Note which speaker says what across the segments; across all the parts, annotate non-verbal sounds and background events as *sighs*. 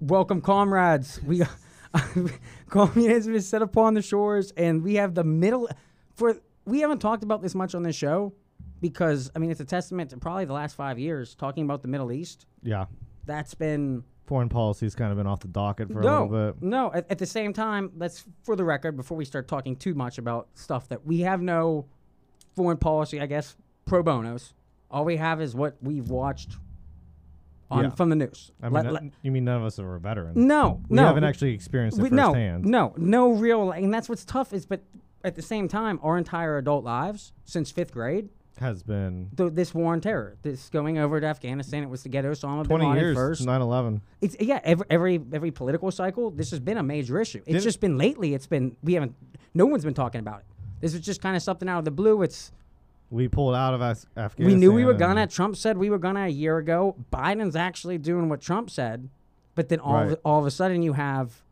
Speaker 1: Welcome, comrades. We *laughs* communism is set upon the shores, and we have the middle. For we haven't talked about this much on this show because I mean it's a testament to probably the last five years talking about the Middle East.
Speaker 2: Yeah.
Speaker 1: That's been
Speaker 2: Foreign policy's kind of been off the docket for a little
Speaker 1: no,
Speaker 2: bit.
Speaker 1: no. At, at the same time, let's for the record before we start talking too much about stuff that we have no foreign policy. I guess pro bonos. All we have is what we've watched on
Speaker 2: Yeah.
Speaker 1: from the news.
Speaker 2: I mean,
Speaker 1: Let-
Speaker 2: uh,
Speaker 1: let-
Speaker 2: you mean none of us are veterans?
Speaker 1: no,
Speaker 2: we
Speaker 1: no,
Speaker 2: haven't actually experienced it
Speaker 1: we- no,
Speaker 2: firsthand.
Speaker 1: no, no real, and that's what's tough is, but at the same time, our entire adult lives since fifth grade,
Speaker 2: Has been
Speaker 1: th- this war on terror, this going over to Afghanistan, it was to get Osama bin
Speaker 2: 20
Speaker 1: Laden
Speaker 2: years.
Speaker 1: first.
Speaker 2: 9/11.
Speaker 1: It's yeah, every, every every political cycle, this has been a major issue. It's
Speaker 2: Didn't-
Speaker 1: just been lately. It's been we haven't, no one's been talking about it. This is just kind of something out of the blue. It's
Speaker 2: We pulled out of Af- Afghanistan.
Speaker 1: we knew we were
Speaker 2: and-
Speaker 1: gonna. Trump said we were gonna a year ago. Biden's actually doing what Trump said, but then all of,
Speaker 2: Right.
Speaker 1: all of a sudden you have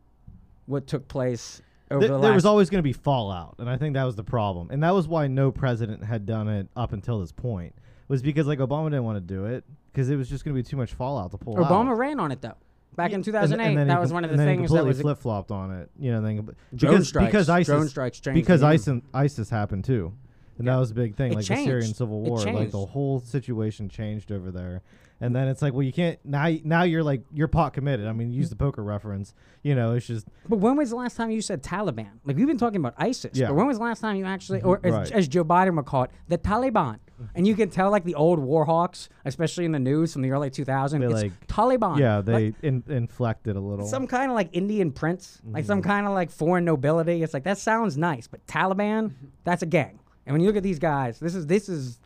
Speaker 1: what took place over
Speaker 2: Th-
Speaker 1: the
Speaker 2: there
Speaker 1: last.
Speaker 2: was always going to be fallout, and I think that was the problem, and that was why no president had done it up until this point. Was because like Obama didn't want to do it because it was just going to be too much fallout to pull out.
Speaker 1: Obama ran on it though. Back in 2008,
Speaker 2: And- and then
Speaker 1: that
Speaker 2: he
Speaker 1: was
Speaker 2: com-
Speaker 1: one of the
Speaker 2: and then he
Speaker 1: things that
Speaker 2: completely
Speaker 1: was
Speaker 2: flip flopped on it. You know, then, because,
Speaker 1: Drone strikes-
Speaker 2: because ISIS
Speaker 1: drone strikes changed the
Speaker 2: because
Speaker 1: game.
Speaker 2: ISIS, ISIS happened too, and that was a big thing.
Speaker 1: It
Speaker 2: like the Syrian
Speaker 1: changed.
Speaker 2: civil
Speaker 1: It
Speaker 2: war, like the
Speaker 1: changed.
Speaker 2: whole situation changed over there. And then it's like, well, you can't now. Now you're like you're pot committed. I mean, use the poker reference. You know, it's just
Speaker 1: But when was the last time you said Taliban? Like we've been talking about ISIS,
Speaker 2: Yeah. Mm-hmm.
Speaker 1: but when was the last time you actually, or as,
Speaker 2: Right. Mm-hmm.
Speaker 1: as Joe Biden would call it, the Taliban? And you can tell like the old war hawks, especially in the news from the early 2000s,
Speaker 2: They,
Speaker 1: it's
Speaker 2: like-
Speaker 1: Taliban.
Speaker 2: yeah,
Speaker 1: Like,
Speaker 2: they in, inflected a little.
Speaker 1: some kind of like Indian prince, like
Speaker 2: Mm-hmm.
Speaker 1: some kind of like foreign nobility. It's like that sounds nice, but Taliban,
Speaker 2: Mm-hmm.
Speaker 1: that's a gang. And when you look at these guys, this is this is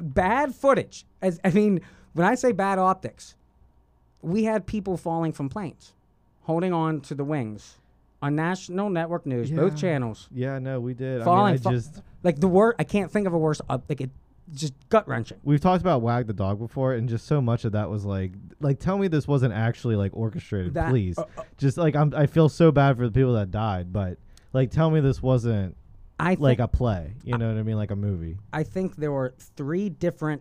Speaker 1: bad footage. As I mean, when I say bad optics, we had people falling from planes, holding on to the wings on national network news, both
Speaker 2: Yeah.
Speaker 1: channels,
Speaker 2: yeah, no, we did. I,
Speaker 1: falling.
Speaker 2: mean, I
Speaker 1: fa-
Speaker 2: just
Speaker 1: like the word I can't think of a worse up. Like it, just gut wrenching.
Speaker 2: we've talked about wag the dog before, and just so much of that was like, like tell me this wasn't actually like orchestrated,
Speaker 1: That-
Speaker 2: please.
Speaker 1: uh,
Speaker 2: just like I'm, I feel so bad for the people that died, but like tell me this wasn't
Speaker 1: I think
Speaker 2: like a play. You know what I mean? Like a movie.
Speaker 1: I think there were three different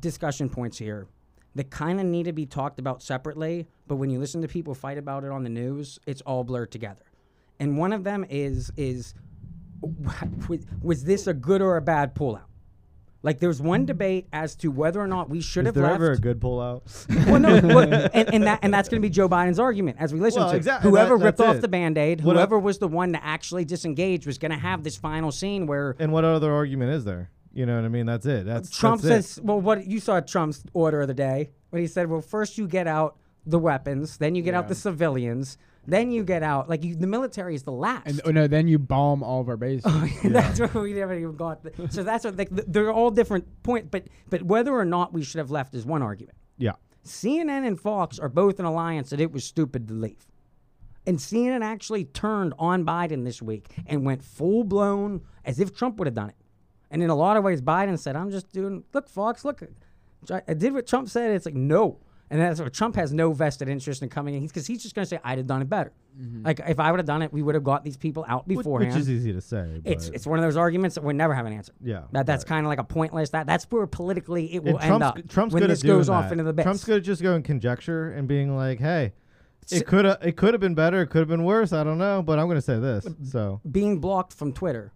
Speaker 1: discussion points here that kind of need to be talked about separately, but when you listen to people fight about it on the news, it's all blurred together. And one of them is is *laughs* was- was this a good or a bad pullout? Like there's one debate as to whether or not we should
Speaker 2: Is
Speaker 1: have
Speaker 2: there
Speaker 1: left.
Speaker 2: ever a good pullout?
Speaker 1: *laughs* well, no, well,
Speaker 2: *laughs*
Speaker 1: and, and that and that's going to be Joe Biden's argument as we listen
Speaker 2: Well,
Speaker 1: to
Speaker 2: exact-
Speaker 1: whoever
Speaker 2: that-
Speaker 1: ripped
Speaker 2: that's
Speaker 1: off
Speaker 2: it.
Speaker 1: the band-aid,
Speaker 2: What I-
Speaker 1: whoever was the one to actually disengage was going to have this final scene where
Speaker 2: and what other argument is there? You know what I mean? That's it. That's
Speaker 1: Trump
Speaker 2: that's
Speaker 1: says, "Well, what you saw Trump's order of the day when he said, well, first you get out the weapons, then you get out the civilians, then you get out like you, the military is the last."
Speaker 3: And oh no, then you bomb all of our bases.
Speaker 1: Oh, *laughs* that's what we never even got. the- So that's what like, th- they're all different point, but but whether or not we should have left is one argument.
Speaker 2: Yeah.
Speaker 1: CNN and Fox are both an alliance that it was stupid to leave. And CNN actually turned on Biden this week and went full blown as if Trump would have done it. And in a lot of ways, Biden said, I'm just doing, look, Fox, look, I I did what Trump said. It's like, no. And that's what Trump has no vested interest in coming in because he's just going to say, I'd have done it better. Like, if I would have done it, we would have got these people out
Speaker 2: Mm-hmm. Which,
Speaker 1: beforehand.
Speaker 2: which is easy to say. But
Speaker 1: it's, it's one of those arguments that we never have an answer.
Speaker 2: Yeah,
Speaker 1: That, that's
Speaker 2: right.
Speaker 1: kind of like a pointless, that, that's where politically it will
Speaker 2: and
Speaker 1: end
Speaker 2: Trump's,
Speaker 1: up
Speaker 2: Trump's
Speaker 1: when
Speaker 2: good
Speaker 1: this
Speaker 2: at doing
Speaker 1: goes off
Speaker 2: that.
Speaker 1: into the bits.
Speaker 2: Trump's good at just going conjecture and being like, "Hey, it could have it could have been better. It could have been worse. I don't know, but I'm going to say this." So
Speaker 1: being blocked from Twitter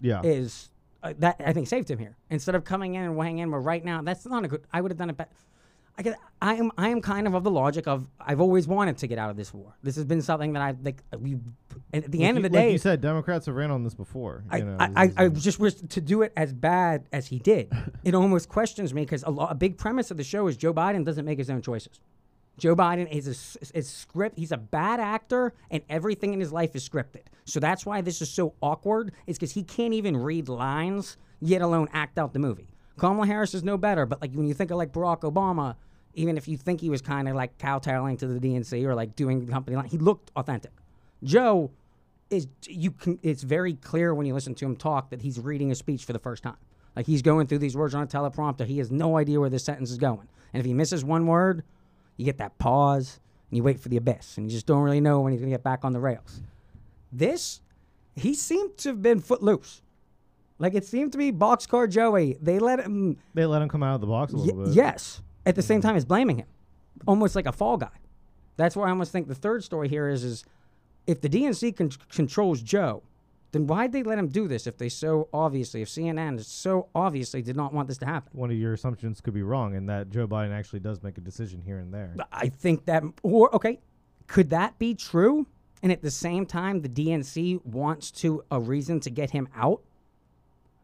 Speaker 2: yeah,
Speaker 1: is uh, that I think saved him here. Instead of coming in and weighing in, where right now that's not a good. I would have done it better. I, get- I am I am kind of of the logic of I've always wanted to get out of this war. This has been something that I like we and at the end
Speaker 2: you,
Speaker 1: of the day
Speaker 2: like you said Democrats have ran on this before.
Speaker 1: I,
Speaker 2: you know,
Speaker 1: I,
Speaker 2: this
Speaker 1: I,
Speaker 2: is-
Speaker 1: I just wish to do it as bad as
Speaker 2: *laughs*
Speaker 1: he did. It almost questions me because a, lo- a big premise of the show is Joe Biden doesn't make his own choices. Joe Biden is a s- is script. He's a bad actor, and everything in his life is scripted. So that's why this is so awkward. Is because he can't even read lines, yet alone act out the movie. Kamala Harris is no better, but like when you think of like Barack Obama, even if you think he was kind of like kowtowing to the DNC or like doing the company line, he looked authentic. Joe is you can it's very clear when you listen to him talk that he's reading a speech for the first time. Like he's going through these words on a teleprompter. He has no idea where this sentence is going. And if he misses one word, you get that pause and you wait for the abyss and you just don't really know when he's gonna get back on the rails. This he seemed to have been footloose. Like it seemed to be boxcar Joey. They let him
Speaker 2: they let him come out of the box a
Speaker 1: Ye-
Speaker 2: little bit.
Speaker 1: yes. At the same time as blaming him. Almost like a fall guy. That's why I almost think the third story here is is if the DNC con- controls Joe, then why'd they let him do this if they so obviously, if CNN so obviously did not want this to happen?
Speaker 2: One of your assumptions could be wrong, and that Joe Biden actually does make a decision here and there.
Speaker 1: I think that, or okay, could that be true? And at the same time, the DNC wants to a reason to get him out.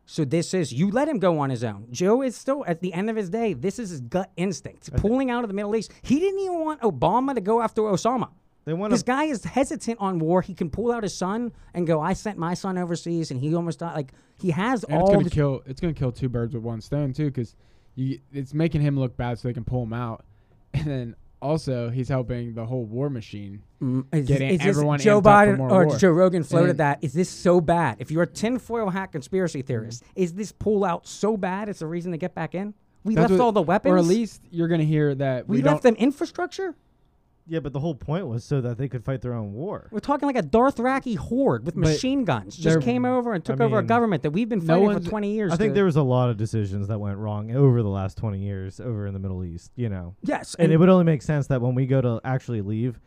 Speaker 1: So this is you let him go on his own. Joe is still at the end of his day. This is his gut instinct pulling out of the Middle East. He didn't even want Obama to go after Osama.
Speaker 2: They want
Speaker 1: This
Speaker 2: to.
Speaker 1: guy is hesitant on war. He can pull out his son and go, "I sent my son overseas, and he almost died." Like he has
Speaker 3: And it's
Speaker 1: all
Speaker 3: gonna
Speaker 1: the
Speaker 3: kill. It's gonna kill two birds with one stone too, because it's making him look bad, so they can pull him out, *laughs* and then also he's helping the whole war machine.
Speaker 1: Mm, Is,
Speaker 3: getting
Speaker 1: is this
Speaker 3: everyone
Speaker 1: Joe
Speaker 3: amped up for
Speaker 1: Biden
Speaker 3: more
Speaker 1: or
Speaker 3: war. Mm.
Speaker 1: Joe Rogan floated
Speaker 3: And-
Speaker 1: that? Is this so bad? If you're a tinfoil hat conspiracy theorist,
Speaker 3: Mm.
Speaker 1: is this pullout so bad it's a reason to get back in? We
Speaker 3: That's
Speaker 1: left
Speaker 3: what-
Speaker 1: all the weapons.
Speaker 3: or at least you're gonna hear that
Speaker 1: we,
Speaker 3: we,
Speaker 1: left
Speaker 3: don't.
Speaker 1: them infrastructure.
Speaker 2: Yeah, but the whole point was so that they could fight their own war.
Speaker 1: We're talking like a Darth Raki horde with machine guns just
Speaker 3: they're-
Speaker 1: came over and took over a
Speaker 2: mean,
Speaker 1: government that we've been
Speaker 3: no
Speaker 1: fighting for
Speaker 3: one's-
Speaker 1: 20 years.
Speaker 2: I think
Speaker 1: dude.
Speaker 2: there was a lot of decisions that went wrong over the last 20 years over in the Middle East, you know.
Speaker 1: yes,
Speaker 2: And
Speaker 1: and
Speaker 2: it would only make sense that when we go to actually leave,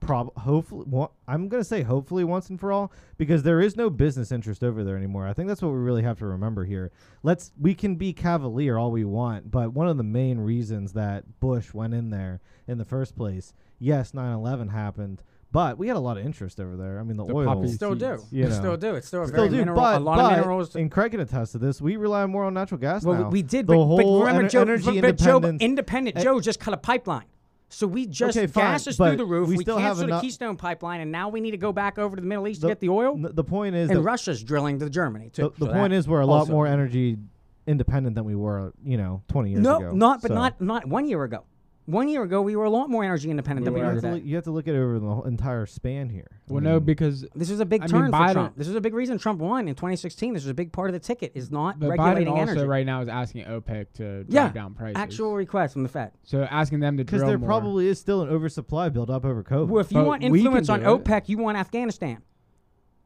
Speaker 2: prob- hopefully, wa- I'm going to say hopefully once and for all, because there is no business interest over there anymore. I think that's what we really have to remember here. Let's we can be cavalier all we want, but one of the main reasons that Bush went in there in the first place, yes, 9/11 happened, but we had a lot of interest over there. I mean, the,
Speaker 3: The
Speaker 2: oil,
Speaker 3: poppies.
Speaker 1: still do.
Speaker 2: you
Speaker 1: It's
Speaker 2: know.
Speaker 1: still do. It's still a
Speaker 2: still
Speaker 1: very
Speaker 2: do,
Speaker 1: mineral.
Speaker 2: but,
Speaker 1: a lot of
Speaker 2: but-
Speaker 1: minerals.
Speaker 2: And Craig can attest to this. We rely more on natural gas
Speaker 1: Well, we-
Speaker 2: now.
Speaker 1: we did,
Speaker 2: the
Speaker 1: but,
Speaker 2: whole
Speaker 1: but remember,
Speaker 2: ener-
Speaker 1: Joe,
Speaker 2: energy
Speaker 1: remember Joe,
Speaker 2: independence.
Speaker 1: independent
Speaker 2: Eh.
Speaker 1: Joe just cut a pipeline. So we just
Speaker 2: Okay, fine,
Speaker 1: gas is
Speaker 2: but
Speaker 1: through the roof.
Speaker 2: we
Speaker 1: We,
Speaker 2: still have
Speaker 1: canceled
Speaker 2: enough-
Speaker 1: the Keystone pipeline, and now we need to go back over to the Middle East
Speaker 2: The-
Speaker 1: to get the oil.
Speaker 2: n- the point is that
Speaker 1: and Russia's drilling to Germany too.
Speaker 2: the, the
Speaker 1: so
Speaker 2: point
Speaker 1: that
Speaker 2: is we're a lot
Speaker 1: also-
Speaker 2: more energy independent than we were, you know, 20 years
Speaker 1: No,
Speaker 2: ago.
Speaker 1: not but
Speaker 2: So
Speaker 1: not not one year ago. One year ago, we were a lot more energy
Speaker 2: You
Speaker 1: independent than we are
Speaker 2: have, to
Speaker 1: today.
Speaker 2: look, you have to look at it over the whole entire span here. I
Speaker 3: Well, no,
Speaker 2: mean,
Speaker 3: because
Speaker 1: This is a big
Speaker 3: I mean,
Speaker 1: turn for
Speaker 3: Biden-
Speaker 1: Trump. This is a big reason Trump won in 2016. This is a big part of the ticket is not
Speaker 3: but Biden
Speaker 1: regulating
Speaker 3: also
Speaker 1: energy.
Speaker 3: right now is asking OPEC to drive
Speaker 1: yeah,
Speaker 3: down prices.
Speaker 1: actual request from the Fed.
Speaker 3: so asking them to drill
Speaker 2: because there
Speaker 3: more.
Speaker 2: probably is still an oversupply buildup over COVID.
Speaker 1: Well, if you
Speaker 3: But
Speaker 1: want
Speaker 3: we can
Speaker 1: influence on
Speaker 3: do it.
Speaker 1: OPEC, you want Afghanistan.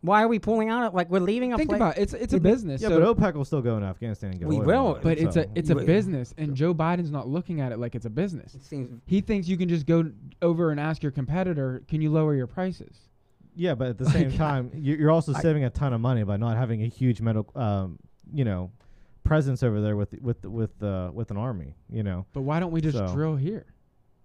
Speaker 1: Why are we pulling out? of- Like we're leaving a
Speaker 3: think
Speaker 1: place.
Speaker 3: about it. it's it's a business.
Speaker 2: yeah,
Speaker 3: so
Speaker 2: but OPEC will still go in Afghanistan and get
Speaker 1: We
Speaker 2: oil
Speaker 1: will,
Speaker 2: out of
Speaker 3: but
Speaker 2: it,
Speaker 3: it's
Speaker 2: so.
Speaker 3: a it's a
Speaker 1: But-
Speaker 3: business, and Joe Biden's not looking at it like it's a business.
Speaker 1: It seems
Speaker 3: He thinks you can just go over and ask your competitor, "Can you lower your prices?"
Speaker 2: yeah, but at the same
Speaker 3: Like,
Speaker 2: time, you- you're also
Speaker 1: I-
Speaker 2: saving a ton of money by not having a huge metal, um, you know, presence over there with with with uh, with an army. You know,
Speaker 3: But why don't we just
Speaker 2: So,
Speaker 3: drill here?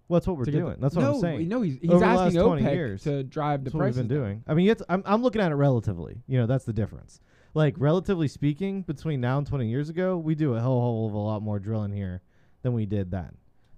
Speaker 2: well, that's what we're
Speaker 3: to get
Speaker 2: doing.
Speaker 3: the-
Speaker 2: That's what
Speaker 3: no,
Speaker 2: I'm saying.
Speaker 3: No, he's, he's
Speaker 2: Over the last
Speaker 3: asking
Speaker 2: 20
Speaker 3: OPEC
Speaker 2: years,
Speaker 3: to drive the
Speaker 2: That's what we've
Speaker 3: prices.
Speaker 2: been
Speaker 3: down.
Speaker 2: doing. I mean, it's, I'm I'm looking at it relatively. You know, that's the difference. Like relatively speaking, between now and 20 years ago, we do a hell hole of a lot more drilling here than we did then.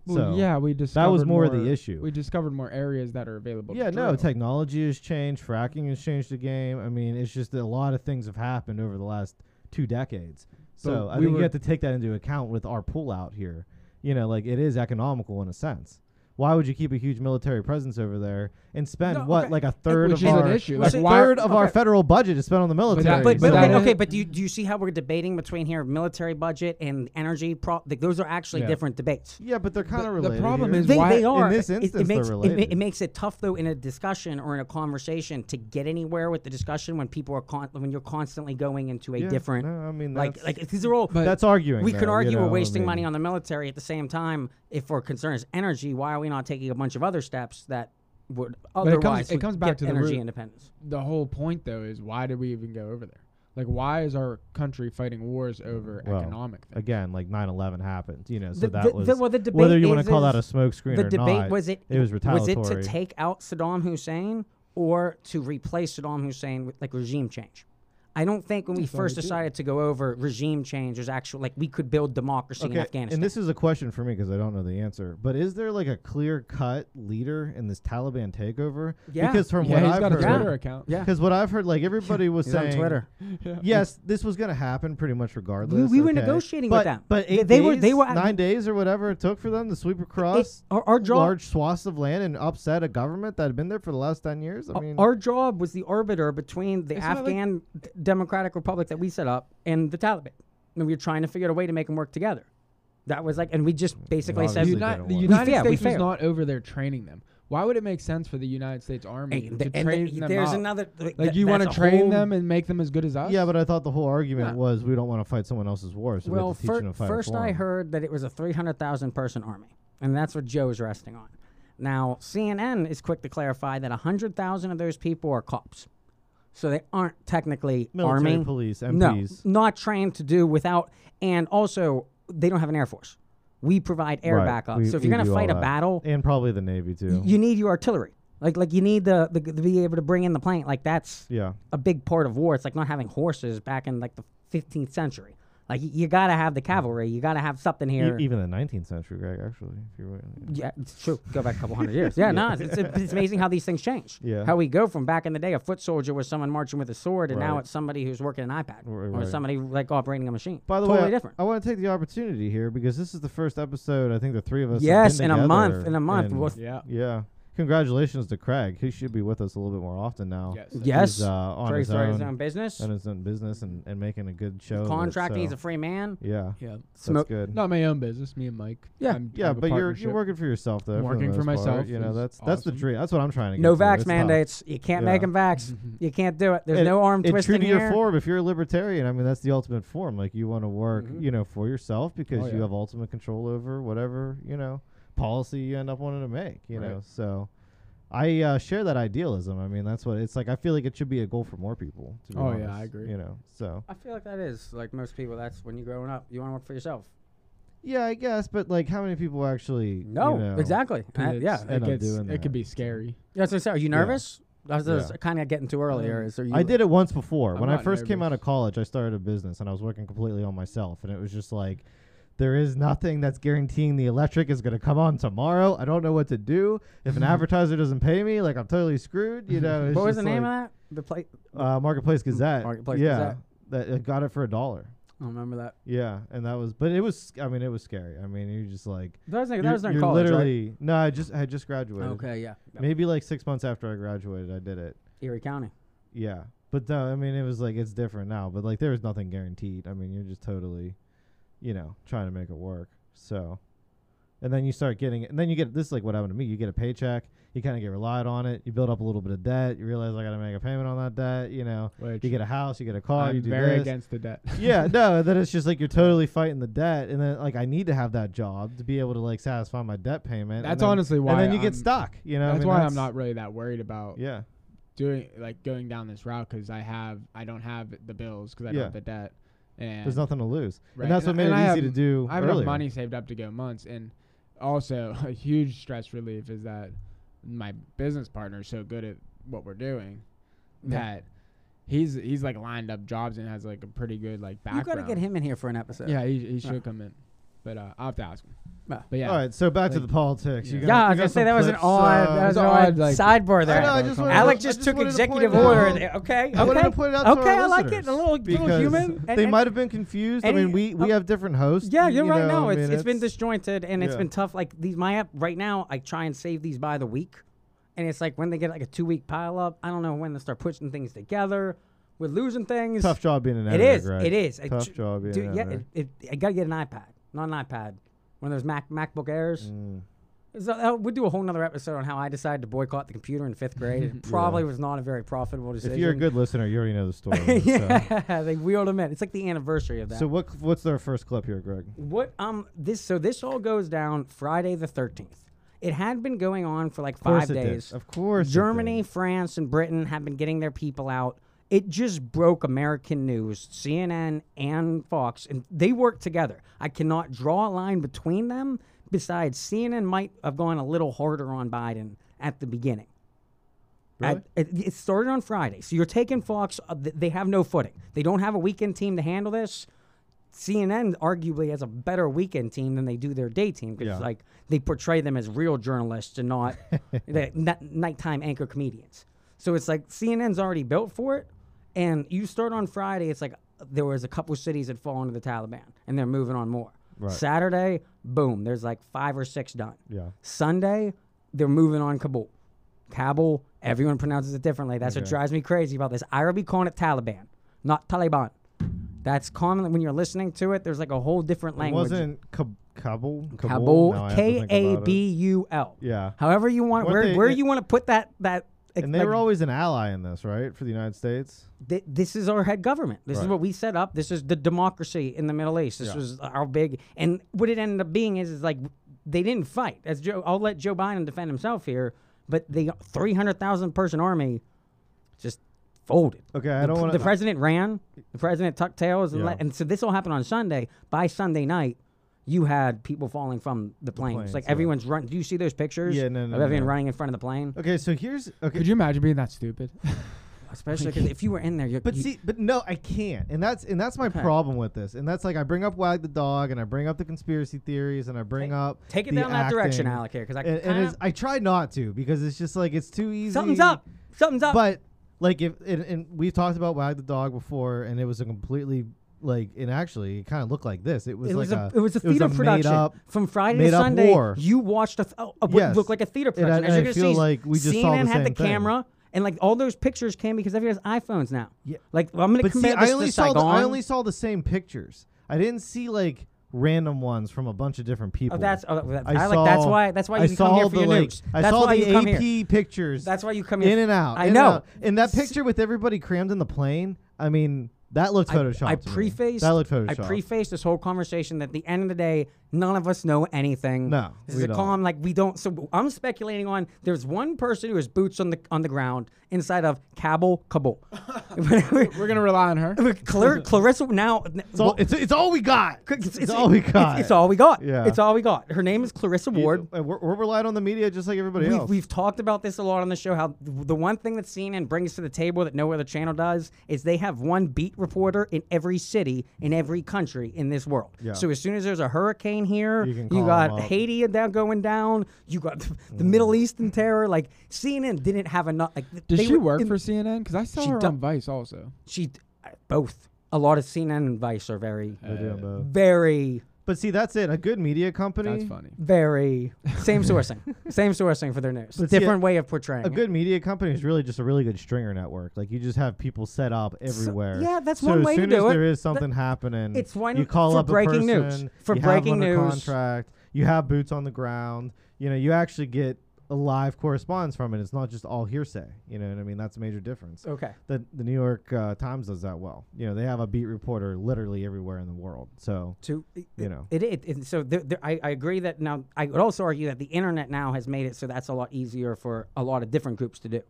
Speaker 3: Well,
Speaker 2: so
Speaker 3: yeah, we discovered
Speaker 2: more the issue.
Speaker 3: We discovered more areas that are available.
Speaker 2: yeah,
Speaker 3: to
Speaker 2: no,
Speaker 3: drill.
Speaker 2: technology has changed, fracking has changed the game. I mean, it's just that a lot of things have happened over the last two decades. So
Speaker 3: But
Speaker 2: I
Speaker 3: we
Speaker 2: think
Speaker 3: were-
Speaker 2: you have to take that into account with our pullout here. You know, like it is economical in a sense. Why would you keep a huge military presence over there and spend
Speaker 1: No,
Speaker 2: what
Speaker 1: okay.
Speaker 2: like a third
Speaker 3: Which
Speaker 2: of
Speaker 3: is an
Speaker 2: our a
Speaker 3: issue. Like,
Speaker 1: see,
Speaker 3: why-
Speaker 2: third of our
Speaker 1: okay.
Speaker 2: federal budget is spent on the military?
Speaker 3: that-
Speaker 1: But, but,
Speaker 3: So-
Speaker 1: but
Speaker 3: that-
Speaker 1: okay, but do you, do you see how we're debating between here military budget and energy? Pro- like, those are actually
Speaker 2: Yeah.
Speaker 1: different debates.
Speaker 2: Yeah, but they're kind
Speaker 3: The-
Speaker 2: of
Speaker 3: the
Speaker 2: related.
Speaker 3: problem
Speaker 2: here.
Speaker 3: is
Speaker 1: They,
Speaker 3: why-
Speaker 1: they are.
Speaker 2: in this
Speaker 1: It- it,
Speaker 2: instance they're
Speaker 1: makes, it ma-
Speaker 2: related.
Speaker 1: It, makes it tough though in a discussion or in a conversation to get anywhere with the discussion when people are con- when you're constantly going into a
Speaker 2: Yeah,
Speaker 1: different
Speaker 2: no, I mean,
Speaker 1: like
Speaker 2: that's-
Speaker 1: like these are all.
Speaker 3: But-
Speaker 2: that's arguing.
Speaker 1: we
Speaker 2: though,
Speaker 1: could
Speaker 2: you
Speaker 1: argue
Speaker 2: know,
Speaker 1: we're
Speaker 2: I
Speaker 1: wasting money
Speaker 2: mean.
Speaker 1: on the military at the same time. If we're concerned is energy, why are we not taking a bunch of other steps that would
Speaker 3: it comes-
Speaker 1: otherwise
Speaker 3: it
Speaker 1: would
Speaker 3: comes back
Speaker 1: get
Speaker 3: to the
Speaker 1: energy
Speaker 3: root.
Speaker 1: independence?
Speaker 3: The whole point, though, is why did we even go over there? Like, why is our country fighting wars over
Speaker 2: Well,
Speaker 3: economic things?
Speaker 2: again, like 9/11 happened, you know, so
Speaker 1: The-
Speaker 2: that
Speaker 1: the-
Speaker 2: was
Speaker 1: the- well, the debate
Speaker 2: whether you want
Speaker 1: is-
Speaker 2: to call that a
Speaker 1: is-
Speaker 2: smokescreen
Speaker 1: the
Speaker 2: or
Speaker 1: debate
Speaker 2: not.
Speaker 1: was it
Speaker 2: it was retaliatory.
Speaker 1: was it to take out Saddam Hussein or to replace Saddam Hussein with like regime change? I don't think when we
Speaker 3: That's all
Speaker 1: first
Speaker 3: we do.
Speaker 1: decided to go over regime change was actual like we could build democracy in
Speaker 2: okay,
Speaker 1: Afghanistan.
Speaker 2: and this is a question for me because I don't know the answer. But is there like a clear cut leader in this Taliban takeover?
Speaker 1: Yeah.
Speaker 2: Because from
Speaker 3: yeah,
Speaker 2: what
Speaker 3: he's
Speaker 2: I've
Speaker 3: got a
Speaker 2: heard,
Speaker 3: Twitter account. *laughs*
Speaker 1: Yeah.
Speaker 2: Because what I've heard, like
Speaker 1: *laughs*
Speaker 2: everybody was
Speaker 1: He's on
Speaker 2: saying
Speaker 1: Twitter.
Speaker 2: *laughs* Yes, this was going to happen pretty much regardless.
Speaker 1: We- we were
Speaker 2: okay.
Speaker 1: negotiating
Speaker 2: but,
Speaker 1: with them.
Speaker 2: but
Speaker 1: They-
Speaker 2: eight
Speaker 1: they were-
Speaker 2: days,
Speaker 1: they were at-
Speaker 2: nine days or whatever it took for them to sweep across
Speaker 1: our- our job-
Speaker 2: large swaths of land and upset a government that had been there for the last ten years. I mean,
Speaker 1: Our job was the arbiter between the
Speaker 3: It's not like-
Speaker 1: Afghan d- Democratic Republic that we set up and the Taliban. And we were trying to figure out a way to make them work together. That was like, and we just basically
Speaker 2: obviously
Speaker 1: said,
Speaker 3: The,
Speaker 2: Obviously
Speaker 3: Uni-
Speaker 2: didn't
Speaker 3: the
Speaker 2: want it.
Speaker 3: United
Speaker 1: We failed, we
Speaker 3: States was
Speaker 1: failed.
Speaker 3: not over there training them. Why would it make sense for the United States Army
Speaker 1: And-
Speaker 3: to
Speaker 1: and
Speaker 3: train
Speaker 1: th-
Speaker 3: them
Speaker 1: there's
Speaker 3: up?
Speaker 1: another like,
Speaker 3: Like,
Speaker 1: th-
Speaker 3: you want to
Speaker 1: that's a
Speaker 3: train
Speaker 1: whole-
Speaker 3: them and make them as good as us?
Speaker 2: yeah, but I thought the whole argument
Speaker 1: Yeah.
Speaker 2: was we don't want to fight someone else's war, so we
Speaker 1: well,
Speaker 2: have to teach
Speaker 1: fir-
Speaker 2: them to fight.
Speaker 1: first
Speaker 2: for
Speaker 1: I
Speaker 2: 'em.
Speaker 1: heard that it was a 300,000 person army, and that's what Joe's resting on. Now, CNN is quick to clarify that 100,000 of those people are cops. So they aren't technically
Speaker 2: Military,
Speaker 1: army.
Speaker 2: police,
Speaker 1: No,
Speaker 2: MPs.
Speaker 1: not trained to do without. And also, they don't have an air force. We provide air
Speaker 2: Right,
Speaker 1: backup.
Speaker 2: we-
Speaker 1: so if
Speaker 2: we
Speaker 1: you're going
Speaker 2: do
Speaker 1: to
Speaker 2: all
Speaker 1: fight a
Speaker 2: that.
Speaker 1: battle,
Speaker 2: and probably the Navy too.
Speaker 1: you need your artillery. Like, like you need the, the to be able to bring in the plane. Like that's
Speaker 2: yeah,
Speaker 1: a big part of war. It's like not having horses back in like the 15th century. Like you, you got to have the cavalry. You got to have something
Speaker 2: Mm. E-
Speaker 1: here.
Speaker 2: even the 19th century, Greg. Actually, if you were,
Speaker 1: Yeah, it's true. Go back a couple
Speaker 2: *laughs*
Speaker 1: hundred years. Yeah, no, it's, it's, it's amazing how these things change.
Speaker 2: Yeah.
Speaker 1: How we go from back in the day, a foot soldier was someone marching with a sword, and now
Speaker 2: Right.
Speaker 1: it's somebody who's working an iPad
Speaker 2: Right,
Speaker 1: or
Speaker 2: right.
Speaker 1: somebody like operating a machine.
Speaker 2: By the
Speaker 1: totally
Speaker 2: way, I-
Speaker 1: different.
Speaker 2: I, want to take the opportunity here because this is the first episode I think the three of us. have
Speaker 1: yes,
Speaker 2: been
Speaker 1: in a month,
Speaker 2: together,
Speaker 1: in a month.
Speaker 2: and-
Speaker 1: Well,
Speaker 3: Yeah.
Speaker 2: yeah, congratulations to Craig. He should be with us a little bit more often now.
Speaker 3: Yes.
Speaker 1: yes,
Speaker 2: He's, uh, on
Speaker 1: Trey
Speaker 2: his
Speaker 1: started his
Speaker 2: own,
Speaker 1: own business.
Speaker 2: on his own business and, and making a good show. of it,
Speaker 1: Contract. He's
Speaker 2: so-
Speaker 1: a free man.
Speaker 2: yeah,
Speaker 3: Yeah.
Speaker 2: that's
Speaker 1: Smoke.
Speaker 2: good.
Speaker 3: Not my own business. Me and Mike.
Speaker 1: Yeah.
Speaker 3: I'm- I
Speaker 2: yeah,
Speaker 3: have a
Speaker 2: but you're
Speaker 3: partnership.
Speaker 2: you're working for yourself though.
Speaker 3: Working
Speaker 2: for,
Speaker 3: for
Speaker 2: the most part,
Speaker 3: myself
Speaker 2: You know
Speaker 3: is
Speaker 2: that's that's the
Speaker 3: awesome.
Speaker 2: dream. That's what I'm trying to. get
Speaker 1: No
Speaker 2: to.
Speaker 1: vax
Speaker 2: It's not-
Speaker 1: mandates. You can't make
Speaker 2: Yeah. Mm-hmm.
Speaker 1: 'em make them vax. you can't do it. There's
Speaker 2: And-
Speaker 1: no arm
Speaker 2: and true
Speaker 1: twisting
Speaker 2: to your
Speaker 1: here.
Speaker 2: form. If you're a libertarian, I mean that's the ultimate form. Like you want to work,
Speaker 1: Mhm.
Speaker 2: you know, for yourself because
Speaker 3: Mm-hmm. Oh,
Speaker 2: you
Speaker 3: yeah.
Speaker 2: have ultimate control over whatever you know policy you end up wanting to make. You
Speaker 3: Right.
Speaker 2: know, so I uh, share that idealism. I mean, that's what it's like. I feel like it should be a goal for more people. To be
Speaker 3: Oh, yeah, I
Speaker 2: honest,
Speaker 3: agree.
Speaker 2: You know, so
Speaker 1: I feel like that is like most people. That's when you're growing up. You want to work for yourself.
Speaker 2: yeah, I guess. But like, how many people actually?
Speaker 1: No,
Speaker 2: you know,
Speaker 1: exactly.
Speaker 3: 'Cause
Speaker 1: Uh,
Speaker 3: it's-
Speaker 1: yeah,
Speaker 2: end
Speaker 3: It
Speaker 2: up
Speaker 3: gets.
Speaker 2: doing
Speaker 3: It
Speaker 2: that.
Speaker 3: could be scary.
Speaker 1: Yeah, so, so are you nervous? That's what I was
Speaker 2: Yeah.
Speaker 1: kind of getting to earlier.
Speaker 3: Um,
Speaker 1: Is are you,
Speaker 2: I did it once before.
Speaker 3: I'm
Speaker 2: when I
Speaker 3: not
Speaker 2: first came out
Speaker 3: nervous.
Speaker 2: of college, I started a business and I was working completely on myself. And it was just like, there is nothing that's guaranteeing the electric is going to come on tomorrow. I don't know what to do. If
Speaker 3: *laughs*
Speaker 2: an advertiser doesn't pay me, like I'm totally screwed. You know. it's
Speaker 1: What was the
Speaker 2: just
Speaker 1: name
Speaker 2: like,
Speaker 1: of that? The plate.
Speaker 2: Uh, Marketplace Gazette.
Speaker 1: Marketplace
Speaker 2: yeah,
Speaker 1: Gazette.
Speaker 2: That I got it for a dollar.
Speaker 1: I don't remember that.
Speaker 2: Yeah, and that was, but it was. I mean, it was scary. I mean, you just like
Speaker 1: That was, that
Speaker 2: you're-
Speaker 1: was during
Speaker 2: you're
Speaker 1: college, right?
Speaker 2: literally no. I just I had just graduated.
Speaker 1: Okay, yeah. yeah.
Speaker 2: Maybe like six months after I graduated, I did it.
Speaker 1: Erie County.
Speaker 2: Yeah. But no, I mean, it was like it's different now. But like, there was nothing guaranteed. I mean, you're just totally, you know, trying to make it work. So, and then you start getting, and then you get this is like what happened to me. You get a paycheck, you kind of get relied on it. You build up a little bit of debt. You realize I got to make a payment on that debt. You know,
Speaker 3: Which
Speaker 2: you get a house, you get a car,
Speaker 3: I'm
Speaker 2: you do
Speaker 3: very
Speaker 2: this.
Speaker 3: against the debt.
Speaker 2: yeah, no. And then it's just like you're totally fighting the debt, and then like I need to have that job to be able to like satisfy my debt payment. and
Speaker 3: That's
Speaker 2: then-
Speaker 3: honestly why.
Speaker 2: And then you
Speaker 3: I'm-
Speaker 2: get stuck. You know, I
Speaker 3: *laughs* That's
Speaker 2: mean,
Speaker 3: why I'm not really that worried about
Speaker 2: Yeah.
Speaker 3: doing like going down this route because I have I don't have the bills because I
Speaker 2: Yeah.
Speaker 3: don't have the debt. And
Speaker 2: There's nothing to lose,
Speaker 3: Right.
Speaker 2: and that's what
Speaker 3: And-
Speaker 2: made
Speaker 3: and
Speaker 2: it
Speaker 3: I
Speaker 2: easy
Speaker 3: have-
Speaker 2: to do.
Speaker 3: I have
Speaker 2: earlier.
Speaker 3: enough money saved up to go months, and also *laughs* a huge stress relief is that my business partner is so good at what we're doing that he's he's like lined up jobs and has like a pretty good like
Speaker 1: You
Speaker 3: background.
Speaker 1: got to get him in here for an episode.
Speaker 3: Yeah, he, he should
Speaker 1: Yeah.
Speaker 3: come in, but uh, I will have to ask him.
Speaker 1: Yeah.
Speaker 3: But yeah,
Speaker 2: All right, so back to
Speaker 3: Like-
Speaker 2: the politics. You got-
Speaker 3: Yeah.
Speaker 1: Yeah, I
Speaker 2: you
Speaker 1: was
Speaker 2: got
Speaker 1: gonna say
Speaker 2: some
Speaker 1: that was an
Speaker 2: clips,
Speaker 1: odd,
Speaker 2: uh,
Speaker 1: that was
Speaker 3: it's
Speaker 1: an
Speaker 3: odd,
Speaker 1: odd
Speaker 3: like-
Speaker 1: sidebar
Speaker 2: I
Speaker 1: there.
Speaker 2: know, I
Speaker 3: Alec
Speaker 2: just
Speaker 3: just
Speaker 2: wanted
Speaker 1: Alec
Speaker 2: to- I
Speaker 1: just took
Speaker 2: wanted to point
Speaker 1: executive
Speaker 2: out- *laughs*
Speaker 1: order. there. Okay,
Speaker 2: I wanted
Speaker 1: okay,
Speaker 2: to point it out to
Speaker 1: okay.
Speaker 2: our
Speaker 1: I like it.
Speaker 2: listeners
Speaker 1: A little, little
Speaker 2: because
Speaker 1: human. and-
Speaker 2: They
Speaker 1: and-
Speaker 2: might have been confused. I
Speaker 1: and
Speaker 2: mean,
Speaker 1: he-
Speaker 2: we, we
Speaker 1: oh.
Speaker 2: have different hosts.
Speaker 1: Yeah, you're
Speaker 2: you
Speaker 1: right.
Speaker 2: know,
Speaker 1: No,
Speaker 2: I
Speaker 1: it's,
Speaker 2: mean,
Speaker 1: it's been disjointed and it's
Speaker 2: yeah.
Speaker 1: been tough. Like these, my app right now, I try and save these by the week, and it's like when they get like a two week pile up. I don't know when to start pushing things together. We're losing things.
Speaker 2: tough job being an
Speaker 1: It
Speaker 2: editor.
Speaker 1: is.
Speaker 2: Greg.
Speaker 1: It is. I
Speaker 2: Tough
Speaker 1: ju-
Speaker 2: job being
Speaker 1: Dude,
Speaker 2: an
Speaker 1: yeah, it,
Speaker 2: editor.
Speaker 1: it, I gotta get an iPad, not an iPad. One of those Mac MacBook Airs. *laughs*
Speaker 2: Mm.
Speaker 1: So, uh, we'll do a whole nother episode on how I decided to boycott the computer in fifth
Speaker 2: *laughs*
Speaker 1: grade. It probably was not a very profitable decision.
Speaker 2: If you're a
Speaker 1: *laughs*
Speaker 2: good listener, you already know the story. so.
Speaker 1: yeah, they wheeled him in. It's like the anniversary of that.
Speaker 2: So what cl- what's their first clip here, Greg?
Speaker 1: What um this so this all goes down Friday the thirteenth. It had been going on for like
Speaker 2: Of course
Speaker 1: five
Speaker 2: it did.
Speaker 1: days.
Speaker 2: Of course. it
Speaker 1: Germany,
Speaker 2: did.
Speaker 1: France, and Britain have been getting their people out. It just broke American news, CNN and Fox, and they work together. I cannot draw a line between them. Besides, CNN might have gone a little harder on Biden at the beginning. At- it, it started on Friday. So you're taking Fox. Uh, th- they have no footing. They don't have a weekend team to handle this. CNN arguably has a better weekend team than they do their day team because
Speaker 2: Yeah.
Speaker 1: like they portray them as real journalists
Speaker 2: *laughs*
Speaker 1: and not the ni- nighttime anchor comedians. So it's like CNN's already built for it, and you start on Friday. It's like there was a couple cities that fall into the Taliban, and they're moving on more.
Speaker 2: Right.
Speaker 1: Saturday, boom, there's like five or six done.
Speaker 2: Yeah.
Speaker 1: Sunday, they're moving on Kabul. Kabul, everyone pronounces it differently. That's what
Speaker 2: Okay.
Speaker 1: drives me crazy about this. I be calling it Taliban, not Taliban. That's common when you're listening to it. There's like a whole different
Speaker 2: It
Speaker 1: language.
Speaker 2: wasn't Kab- Kabul. Kabul. Now
Speaker 1: Kabul,
Speaker 2: I have to
Speaker 1: K
Speaker 2: think
Speaker 1: A
Speaker 2: about it.
Speaker 1: B U L.
Speaker 2: Yeah.
Speaker 1: However you want,
Speaker 2: Weren't
Speaker 1: where,
Speaker 2: they-
Speaker 1: where
Speaker 2: it-
Speaker 1: you want to put that that.
Speaker 2: And they
Speaker 1: like,
Speaker 2: were always an ally in this, right? For the United States.
Speaker 1: th- this is our head government. This is
Speaker 2: Right.
Speaker 1: what we set up. This is the democracy in the Middle East. This
Speaker 2: Yeah.
Speaker 1: was our big. And what it ended up being is, is like they didn't fight. As Joe, I'll let Joe Biden defend himself here, but the 300,000 person army just folded.
Speaker 2: Okay, I
Speaker 1: The
Speaker 2: don't
Speaker 1: pr-
Speaker 2: want
Speaker 1: The president ran. The president tucked tails, and,
Speaker 2: Yeah.
Speaker 1: let, and so this all happened on Sunday. By Sunday night, you had people falling from the planes.
Speaker 2: planes,
Speaker 1: like
Speaker 2: yeah.
Speaker 1: everyone's running. Do you see those pictures?
Speaker 2: Yeah, Uh, no, no,
Speaker 1: of everyone
Speaker 2: no.
Speaker 1: running in front of the plane.
Speaker 2: Okay, so here's okay.
Speaker 3: Could you imagine being
Speaker 1: *laughs*
Speaker 3: that stupid?
Speaker 1: Especially because if you were in there, you're,
Speaker 2: But
Speaker 1: you-
Speaker 2: see, but no, I can't, and that's and that's my
Speaker 1: Okay.
Speaker 2: problem with this, and that's like I bring up Wag the Dog, and I bring up the conspiracy theories, and I bring
Speaker 1: Take-
Speaker 2: up
Speaker 1: take it
Speaker 2: the
Speaker 1: down that direction,
Speaker 2: acting.
Speaker 1: Alec. Here, because I
Speaker 2: And, and
Speaker 1: kinda-
Speaker 2: it's, I try not to because it's just like it's too easy.
Speaker 1: something's up. Something's up.
Speaker 2: But like if and, and we've talked about Wag the Dog before, and it was a completely like and actually it kind of looked like this. It was
Speaker 1: it was,
Speaker 2: like
Speaker 1: a, it was a theater
Speaker 2: made
Speaker 1: production
Speaker 2: up-
Speaker 1: from Friday to
Speaker 2: made up
Speaker 1: Sunday.
Speaker 2: war.
Speaker 1: You watched a, th- a- a- what
Speaker 2: Yes.
Speaker 1: looked like a theater
Speaker 2: And I-
Speaker 1: production. As
Speaker 2: and
Speaker 1: you're
Speaker 2: I
Speaker 1: gonna
Speaker 2: feel
Speaker 1: see,
Speaker 2: like we just
Speaker 1: CNN
Speaker 2: saw the
Speaker 1: had the
Speaker 2: same thing.
Speaker 1: camera, and like all those pictures came because everyone has iPhones now.
Speaker 2: Yeah.
Speaker 1: Like well, I'm gonna
Speaker 2: But see,
Speaker 1: compare
Speaker 2: I
Speaker 1: this
Speaker 2: only
Speaker 1: to
Speaker 2: saw the, I
Speaker 1: Saigon.
Speaker 2: only saw the same pictures. I didn't see like random ones from a bunch of different people.
Speaker 1: Oh, that's oh, that-
Speaker 2: I
Speaker 1: I, like that's
Speaker 2: saw-
Speaker 1: why that's why
Speaker 2: I
Speaker 1: you can come here
Speaker 2: saw
Speaker 1: for
Speaker 2: the,
Speaker 1: your
Speaker 2: like-
Speaker 1: news.
Speaker 2: I
Speaker 1: that's
Speaker 2: saw
Speaker 1: why
Speaker 2: the
Speaker 1: you come
Speaker 2: AP
Speaker 1: here.
Speaker 2: pictures.
Speaker 1: That's why you come here.
Speaker 2: in and out.
Speaker 1: I
Speaker 2: in and
Speaker 1: know.
Speaker 2: out. And that picture with everybody crammed in the plane. I mean, that looked
Speaker 1: I-
Speaker 2: photoshopped.
Speaker 1: I
Speaker 2: to me.
Speaker 1: prefaced.
Speaker 2: That looked photoshopped.
Speaker 1: I prefaced this whole conversation that at the end of the day, none of us know anything.
Speaker 2: No,
Speaker 1: this
Speaker 2: we
Speaker 1: is a
Speaker 2: don't.
Speaker 1: calm. Like we don't. So I'm speculating on. There's one person who has boots on the on the ground inside of Kabul, Kabul. *laughs*
Speaker 3: We're gonna rely on her.
Speaker 2: *laughs*
Speaker 1: Clar- Clarissa now.
Speaker 2: it's, all, it's, it's all we got.
Speaker 1: it's, it's-
Speaker 2: all we
Speaker 1: it's-
Speaker 2: got.
Speaker 1: It's all we got.
Speaker 2: Yeah.
Speaker 1: It's all we got. Her name is Clarissa
Speaker 2: You-
Speaker 1: Ward.
Speaker 2: uh, We're, we're relied on the media just like everybody
Speaker 1: We've,
Speaker 2: else.
Speaker 1: we've talked about this a lot on the show. How th- the one thing that CNN brings to the table that no other channel does is they have one beat reporter in every city, in every country in this world.
Speaker 2: Yeah.
Speaker 1: So as soon as there's a hurricane here,
Speaker 2: You can
Speaker 1: you,
Speaker 2: call 'em
Speaker 1: got
Speaker 2: up. Mm.
Speaker 1: Haiti down going down, you got the, Middle Eastern terror. Like CNN didn't have enough. Like th-
Speaker 3: Does
Speaker 1: they
Speaker 3: she
Speaker 1: were
Speaker 3: work
Speaker 1: in-
Speaker 3: for CNN? Because I saw
Speaker 1: She
Speaker 3: her
Speaker 1: do-
Speaker 3: on Vice also.
Speaker 1: She uh, both. A lot of CNN and Vice are very,
Speaker 2: They're doing both.
Speaker 1: very,
Speaker 2: But see, that's it. A good media company.
Speaker 3: That's funny.
Speaker 1: very
Speaker 2: *laughs*
Speaker 1: same sourcing, same sourcing for their news.
Speaker 2: But see, a-
Speaker 1: Different way of portraying.
Speaker 2: A
Speaker 1: it.
Speaker 2: good media company is really just a really good stringer network. Like you just have people set up everywhere.
Speaker 1: yeah, that's
Speaker 2: so
Speaker 1: one way
Speaker 2: as
Speaker 1: to
Speaker 2: soon
Speaker 1: do
Speaker 2: as
Speaker 1: it.
Speaker 2: there is
Speaker 1: That-
Speaker 2: something happening,
Speaker 1: it's one-
Speaker 2: you call
Speaker 1: for
Speaker 2: up
Speaker 1: breaking
Speaker 2: a
Speaker 1: news.
Speaker 2: person,
Speaker 1: For
Speaker 2: you
Speaker 1: breaking
Speaker 2: have 'em under
Speaker 1: news.
Speaker 2: contract. You have boots on the ground. You know, you actually get a live correspondence from it. It's not just all hearsay. You know what I mean? That's a major difference.
Speaker 1: Okay.
Speaker 2: The the New York uh, Times does that well. You know, they have a beat reporter literally everywhere in the world. So
Speaker 1: to
Speaker 2: You know.
Speaker 1: it, it, it so there, there, I, I agree that now i would also argue that the internet now has made it so that's a lot easier for a lot of different groups to do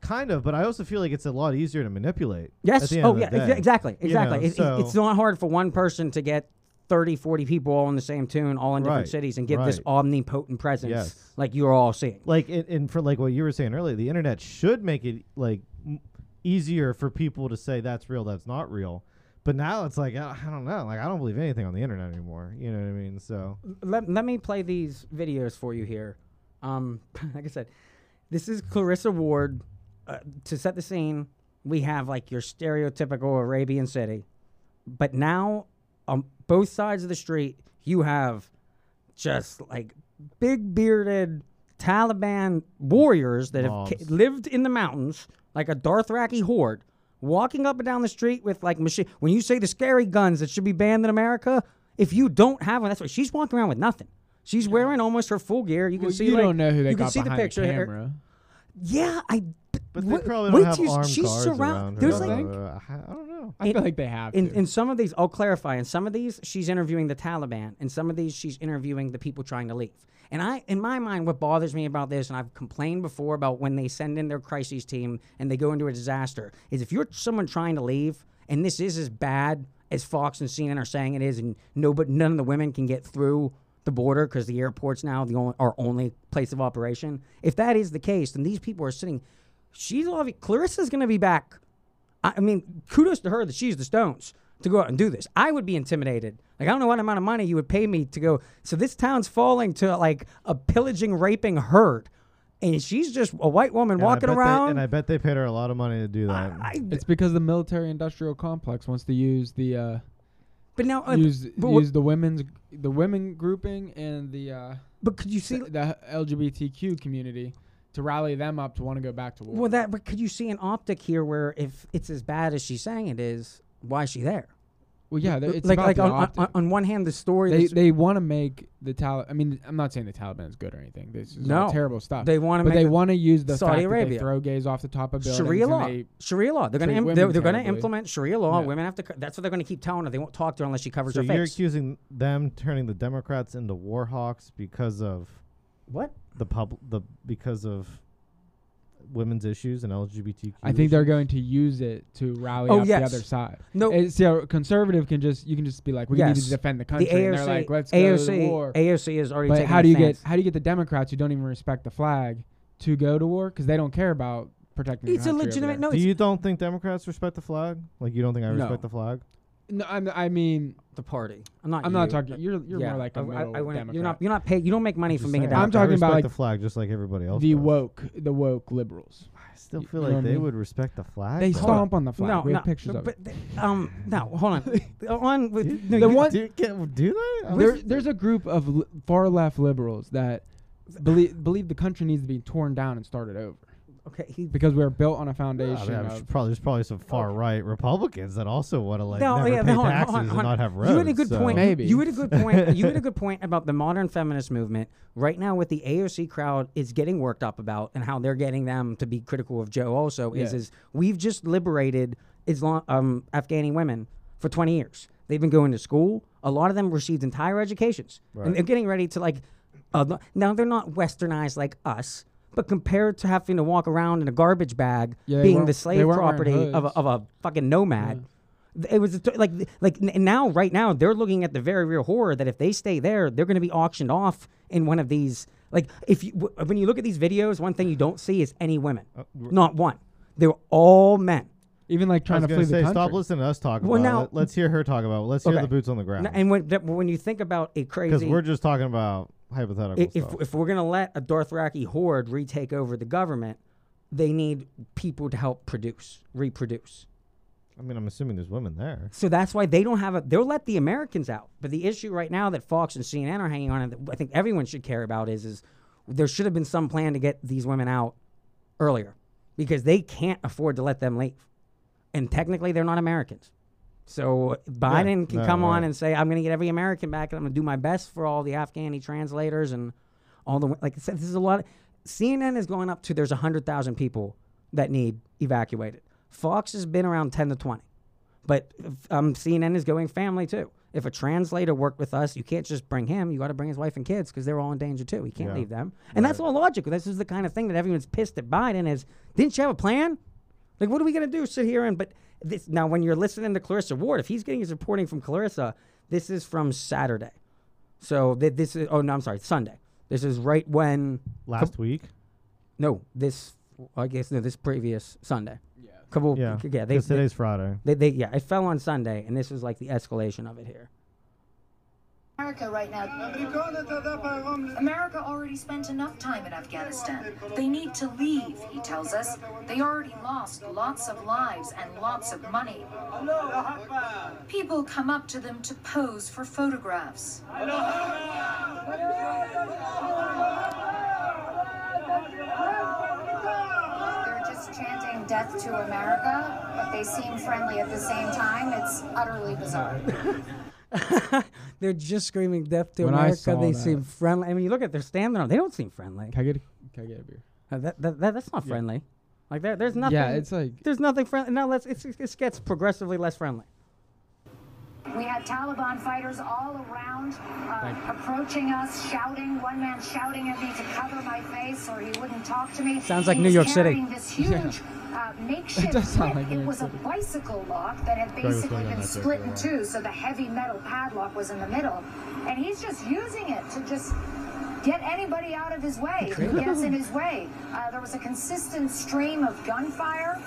Speaker 2: kind of, but I also feel like it's a lot easier to manipulate.
Speaker 1: yes
Speaker 2: At the end
Speaker 1: oh
Speaker 2: of the
Speaker 1: yeah exa-
Speaker 2: day.
Speaker 1: exactly
Speaker 2: You
Speaker 1: exactly
Speaker 2: know,
Speaker 1: It- it-
Speaker 2: so-
Speaker 1: it's not hard for one person to get 30 40 people all in the same tune all in different
Speaker 2: Right,
Speaker 1: cities and give this
Speaker 2: right.
Speaker 1: omnipotent presence
Speaker 2: Yes.
Speaker 1: like you're all seeing
Speaker 2: like and, and for like what you were saying earlier the internet should make it like m- easier for people to say that's real that's not real but now it's like i I don't know like i don't believe anything on the internet anymore you know what i mean so
Speaker 1: let, let me play these videos for you here. Um, *laughs* like I said, this is Clarissa Ward. Uh, to set the scene, we have like your stereotypical Arabian city, but now on both sides of the street, you have just like big bearded Taliban warriors that have ca-
Speaker 2: Mobs.
Speaker 1: lived in the mountains like a Dothraki horde. Walking up and down the street with like machine. When you say the scary guns that should be banned in America, if you don't have one, that's what she's walking around with nothing. She's wearing almost her full gear. You can
Speaker 3: Well,
Speaker 1: see.
Speaker 3: you
Speaker 1: like-
Speaker 3: don't know who they
Speaker 1: you can
Speaker 3: got
Speaker 1: see the
Speaker 3: behind the,
Speaker 1: picture here.
Speaker 3: camera.
Speaker 1: Yeah, I.
Speaker 2: but
Speaker 1: wait-
Speaker 2: they probably don't
Speaker 1: wait
Speaker 2: have
Speaker 1: till
Speaker 2: armed
Speaker 1: she's
Speaker 2: guards
Speaker 1: surround-
Speaker 2: around her.
Speaker 1: There's
Speaker 2: I
Speaker 1: like
Speaker 2: don't know. I I don't know
Speaker 3: I
Speaker 1: It-
Speaker 3: feel like they have
Speaker 1: in,
Speaker 3: to.
Speaker 1: in some of these, I'll clarify. In some of these, she's interviewing the Taliban. In some of these, she's interviewing the people trying to leave. And I, in my mind, what bothers me about this, and I've complained before about when they send in their crises team and they go into a disaster, is if you're someone trying to leave, and this is as bad as Fox and CNN are saying it is, and no, but none of the women can get through the border because the airport's now the only, our only place of operation. If that is the case, then these people are sitting. She's obvi- Clarissa's going to be back I I mean, kudos to her that she's the Stones to go out and do this. I would be intimidated. Like, I don't know what amount of money you would pay me to go. So this town's falling to like a pillaging, raping herd, and she's just a white woman
Speaker 2: And I
Speaker 1: walking
Speaker 2: bet they-
Speaker 1: around.
Speaker 2: and i bet they paid her a lot of money to do that
Speaker 1: I-
Speaker 3: it's because the military-industrial complex wants to use the uh,
Speaker 1: but now, uh,
Speaker 3: use
Speaker 1: but, what-
Speaker 3: use the women's the women grouping and the uh,
Speaker 1: but could you see?
Speaker 3: the LGBTQ community to rally them up to want to go back to war.
Speaker 1: Well, that but could you see an optic here where if it's as bad as she's saying it is, why is she there?
Speaker 3: Well, yeah, they're- it's
Speaker 1: like
Speaker 3: about
Speaker 1: like
Speaker 3: the
Speaker 1: on, on,
Speaker 3: opt-in.
Speaker 1: on- on one hand, the story
Speaker 3: they
Speaker 1: that's-
Speaker 3: they want to make the Taliban. I mean, I'm not saying the Taliban is good or anything. This is all
Speaker 1: No.
Speaker 3: terrible stuff.
Speaker 1: they want to
Speaker 3: but
Speaker 1: make
Speaker 3: they
Speaker 1: the-
Speaker 3: want to use the
Speaker 1: Saudi
Speaker 3: fact that they
Speaker 1: Arabia.
Speaker 3: throw gays off the top of buildings.
Speaker 1: Sharia
Speaker 3: and
Speaker 1: law.
Speaker 3: they-
Speaker 1: Sharia law. They're
Speaker 3: treat
Speaker 1: going to
Speaker 3: women
Speaker 1: they're, they're going to
Speaker 3: terribly.
Speaker 1: implement Sharia law.
Speaker 3: Yeah.
Speaker 1: Women have to. co- That's what they're going to keep telling her. They won't talk to her unless she covers
Speaker 2: So
Speaker 1: her
Speaker 2: you're
Speaker 1: face.
Speaker 2: accusing them turning the Democrats into war hawks because of
Speaker 1: What?
Speaker 2: the pub the because of women's issues and LGBTQ.
Speaker 3: I think they're
Speaker 2: issues?
Speaker 3: going to use it to rally
Speaker 1: Oh,
Speaker 3: up the
Speaker 1: yes.
Speaker 3: other side.
Speaker 1: No.
Speaker 3: It's- See, a Eh, conservative can just you can just be like, we need
Speaker 1: Yes.
Speaker 3: to defend the
Speaker 1: the
Speaker 3: country, and
Speaker 1: AOC,
Speaker 3: they're like, let's go to the
Speaker 1: AOC,
Speaker 3: war.
Speaker 1: AOC is already.
Speaker 3: But
Speaker 1: taking
Speaker 3: how
Speaker 1: a
Speaker 3: do you
Speaker 1: stance.
Speaker 3: get how do you get the Democrats who don't even respect the flag to go to war because they don't care about protecting?
Speaker 1: It's
Speaker 3: the
Speaker 1: a
Speaker 3: country over
Speaker 1: legitimate. No,
Speaker 3: there?
Speaker 2: Do
Speaker 1: Oh, it's
Speaker 2: you don't think Democrats respect the flag? Like you don't think I
Speaker 3: No.
Speaker 2: respect the flag?
Speaker 3: no. I'm, I mean,
Speaker 1: the party. I'm not.
Speaker 3: I'm
Speaker 1: you.
Speaker 3: not talking. You're you're
Speaker 1: yeah,
Speaker 3: more like a
Speaker 1: I- I-
Speaker 3: middle
Speaker 1: I wouldn't-
Speaker 3: Democrat.
Speaker 1: You're not. You're not paid. You don't make money
Speaker 2: Just
Speaker 1: from being a
Speaker 2: saying,
Speaker 3: I'm
Speaker 1: Democrat.
Speaker 2: I
Speaker 3: talking about,
Speaker 2: respect
Speaker 3: like,
Speaker 2: the flag just like everybody else.
Speaker 3: the
Speaker 2: does.
Speaker 3: woke the woke liberals.
Speaker 2: I still
Speaker 3: you
Speaker 2: feel
Speaker 3: know
Speaker 2: like
Speaker 3: what I
Speaker 2: they
Speaker 3: mean?
Speaker 2: would respect the flag.
Speaker 3: They
Speaker 2: though.
Speaker 3: stomp on the flag.
Speaker 1: No,
Speaker 3: we
Speaker 1: no,
Speaker 3: have pictures of
Speaker 1: but
Speaker 3: it.
Speaker 1: th- um, no, hold on,
Speaker 3: *laughs*
Speaker 1: on with
Speaker 2: Dude,
Speaker 1: no,
Speaker 3: The
Speaker 1: you-
Speaker 3: one-
Speaker 2: do, get, do they?
Speaker 3: There, there's a group of li- far left liberals that believe believe the country needs to be torn down and started over
Speaker 1: Okay, he
Speaker 3: because we're built on a
Speaker 2: I mean,
Speaker 3: foundation
Speaker 2: I'm
Speaker 3: of
Speaker 2: sure probably there's probably some far right Republicans that also want to like
Speaker 1: No,
Speaker 2: never
Speaker 1: yeah,
Speaker 2: pay
Speaker 1: hold on,
Speaker 2: taxes
Speaker 1: hold on, hold on.
Speaker 2: and not have roads.
Speaker 1: You had a good
Speaker 2: so-
Speaker 1: point.
Speaker 3: Maybe.
Speaker 1: You had a good
Speaker 2: *laughs*
Speaker 1: point. you had a good point about the modern feminist movement right now. What the AOC crowd is getting worked up about, and how they're getting them to be critical of Joe. Also, is
Speaker 3: Yeah.
Speaker 1: is we've just liberated Islam, um, Afghani women for 20 years. They've been going to school. A lot of them received entire educations,
Speaker 2: Right.
Speaker 1: and they're getting ready to like. Uh, now they're not westernized like us. But compared to having to walk around in a garbage bag,
Speaker 3: Yeah, they
Speaker 1: being
Speaker 3: weren't-
Speaker 1: the
Speaker 3: they
Speaker 1: slave
Speaker 3: weren't wearing
Speaker 1: property of a,
Speaker 3: hoods.
Speaker 1: of a fucking nomad, Th- It was a t- like like n- now right now they're looking at the very real horror that if they stay there they're going to be auctioned off in one of these like if you w- when you look at these videos one thing you don't see is any women
Speaker 2: r-
Speaker 1: not one they're all men
Speaker 3: even like
Speaker 2: I
Speaker 3: trying
Speaker 2: was
Speaker 3: to
Speaker 2: gonna
Speaker 3: flee
Speaker 2: say,
Speaker 3: the country.
Speaker 2: stop listening to us talk
Speaker 1: Well,
Speaker 2: about
Speaker 1: now-
Speaker 2: it. Let's hear her talk about it. Let's hear
Speaker 1: Okay.
Speaker 2: the boots on the ground.
Speaker 1: N- and when that, when you think about a
Speaker 2: Because
Speaker 1: crazy
Speaker 2: we're just talking about hypothetical
Speaker 1: i- if
Speaker 2: stuff.
Speaker 1: if we're going to let a Dothraki horde retake over the government they need people to help produce reproduce
Speaker 2: I mean, I'm assuming there's women there.
Speaker 1: So that's why they don't have a. They'll let the Americans out. But the issue right now that Fox and CNN are hanging on, and that I think everyone should care about is, is there should have been some plan to get these women out earlier, because they can't afford to let them leave, and technically they're not Americans. So Biden can
Speaker 2: no,
Speaker 1: come on
Speaker 2: right.
Speaker 1: and say, "I'm going to get every American back, and I'm going to do my best for all the Afghani translators and all the wo-" like." I said, this is a lot. Of, CNN is going up to there's hundred thousand people that need evacuated. Fox has been around ten to twenty. But um, CNN is going family too. If a translator worked with us, you can't just bring him. You got to bring his wife and kids because they're all in danger too. He can't
Speaker 2: Yeah.
Speaker 1: leave them, and that's all logical. This is the kind of thing that everyone's pissed at Biden is. Didn't you have a plan? Like, what are we gonna do? Sit here and but this now when you're listening to Clarissa Ward, if he's getting his reporting from Clarissa, this is from Saturday. So th- this is oh no, I'm sorry, Sunday. This is right when
Speaker 2: Last week?
Speaker 1: no this I guess no this previous Sunday.
Speaker 3: Yeah.
Speaker 1: Couple
Speaker 2: Yeah.
Speaker 1: yeah they,
Speaker 2: 'Cause
Speaker 1: they
Speaker 2: today's Friday.
Speaker 1: they, they yeah, it fell on Sunday, and this was like the escalation of it here.
Speaker 4: America right now. America already spent enough time in Afghanistan. They need to leave, he tells us. They already lost lots of lives and lots of money. People come up to them to pose for photographs. They're just chanting death to America, but they seem friendly at the same time. It's utterly bizarre.
Speaker 1: *laughs* They're just screaming death to
Speaker 3: When I
Speaker 1: America.
Speaker 3: saw
Speaker 1: They
Speaker 3: that-
Speaker 1: seem friendly. I mean, you look at their standing on; they don't seem friendly.
Speaker 3: Can I get a, can I get a beer?
Speaker 1: Uh, that, that, that, that's not friendly. Like there, there's nothing.
Speaker 3: Yeah, it's like
Speaker 1: there's nothing friendly. No, let's it's, it gets progressively less friendly.
Speaker 4: We had Taliban fighters all around, uh, approaching us, shouting. One man shouting at me to cover my face, or he wouldn't talk to me.
Speaker 1: Sounds like
Speaker 4: He
Speaker 1: New
Speaker 4: was
Speaker 1: York City.
Speaker 4: carrying This huge
Speaker 3: *laughs*
Speaker 4: uh, makeshift
Speaker 3: does sound
Speaker 4: whip.
Speaker 3: like New
Speaker 4: it
Speaker 3: York
Speaker 4: was a
Speaker 3: City.
Speaker 4: bicycle lock that had
Speaker 2: was
Speaker 4: basically
Speaker 2: playing on
Speaker 4: been
Speaker 2: that joke
Speaker 4: split
Speaker 2: for a
Speaker 4: in two, so the heavy metal padlock was in the middle, and he's just using it to just. Get anybody out of his way who gets in his way. Uh, there was a consistent stream of gunfire.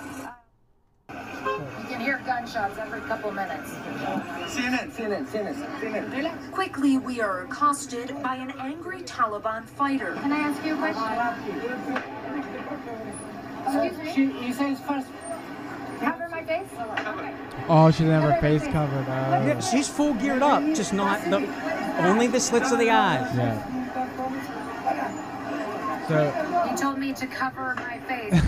Speaker 4: Uh, you can hear gunshots every couple minutes.
Speaker 5: CNN, CNN, CNN, CNN. Relax.
Speaker 4: Quickly, we are accosted by an angry Taliban fighter. Can I ask you a question? Excuse me?
Speaker 5: She, he says first.
Speaker 4: Cover my face? Okay.
Speaker 3: oh, she didn't have her face covered. Oh.
Speaker 1: Yeah, she's full geared up, just not the only the slits of the eyes.
Speaker 3: Yeah. So
Speaker 4: He told me to cover my face.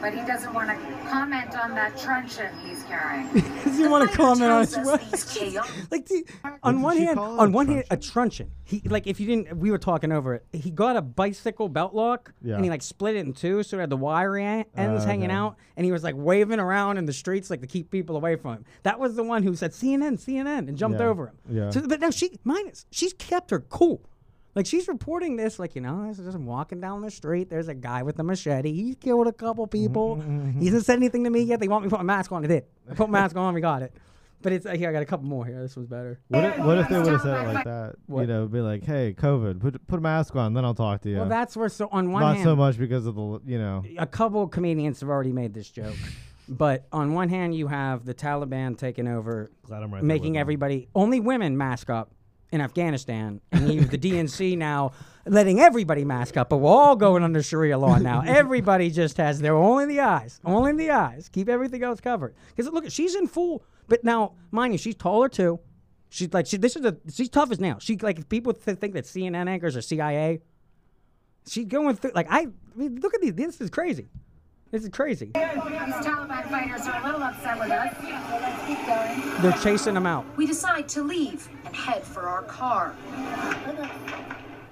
Speaker 4: but he doesn't want to comment on that truncheon he's carrying.
Speaker 1: *laughs* Does he want to comment on his
Speaker 4: *laughs* Tells
Speaker 1: work?
Speaker 4: us these chaotic
Speaker 1: Like the, on
Speaker 2: did
Speaker 1: one
Speaker 2: she
Speaker 1: hand,
Speaker 2: call it?
Speaker 1: on
Speaker 2: A
Speaker 1: one hand, a truncheon. He like if you didn't, we were talking over it. He got a bicycle belt lock,
Speaker 2: Yeah.
Speaker 1: and he like split it in two, so it had the wiry en- ends
Speaker 2: okay.
Speaker 1: hanging out, and he was like waving around in the streets like to keep people away from him. That was the one who said CNN, CNN, and jumped
Speaker 2: Yeah.
Speaker 1: over him.
Speaker 2: Yeah.
Speaker 1: So, but no, she minus she's kept her cool. Like she's reporting this, like you know, this is just walking down the street. There's a guy with a machete. He's killed a couple
Speaker 2: Mm-hmm,
Speaker 1: people. he hasn't said anything to me yet. They want me to put my mask on. I did. I put my mask on. We got it. But it's uh, here. I got a couple more here. This one's better.
Speaker 2: What if, what if they would have said it like that? You
Speaker 4: What?
Speaker 2: know, be like, "Hey, COVID, put put a mask on, then I'll talk to you."
Speaker 1: Well, that's where. So on one
Speaker 2: Not
Speaker 1: hand,
Speaker 2: so much because of the, l- you know.
Speaker 1: a couple comedians have already made
Speaker 2: *laughs*
Speaker 1: this joke, but on one hand, you have the Taliban taking over,
Speaker 2: Glad I'm right there with
Speaker 1: making
Speaker 2: them.
Speaker 1: everybody only women mask up in Afghanistan, and you have the DNC *laughs* now letting everybody mask up. But we're all going under Sharia
Speaker 2: *laughs*
Speaker 1: law now. everybody just has their only the eyes, only the eyes. Keep everything else covered. Because look, she's in full. But now, mind you, she's taller too. She's like she. This is a. She's tough as nails. She like if people th- think that CNN anchors are CIA. She's going through like I, I mean, look at these. This is crazy. This is crazy.
Speaker 4: These Taliban fighters are a little upset with us. Let's keep going.
Speaker 1: They're chasing them out.
Speaker 4: We decide to leave and head for our car.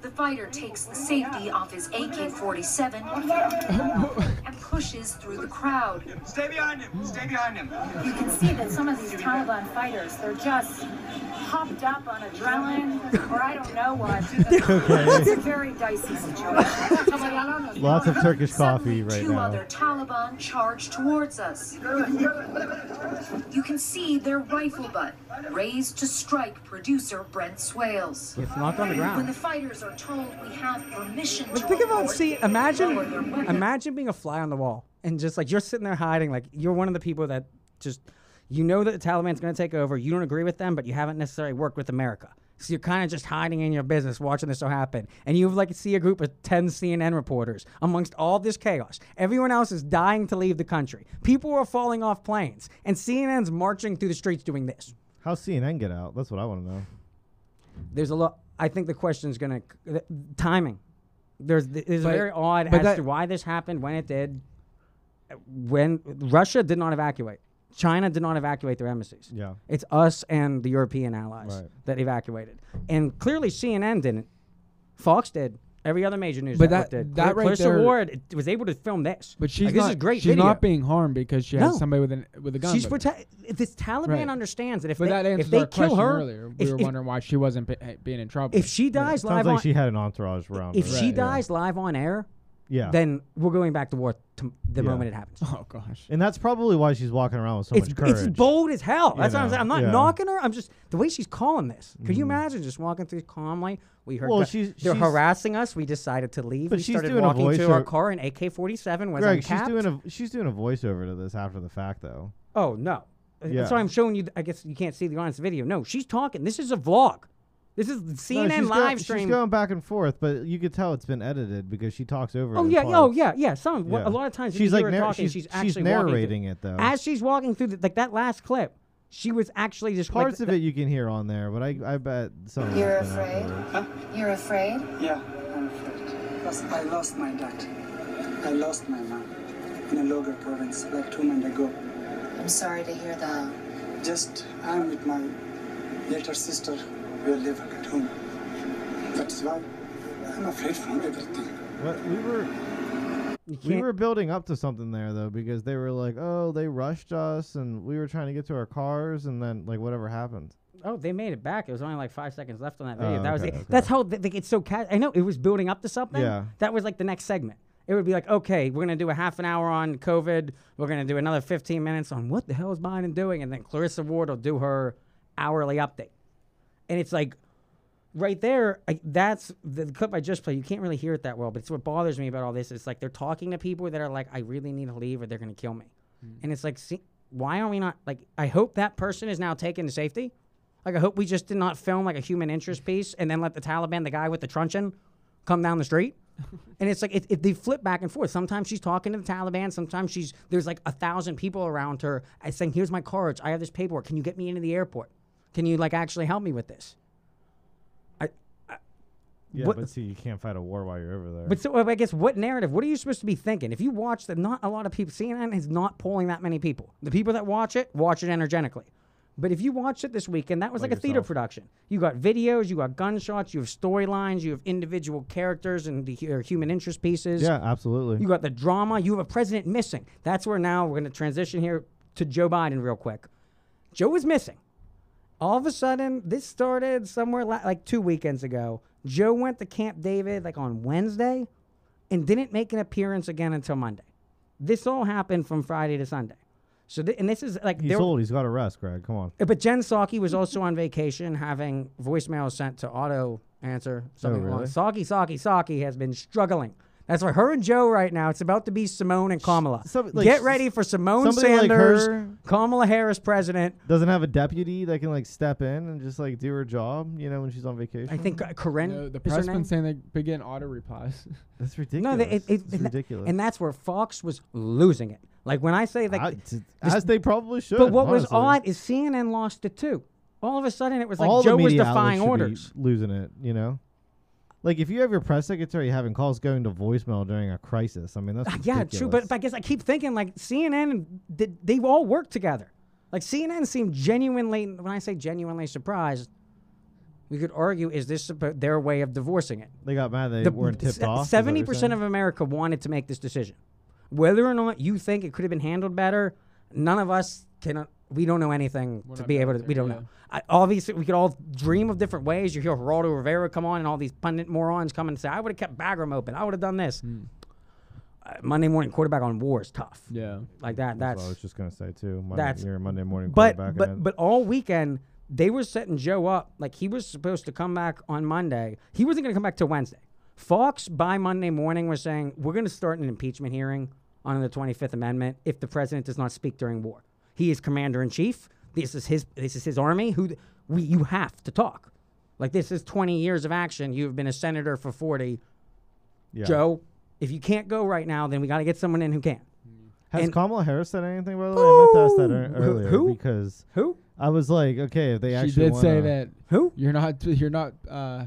Speaker 4: The fighter takes the safety off his AK 47 and pushes through the crowd.
Speaker 5: Stay behind him. Stay behind him.
Speaker 4: You can see that some of these Taliban fighters, they're just hopped up on adrenaline or I don't
Speaker 2: *laughs*
Speaker 4: know what. It's a very dicey situation.
Speaker 2: Lots of Turkish coffee
Speaker 4: Suddenly,
Speaker 2: right
Speaker 4: two
Speaker 2: now.
Speaker 4: other Taliban charge towards us. You can see their rifle butt raised to strike producer Brent Swales.
Speaker 1: It's knocked on the
Speaker 4: When the
Speaker 1: ground.
Speaker 4: fighters are told we have permission
Speaker 1: But
Speaker 4: to
Speaker 1: think about
Speaker 4: report,
Speaker 1: see,
Speaker 4: they
Speaker 1: imagine,
Speaker 4: lower their weapons.
Speaker 1: imagine being a fly on the wall and just like you're sitting there hiding, like you're one of the people that just, you know that the Taliban's going to take over. You don't agree with them, but you haven't necessarily worked with America. So you're kind of just hiding in your business, watching this all happen, and you like see a group of ten CNN reporters amongst all this chaos. Everyone else is dying to leave the country. People are falling off planes, and CNN's marching through the streets doing this.
Speaker 2: How CNN get out? That's what I want to know.
Speaker 1: there's a lot. I think the question's gonna the, timing. There's th- it's
Speaker 3: But-
Speaker 1: very odd
Speaker 3: but
Speaker 1: as
Speaker 3: that-
Speaker 1: to why this happened, when it did, uh, when Russia did not evacuate, China did not evacuate their embassies.
Speaker 2: Yeah.
Speaker 1: it's us and the European allies
Speaker 2: Right.
Speaker 1: that evacuated, and clearly CNN didn't. Fox did. Every other major news
Speaker 3: But
Speaker 1: network
Speaker 3: that-
Speaker 1: did.
Speaker 3: that
Speaker 1: Clar-
Speaker 3: right
Speaker 1: Clarissa
Speaker 3: there-
Speaker 1: Ward it- was able to film this.
Speaker 3: But she's
Speaker 1: Like,
Speaker 3: not,
Speaker 1: this is great.
Speaker 3: She's
Speaker 1: video.
Speaker 3: not being harmed because she has
Speaker 1: No.
Speaker 3: somebody with an with a gun.
Speaker 1: She's
Speaker 3: with her.
Speaker 1: protect. This Taliban
Speaker 3: Right.
Speaker 1: understands that if
Speaker 3: But
Speaker 1: they,
Speaker 3: that
Speaker 1: if
Speaker 3: answers
Speaker 1: they
Speaker 3: our
Speaker 1: kill
Speaker 3: question
Speaker 1: her,
Speaker 3: earlier. We
Speaker 1: if,
Speaker 3: were
Speaker 1: if-
Speaker 3: wondering why she wasn't be- eh, being in trouble. *laughs*
Speaker 1: if she dies
Speaker 2: Sounds
Speaker 1: live
Speaker 2: like
Speaker 1: on,
Speaker 2: she had an entourage around.
Speaker 1: if
Speaker 2: her.
Speaker 1: she
Speaker 3: Right, yeah.
Speaker 1: dies live on air,
Speaker 2: yeah.
Speaker 1: then we're going back to war to the
Speaker 2: Yeah.
Speaker 1: moment it happens.
Speaker 3: oh gosh,
Speaker 2: and that's probably why she's walking around with so
Speaker 1: It's,
Speaker 2: much courage.
Speaker 1: it's bold as hell. That's what I'm
Speaker 2: know,
Speaker 1: saying. I'm not
Speaker 2: yeah. Mm-hmm.
Speaker 1: knocking her. I'm just the way she's calling this. Could you imagine just walking through calmly? We heard
Speaker 2: Well,
Speaker 1: the-
Speaker 2: she's-
Speaker 1: they're
Speaker 2: she's-
Speaker 1: harassing us. We decided to leave.
Speaker 2: But
Speaker 1: we
Speaker 2: she's
Speaker 1: started
Speaker 2: doing a
Speaker 1: walking to our
Speaker 2: voiceover-
Speaker 1: car, and AK-47 was
Speaker 2: Greg,
Speaker 1: uncapped.
Speaker 2: she's doing a she's doing a voiceover to this after the fact though.
Speaker 1: oh no! Uh,
Speaker 2: Yeah.
Speaker 1: That's why I'm showing you. th- I guess you can't see the honest video. No, she's talking. This is a vlog. This is
Speaker 2: No,
Speaker 1: CNN
Speaker 2: she's go-
Speaker 1: live stream.
Speaker 2: She's going back and forth, but you could tell it's been edited because she talks over.
Speaker 1: Oh
Speaker 2: it
Speaker 1: yeah,
Speaker 2: in
Speaker 1: oh
Speaker 2: parts.
Speaker 1: yeah, yeah. Some
Speaker 2: Yeah.
Speaker 1: a lot of times you
Speaker 2: She's,
Speaker 1: hear
Speaker 2: like,
Speaker 1: her
Speaker 2: narr-
Speaker 1: talking,
Speaker 2: she's-
Speaker 1: she's,
Speaker 2: she's
Speaker 1: actually walking
Speaker 2: narrating
Speaker 1: through-
Speaker 2: it, though.
Speaker 1: As she's walking through, the, like that last clip, she was actually just like,
Speaker 2: Parts of it you can hear on there, but I I bet some. of
Speaker 4: You're
Speaker 2: it's been
Speaker 4: afraid?
Speaker 2: edited.
Speaker 4: You're afraid?
Speaker 5: Yeah, I'm afraid. Plus, I lost my dad. I lost my mom in a Logar province like two months ago.
Speaker 4: I'm sorry to hear that.
Speaker 5: Just I'm with my later sister. We're living at home. That's why I'm afraid from everything.
Speaker 2: What we were
Speaker 1: You
Speaker 2: we
Speaker 1: can't-
Speaker 2: were building up to something there though because they were like, oh, they rushed us and we were trying to get to our cars and then like whatever happened.
Speaker 1: Oh, they made it back. It was only like five seconds left on that video.
Speaker 2: Oh,
Speaker 1: that was
Speaker 2: okay,
Speaker 1: it.
Speaker 2: okay.
Speaker 1: That's how th- like, it's so. Ca- I know it was building up to something.
Speaker 2: Yeah.
Speaker 1: That was like the next segment. It would be like, okay, we're gonna do a half an hour on COVID. We're gonna do another fifteen minutes on what the hell is Biden doing, and then Clarissa Ward will do her hourly update. And it's like, right there, I, that's the, the clip I just played. You can't really hear it that well, but it's what bothers me about all this. It's like they're talking to people that are like, I really need to leave or they're going to kill me. And it's like, see, why are we not? Like, I hope that person is now taken to safety. Like, I hope we just did not film like a human interest piece and then let the Taliban, the guy with the truncheon, come down the street. and it's like, it, it, they flip back and forth. Sometimes she's talking to the Taliban. Sometimes she's, there's like a thousand people around her uh, saying, Here's my cards. I have this paperwork. Can you get me into the airport? Can you like actually help me with this?
Speaker 2: Yeah,
Speaker 1: what,
Speaker 2: but see, you can't fight a war while you're over there.
Speaker 1: But so I guess what narrative? What are you supposed to be thinking? If you watch that, not a lot of people. CNN is not pulling that many people. The people that watch it watch it energetically. But if you watch it this weekend, that was like,
Speaker 2: Like
Speaker 1: a theater
Speaker 2: yourself.
Speaker 1: production. You got videos, you got gunshots, you have storylines, you have individual characters and the, or human interest pieces.
Speaker 2: yeah, absolutely.
Speaker 1: You got the drama. You have a president missing. That's where now we're going to transition here to Joe Biden real quick. Joe is missing. All of a sudden, this started somewhere la- like two weekends ago. Joe went to Camp David like on Wednesday and didn't make an appearance again until Monday. This all happened from Friday to Sunday. So, thi- and this is like
Speaker 2: He's
Speaker 1: there-
Speaker 2: old. He's got to rest, Greg. Come on.
Speaker 1: uh, But Jen Psaki was also on vacation, having voicemails sent to auto answer something
Speaker 2: Oh, really?
Speaker 1: along. Psaki, Psaki, Psaki has been struggling. That's why her and Joe right now. It's about to be Simone and Kamala.
Speaker 2: some- like,
Speaker 1: Get
Speaker 2: s-
Speaker 1: ready for Simone
Speaker 2: somebody like
Speaker 1: Sanders,
Speaker 2: her-
Speaker 1: Kamala Harris president.
Speaker 2: Doesn't have a deputy that can like step in and just like do her job. You know, when she's on vacation.
Speaker 1: I think uh, Corinne.
Speaker 3: the, the
Speaker 1: is her
Speaker 3: press been
Speaker 1: name?
Speaker 3: saying they begin auto *laughs* replies.
Speaker 2: that's
Speaker 1: No,
Speaker 2: ridiculous.
Speaker 1: they, it, it,
Speaker 2: it's
Speaker 1: and tha-
Speaker 2: ridiculous.
Speaker 1: And that's where Fox was losing it. Like when I say like,
Speaker 2: I- t- as they probably should.
Speaker 1: but what was
Speaker 2: honestly.
Speaker 1: odd is CNN lost it too. All of a sudden, it was like
Speaker 2: All
Speaker 1: Joe
Speaker 2: the
Speaker 1: was
Speaker 2: media
Speaker 1: defying
Speaker 2: outlets
Speaker 1: orders.
Speaker 2: should be losing it. You know, like if you have your press secretary having calls going to voicemail during a crisis. I mean, that's
Speaker 1: *laughs* Ah, Yeah,
Speaker 2: ridiculous.
Speaker 1: true. But, but I guess I keep thinking like CNN, and th- they all work together. Like CNN seemed genuinely, when I say genuinely surprised, we could argue is this suppo- their way of divorcing it?
Speaker 2: they got mad they weren't tipped off. is that what
Speaker 1: Seventy
Speaker 2: you're
Speaker 1: percent
Speaker 2: saying?
Speaker 1: of America wanted to make this decision. Whether or not you think it could have been handled better, none of us can. uh, We don't know anything to
Speaker 3: not
Speaker 1: be able to.
Speaker 3: military,
Speaker 1: We don't
Speaker 3: yeah.
Speaker 1: know. I, obviously, we could all dream of different ways. You hear Geraldo Rivera come on, and all these pundit morons come and say, "I would have kept Bagram open. I would have done this."
Speaker 2: Hmm.
Speaker 1: Uh, Monday morning quarterback on war is tough.
Speaker 3: yeah.
Speaker 1: Like
Speaker 2: That's
Speaker 1: that. That's.
Speaker 2: what I was just gonna say too. Monday,
Speaker 1: that's-
Speaker 2: your Monday morning
Speaker 1: but
Speaker 2: quarterback.
Speaker 1: but
Speaker 2: and-
Speaker 1: but all weekend they were setting Joe up like he was supposed to come back on Monday. He wasn't going to come back till Wednesday. Fox by Monday morning was saying we're going to start an impeachment hearing on the 25th Amendment if the president does not speak during war. He is commander in chief. This is his this is his army. Who th- we you have to talk. Like this is 20 years of action. You've been a senator for 40.
Speaker 2: yeah.
Speaker 1: Joe, if you can't go right now, then we got to get someone in who can.
Speaker 2: Has
Speaker 1: And-
Speaker 2: Kamala Harris said anything by the way? I meant to ask that ear-
Speaker 1: Who-
Speaker 2: earlier
Speaker 1: who?
Speaker 2: because
Speaker 1: Who?
Speaker 2: I was like, okay, if they
Speaker 3: She
Speaker 2: actually
Speaker 3: did say
Speaker 2: wanna-
Speaker 3: that
Speaker 1: Who?
Speaker 3: you're not you're not uh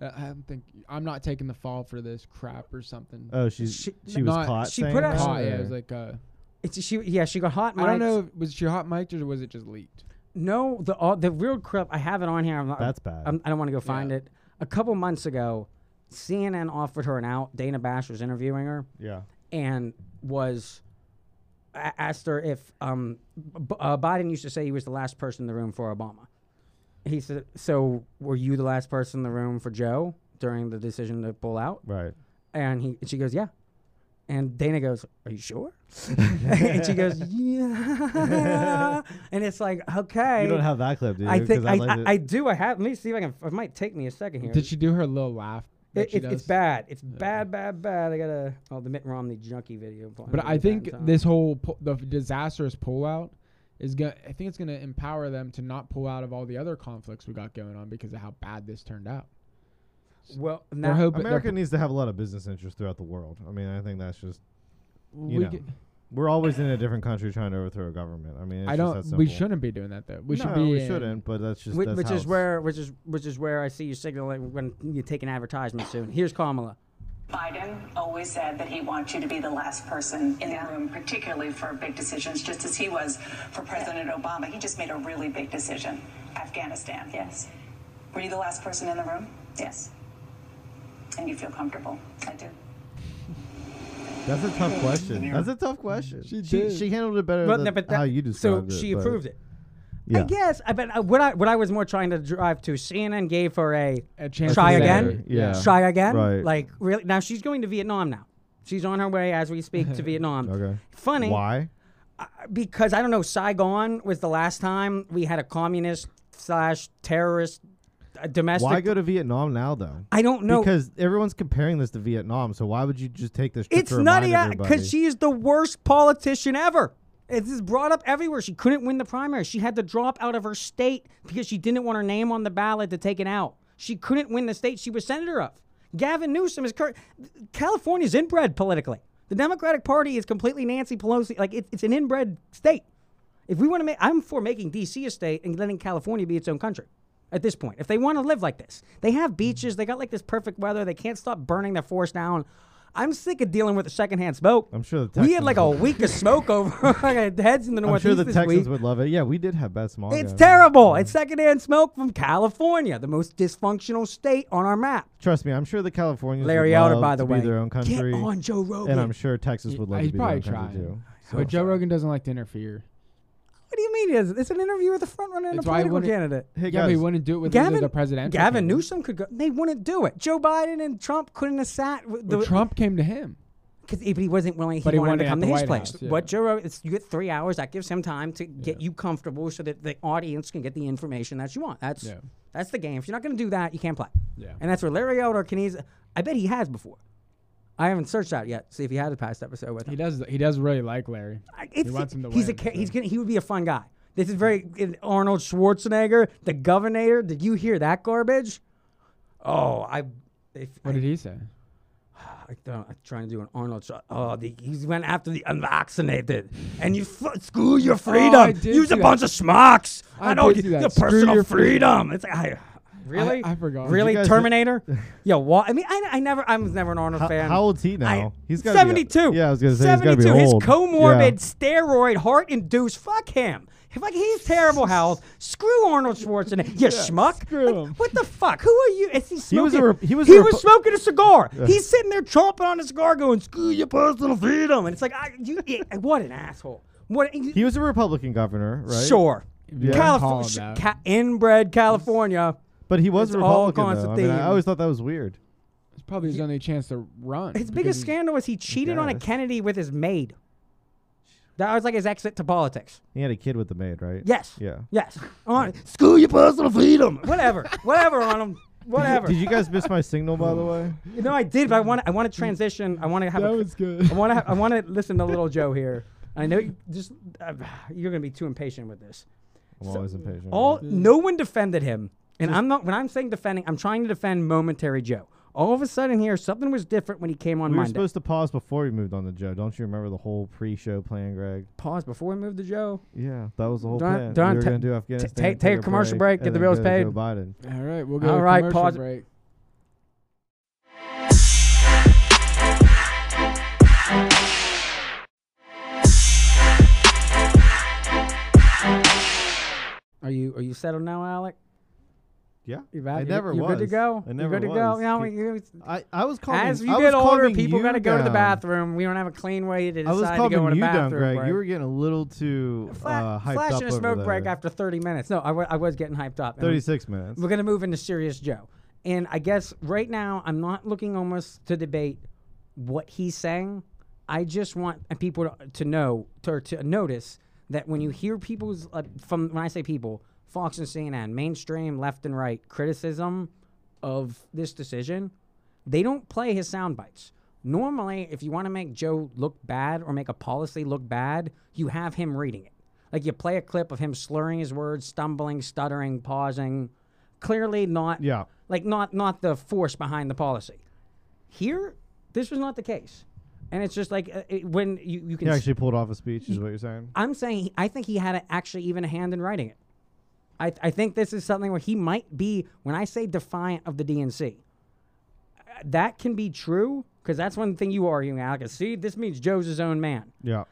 Speaker 3: I I don't think I'm not taking the fall for this crap or something.
Speaker 2: Oh, she's
Speaker 1: She-
Speaker 2: she, was
Speaker 3: not-
Speaker 2: caught.
Speaker 1: she put
Speaker 2: saying
Speaker 1: out-
Speaker 2: that,
Speaker 3: Hot, yeah, it was
Speaker 2: or-
Speaker 3: like uh,
Speaker 1: It's she yeah, she got hot
Speaker 3: I don't
Speaker 1: mics.
Speaker 3: know if- was she hot mic'd or was it just leaked?
Speaker 1: No, the uh, the real crap. I have it on here. I'm not,
Speaker 2: That's bad.
Speaker 1: I'm, I don't want to go find
Speaker 3: Yeah.
Speaker 1: it. A couple months ago, CNN offered her an out. Dana Bash was interviewing her
Speaker 2: yeah.
Speaker 1: and was a- asked her if um, B- uh, Biden used to say he was the last person in the room for Obama. He said, "So were you the last person in the room for Joe during the decision to pull out?"
Speaker 2: Right.
Speaker 1: And he, she goes, yeah. And Dana goes, are you sure? *laughs* and she
Speaker 2: *laughs*
Speaker 1: goes, yeah. *laughs* and it's like, okay.
Speaker 2: you don't have that clip, do you?
Speaker 1: I think
Speaker 2: 'Cause
Speaker 1: I,
Speaker 2: liked
Speaker 1: I,
Speaker 2: it.
Speaker 1: I do. I have. Let me see if I can. It might take me a second here.
Speaker 3: Did she do her little laugh? that
Speaker 1: It-
Speaker 3: she
Speaker 1: it- it's
Speaker 3: does?
Speaker 1: bad. It's bad, bad, bad. I gotta. Oh, the Mitt Romney junkie video. playing
Speaker 3: But
Speaker 1: at
Speaker 3: I
Speaker 1: the
Speaker 3: think
Speaker 1: same time.
Speaker 3: this whole pu- the disastrous pullout is gonna. I think it's gonna empower them to not pull out of all the other conflicts we got going on because of how bad this turned out.
Speaker 1: Well,
Speaker 3: They're
Speaker 1: now,
Speaker 3: hoping they're
Speaker 2: America needs to have a lot of business interests throughout the world. I mean, I think that's just
Speaker 3: pu-
Speaker 2: you
Speaker 3: we
Speaker 2: know.
Speaker 3: g-
Speaker 2: we're always in a different country trying to overthrow a government. I mean, it's
Speaker 3: I
Speaker 2: just
Speaker 3: don't.
Speaker 2: that
Speaker 3: We
Speaker 2: simple.
Speaker 3: shouldn't be doing that though. We should
Speaker 2: No,
Speaker 3: be.
Speaker 2: we
Speaker 3: in-
Speaker 2: shouldn't. But that's just
Speaker 1: Whi-
Speaker 2: that's
Speaker 1: which
Speaker 2: how
Speaker 1: is
Speaker 2: it's-
Speaker 1: where, which is which is where I see you signaling when you take an advertisement soon. Here's Kamala.
Speaker 6: Biden always said that he wants you to be the last person in the room, particularly for big decisions, just as he was for President Obama. He just made a really big decision Afghanistan. Yes. Were you the last person in the room? Yes. And you feel comfortable? I do.
Speaker 2: That's a tough question. That's a tough question. She
Speaker 3: did.
Speaker 2: She, handled it better
Speaker 1: Well,
Speaker 2: than
Speaker 1: no, but
Speaker 2: how
Speaker 1: that-
Speaker 2: you
Speaker 1: so
Speaker 2: described it.
Speaker 1: she
Speaker 2: but-
Speaker 1: approved it.
Speaker 2: Yeah.
Speaker 1: I guess. I bet uh, what I what I was more trying to drive to. CNN gave her a,
Speaker 3: A chance
Speaker 1: try
Speaker 3: to say-
Speaker 1: again.
Speaker 2: Yeah.
Speaker 1: Try again.
Speaker 2: Right.
Speaker 1: Like really. Now she's going to Vietnam now. She's on her way as we speak
Speaker 2: *laughs*
Speaker 1: to Vietnam.
Speaker 2: Okay.
Speaker 1: Funny
Speaker 2: Why?
Speaker 1: because I don't know. Saigon was the last time we had a communist slash terrorist uh, domestic.
Speaker 2: Why go to Vietnam now though?
Speaker 1: I don't know.
Speaker 2: Because everyone's comparing this to Vietnam, so why would you just take this? Trip
Speaker 1: it's
Speaker 2: to
Speaker 1: nutty
Speaker 2: because
Speaker 1: because she is the worst politician ever. It is brought up everywhere. She couldn't win the primary. She had to drop out of her state because she didn't want her name on the ballot to take it out. She couldn't win the state she was senator of. Gavin Newsom is cur- California's inbred politically. The Democratic Party is completely Nancy Pelosi. Like it, it's an inbred state. If we want to make, I'm for making D.C. a state and letting California be its own country. at this point. If they want to live like this, they have beaches, they got like this perfect weather, they can't stop burning their forest down. I'm sick of dealing with the secondhand smoke.
Speaker 2: I'm sure the
Speaker 1: we
Speaker 2: Texans
Speaker 1: had like a
Speaker 2: would-
Speaker 1: week of smoke over *laughs* our heads in the
Speaker 2: I'm
Speaker 1: Northeast
Speaker 2: sure the
Speaker 1: this
Speaker 2: Texans
Speaker 1: week.
Speaker 2: would love it. Yeah, we did have bad smog.
Speaker 1: It's
Speaker 2: out there.
Speaker 1: terrible. It's secondhand smoke from California, the most dysfunctional state on our map.
Speaker 2: Trust me, I'm sure the Californians
Speaker 1: Larry
Speaker 2: would
Speaker 1: Elder,
Speaker 2: love
Speaker 1: by the
Speaker 2: to
Speaker 1: way.
Speaker 2: be their own
Speaker 1: Get
Speaker 2: country.
Speaker 1: on Joe Rogan.
Speaker 2: And I'm sure Texas would love
Speaker 3: he's
Speaker 2: to be their
Speaker 3: probably
Speaker 2: own
Speaker 3: trying.
Speaker 2: country too.
Speaker 3: but Joe Rogan doesn't like to interfere.
Speaker 1: What do you mean? It's, it's an interview with a front runner and a
Speaker 3: That's why I
Speaker 1: political
Speaker 3: wouldn't-
Speaker 1: candidate.
Speaker 2: Hey
Speaker 3: yeah, but
Speaker 2: guys,
Speaker 3: he wouldn't do it with either
Speaker 1: Gavin,
Speaker 3: the presidential.
Speaker 1: Gavin
Speaker 3: candidate.
Speaker 1: Newsom could go. They wouldn't do it. Joe Biden and Trump couldn't have sat. with
Speaker 3: But
Speaker 1: the-
Speaker 3: Trump came to him.
Speaker 1: Cause if he wasn't willing, he,
Speaker 3: But he
Speaker 1: wanted,
Speaker 3: wanted
Speaker 1: to
Speaker 3: at
Speaker 1: come to
Speaker 3: the
Speaker 1: his
Speaker 3: White
Speaker 1: place.
Speaker 3: House, yeah.
Speaker 1: What Joe Rogan, it's, you get three hours. That gives him time to get you comfortable, so that the audience can get the information that you want. That's
Speaker 3: Yeah.
Speaker 1: that's the game. If you're not going to do that, you can't play.
Speaker 3: Yeah.
Speaker 1: And that's where Larry Elder can easily. I bet he has before. I haven't searched out yet. See if he had a past episode with
Speaker 3: He
Speaker 1: him.
Speaker 3: does. He does really like Larry.
Speaker 1: I- it's-
Speaker 3: he wants him to
Speaker 1: he's
Speaker 3: win.
Speaker 1: a ca- he's
Speaker 3: so.
Speaker 1: gonna, he would be a fun guy. This is very in Arnold Schwarzenegger, the Governor. Did you hear that garbage? Oh, I. If,
Speaker 3: What did he say?
Speaker 1: I don't, I'm trying to do an Arnold shot. Oh, the, he went after the unvaccinated. And you f- screw your freedom.
Speaker 3: Oh, I did
Speaker 1: Use
Speaker 3: see
Speaker 1: a
Speaker 3: that.
Speaker 1: bunch of schmucks. I,
Speaker 3: I
Speaker 1: don't
Speaker 3: did
Speaker 1: get
Speaker 3: see that.
Speaker 1: your
Speaker 3: Screw
Speaker 1: personal
Speaker 3: your
Speaker 1: freedom. It's like, I, really?
Speaker 3: I forgot. Did you
Speaker 1: Really?
Speaker 2: guys get-
Speaker 1: Terminator? *laughs* yeah, what? I mean, I, I never, I was never an Arnold
Speaker 2: How-
Speaker 1: fan.
Speaker 2: how old's he now?
Speaker 1: I-
Speaker 2: He's gotta be-
Speaker 1: 72.
Speaker 2: yeah, I was gonna say, he's gotta
Speaker 1: 72.
Speaker 2: be old.
Speaker 1: His comorbid
Speaker 2: Yeah.
Speaker 1: steroid heart induced. Fuck him. Like he's terrible health. Screw Arnold Schwarzenegger. You schmuck.
Speaker 3: screw
Speaker 1: Like,
Speaker 3: him.
Speaker 1: What the fuck? Who are you? Is he
Speaker 2: He was a
Speaker 1: smoking-
Speaker 2: rep- he was a
Speaker 1: he
Speaker 2: Repu-
Speaker 1: was smoking a cigar. He's sitting there chomping on a cigar, going "Screw your personal freedom," and it's like, I, you, eh, what an asshole! What? You,
Speaker 2: He was a Republican governor, right?
Speaker 1: Sure,
Speaker 3: Yeah. Call him
Speaker 1: California,
Speaker 3: that.
Speaker 1: ca- inbred California.
Speaker 2: But he was
Speaker 1: It's
Speaker 2: a
Speaker 1: all
Speaker 2: Republican. Though. I, mean, I
Speaker 1: Constantine.
Speaker 2: always thought that was weird.
Speaker 3: It's probably his only chance to run.
Speaker 1: His
Speaker 3: because
Speaker 1: biggest
Speaker 3: he's-
Speaker 1: scandal was he cheated on a
Speaker 2: guess.
Speaker 1: Kennedy with his maid. That was like his exit to politics.
Speaker 2: He had a kid with the maid, right?
Speaker 1: Yes.
Speaker 2: Yeah.
Speaker 1: *laughs* Yes. On Screw your personal freedom. *laughs* Whatever. Whatever on him.
Speaker 2: *laughs*
Speaker 1: Whatever.
Speaker 2: Did you guys miss my signal, by
Speaker 1: *laughs*
Speaker 2: the way?
Speaker 1: You know, I did, but I want to. I want to transition. I want to have.
Speaker 3: That
Speaker 1: a,
Speaker 3: was good.
Speaker 1: I want to. Ha- I want to listen to Little Joe here. I know you just uh, you're gonna be too impatient with this.
Speaker 2: I'm always impatient.
Speaker 1: All no one defended him, and I'm not. When I'm saying defending, I'm trying to defend momentary Joe. All of a sudden here, something was different when he came on
Speaker 2: we were
Speaker 1: Monday.
Speaker 2: supposed to pause before we moved on to Joe. Don't you remember the whole pre-show plan, Greg?
Speaker 1: Pause before we move to Joe.
Speaker 2: Yeah, that was the whole plan.
Speaker 1: Don't- don't
Speaker 2: we were
Speaker 1: ta-
Speaker 2: going to do
Speaker 1: ta-
Speaker 2: Afghanistan.
Speaker 1: take- take a commercial break,
Speaker 2: and
Speaker 1: get the
Speaker 2: then
Speaker 1: bills
Speaker 2: go to
Speaker 1: paid.
Speaker 2: Joe Biden.
Speaker 3: All right, we'll go.
Speaker 1: All
Speaker 3: to
Speaker 1: right,
Speaker 3: commercial
Speaker 1: pause it.
Speaker 3: break.
Speaker 1: Are you are you settled now, Alec?
Speaker 2: Yeah,
Speaker 1: You back?
Speaker 2: I
Speaker 1: You-
Speaker 2: never
Speaker 1: you
Speaker 2: was.
Speaker 1: good to go.
Speaker 2: I never
Speaker 1: you good
Speaker 2: was.
Speaker 1: to go. Now
Speaker 2: Keep-
Speaker 1: you-
Speaker 2: I, I was calling.
Speaker 1: as
Speaker 2: I
Speaker 1: you
Speaker 2: was
Speaker 1: get older,
Speaker 2: calming
Speaker 1: people
Speaker 2: you
Speaker 1: gotta go to the
Speaker 2: down.
Speaker 1: bathroom. We don't have a clean way to
Speaker 2: I was
Speaker 1: decide to
Speaker 2: calming
Speaker 1: go in a
Speaker 2: you down,
Speaker 1: bathroom.
Speaker 2: Greg.
Speaker 1: break.
Speaker 2: You were getting a little too uh,
Speaker 1: Fla-
Speaker 2: hyped
Speaker 1: flashing
Speaker 2: up
Speaker 1: a
Speaker 2: over
Speaker 1: smoke
Speaker 2: there.
Speaker 1: break after 30 minutes. No, I wa- I was getting hyped up. and I'm-
Speaker 2: 36 minutes.
Speaker 1: We're going to move into Serious Joe. And I guess right now, I'm not looking almost to debate what he's saying. I just want uh, people to, to know, to, or to notice that when you hear people's, uh, from when I say people, Fox and CNN, mainstream, left and right, criticism of this decision, they don't play his sound bites. Normally, if you want to make Joe look bad or make a policy look bad, you have him reading it. Like you play a clip of him slurring his words, stumbling, stuttering, pausing. Clearly not
Speaker 2: Yeah.
Speaker 1: like not not the force behind the policy. Here, this was not the case. And it's just like uh, it, when you, you can
Speaker 2: He
Speaker 1: s-
Speaker 2: actually pulled off a speech, is what you're saying?
Speaker 1: I'm saying he, I think he had a, actually even a hand in writing it. I, I think this is something where he might be, when I say defiant of the DNC, uh, that can be true because that's one thing you were arguing, Alec. is, See, this means Joe's his own man.
Speaker 2: Yeah,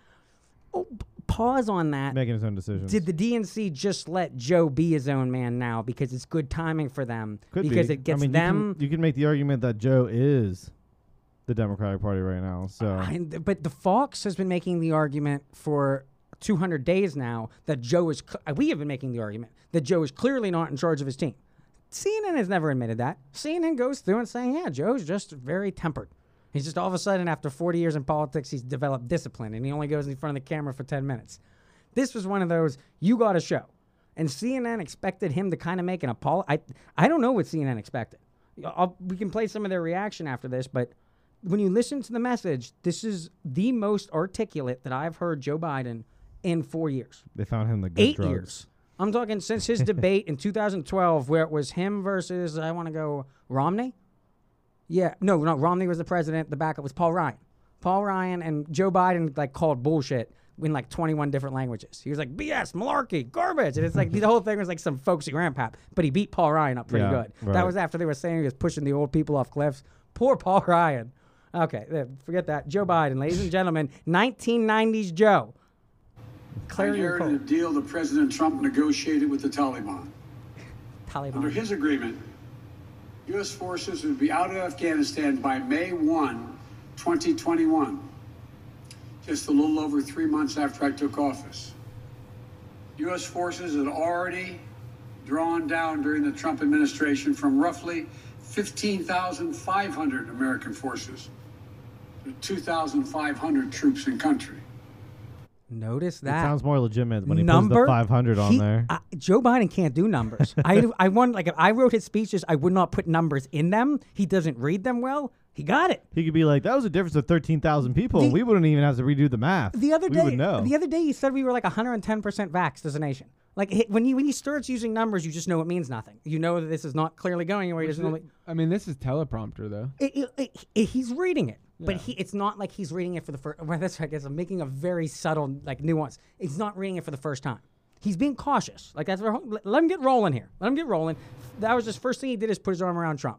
Speaker 1: Oh, p- pause on that.
Speaker 2: making his own decisions.
Speaker 1: Did the DNC just let Joe be his own man now because it's good timing for them?
Speaker 2: Could
Speaker 1: because
Speaker 2: be.
Speaker 1: it gets
Speaker 2: I mean, you can- You
Speaker 1: them.
Speaker 2: can, make the argument that Joe is the Democratic Party right now. So
Speaker 1: I- but the Fox has been making the argument for 200 days now that Joe is. cl- We have been making the argument that Joe is clearly not in charge of his team. CNN has never admitted that. CNN goes through and saying, "Yeah, Joe's just very tempered. He's just all of a sudden, after 40 years in politics, he's developed discipline, and he only goes in front of the camera for 10 minutes." This was one of those you got to show, and CNN expected him to kind of make an apology. I I don't know what CNN expected. I'll, we can play some of their reaction after this, but when you listen to the message, this is the most articulate that I've heard Joe Biden in four years,
Speaker 2: they found him the good
Speaker 1: eight
Speaker 2: drugs.
Speaker 1: years. I'm talking
Speaker 2: *laughs*
Speaker 1: since his debate in 2012, where it was him versus I want to go Romney. Yeah, no, no, Romney was the president. The backup was Paul Ryan. Paul Ryan and Joe Biden like called bullshit. in like 21 different languages. He was like BS, malarkey, garbage, and it's like the whole thing was like some folksy grandpap. But he beat Paul Ryan up pretty
Speaker 2: Yeah,
Speaker 1: good.
Speaker 2: right.
Speaker 1: That was after they were saying he was pushing the old people off cliffs. Poor Paul *laughs* Ryan. Okay, there, forget that. Joe Biden, ladies and gentlemen, 1990s Joe.
Speaker 7: I
Speaker 1: Clear your
Speaker 7: inherited a
Speaker 1: cold.
Speaker 7: deal that President Trump negotiated with the Taliban. Under
Speaker 1: Taliban.
Speaker 7: his agreement, U.S. forces would be out of Afghanistan by May 1, 2021, just a little over three months after I took office. U.S. forces had already drawn down during the Trump administration from roughly 15,500 American forces to 2,500 troops in country.
Speaker 1: Notice
Speaker 2: It
Speaker 1: that.
Speaker 2: sounds more legitimate when he puts
Speaker 1: number
Speaker 2: the 500 on
Speaker 1: he-
Speaker 2: there.
Speaker 1: I- Joe Biden can't do
Speaker 2: *laughs*
Speaker 1: numbers. I I want like if I wrote his speeches, I would not put numbers in them. He doesn't read them well. He got it.
Speaker 2: he could be like, "That was a difference of 13,000 people. and
Speaker 1: The-
Speaker 2: we wouldn't even have to redo the math."
Speaker 1: The other
Speaker 2: we
Speaker 1: day,
Speaker 2: would know.
Speaker 1: the other day, he said we were like 110 percent vaxxed as a nation. Like hi- when he when he starts using numbers, you just know it means nothing. You know that this is not clearly going anywhere. He doesn't only,
Speaker 3: I mean, this is teleprompter though.
Speaker 1: it, it- it- it- he's reading it, but he it's not like he's reading it for the first. *laughs* Well, that's right. I guess I'm making a very subtle like nuance. He's not reading it for the first time. He's being cautious. Like that's where, let, let him get rolling here. Let him get rolling. That was just first thing he did is put his arm around Trump.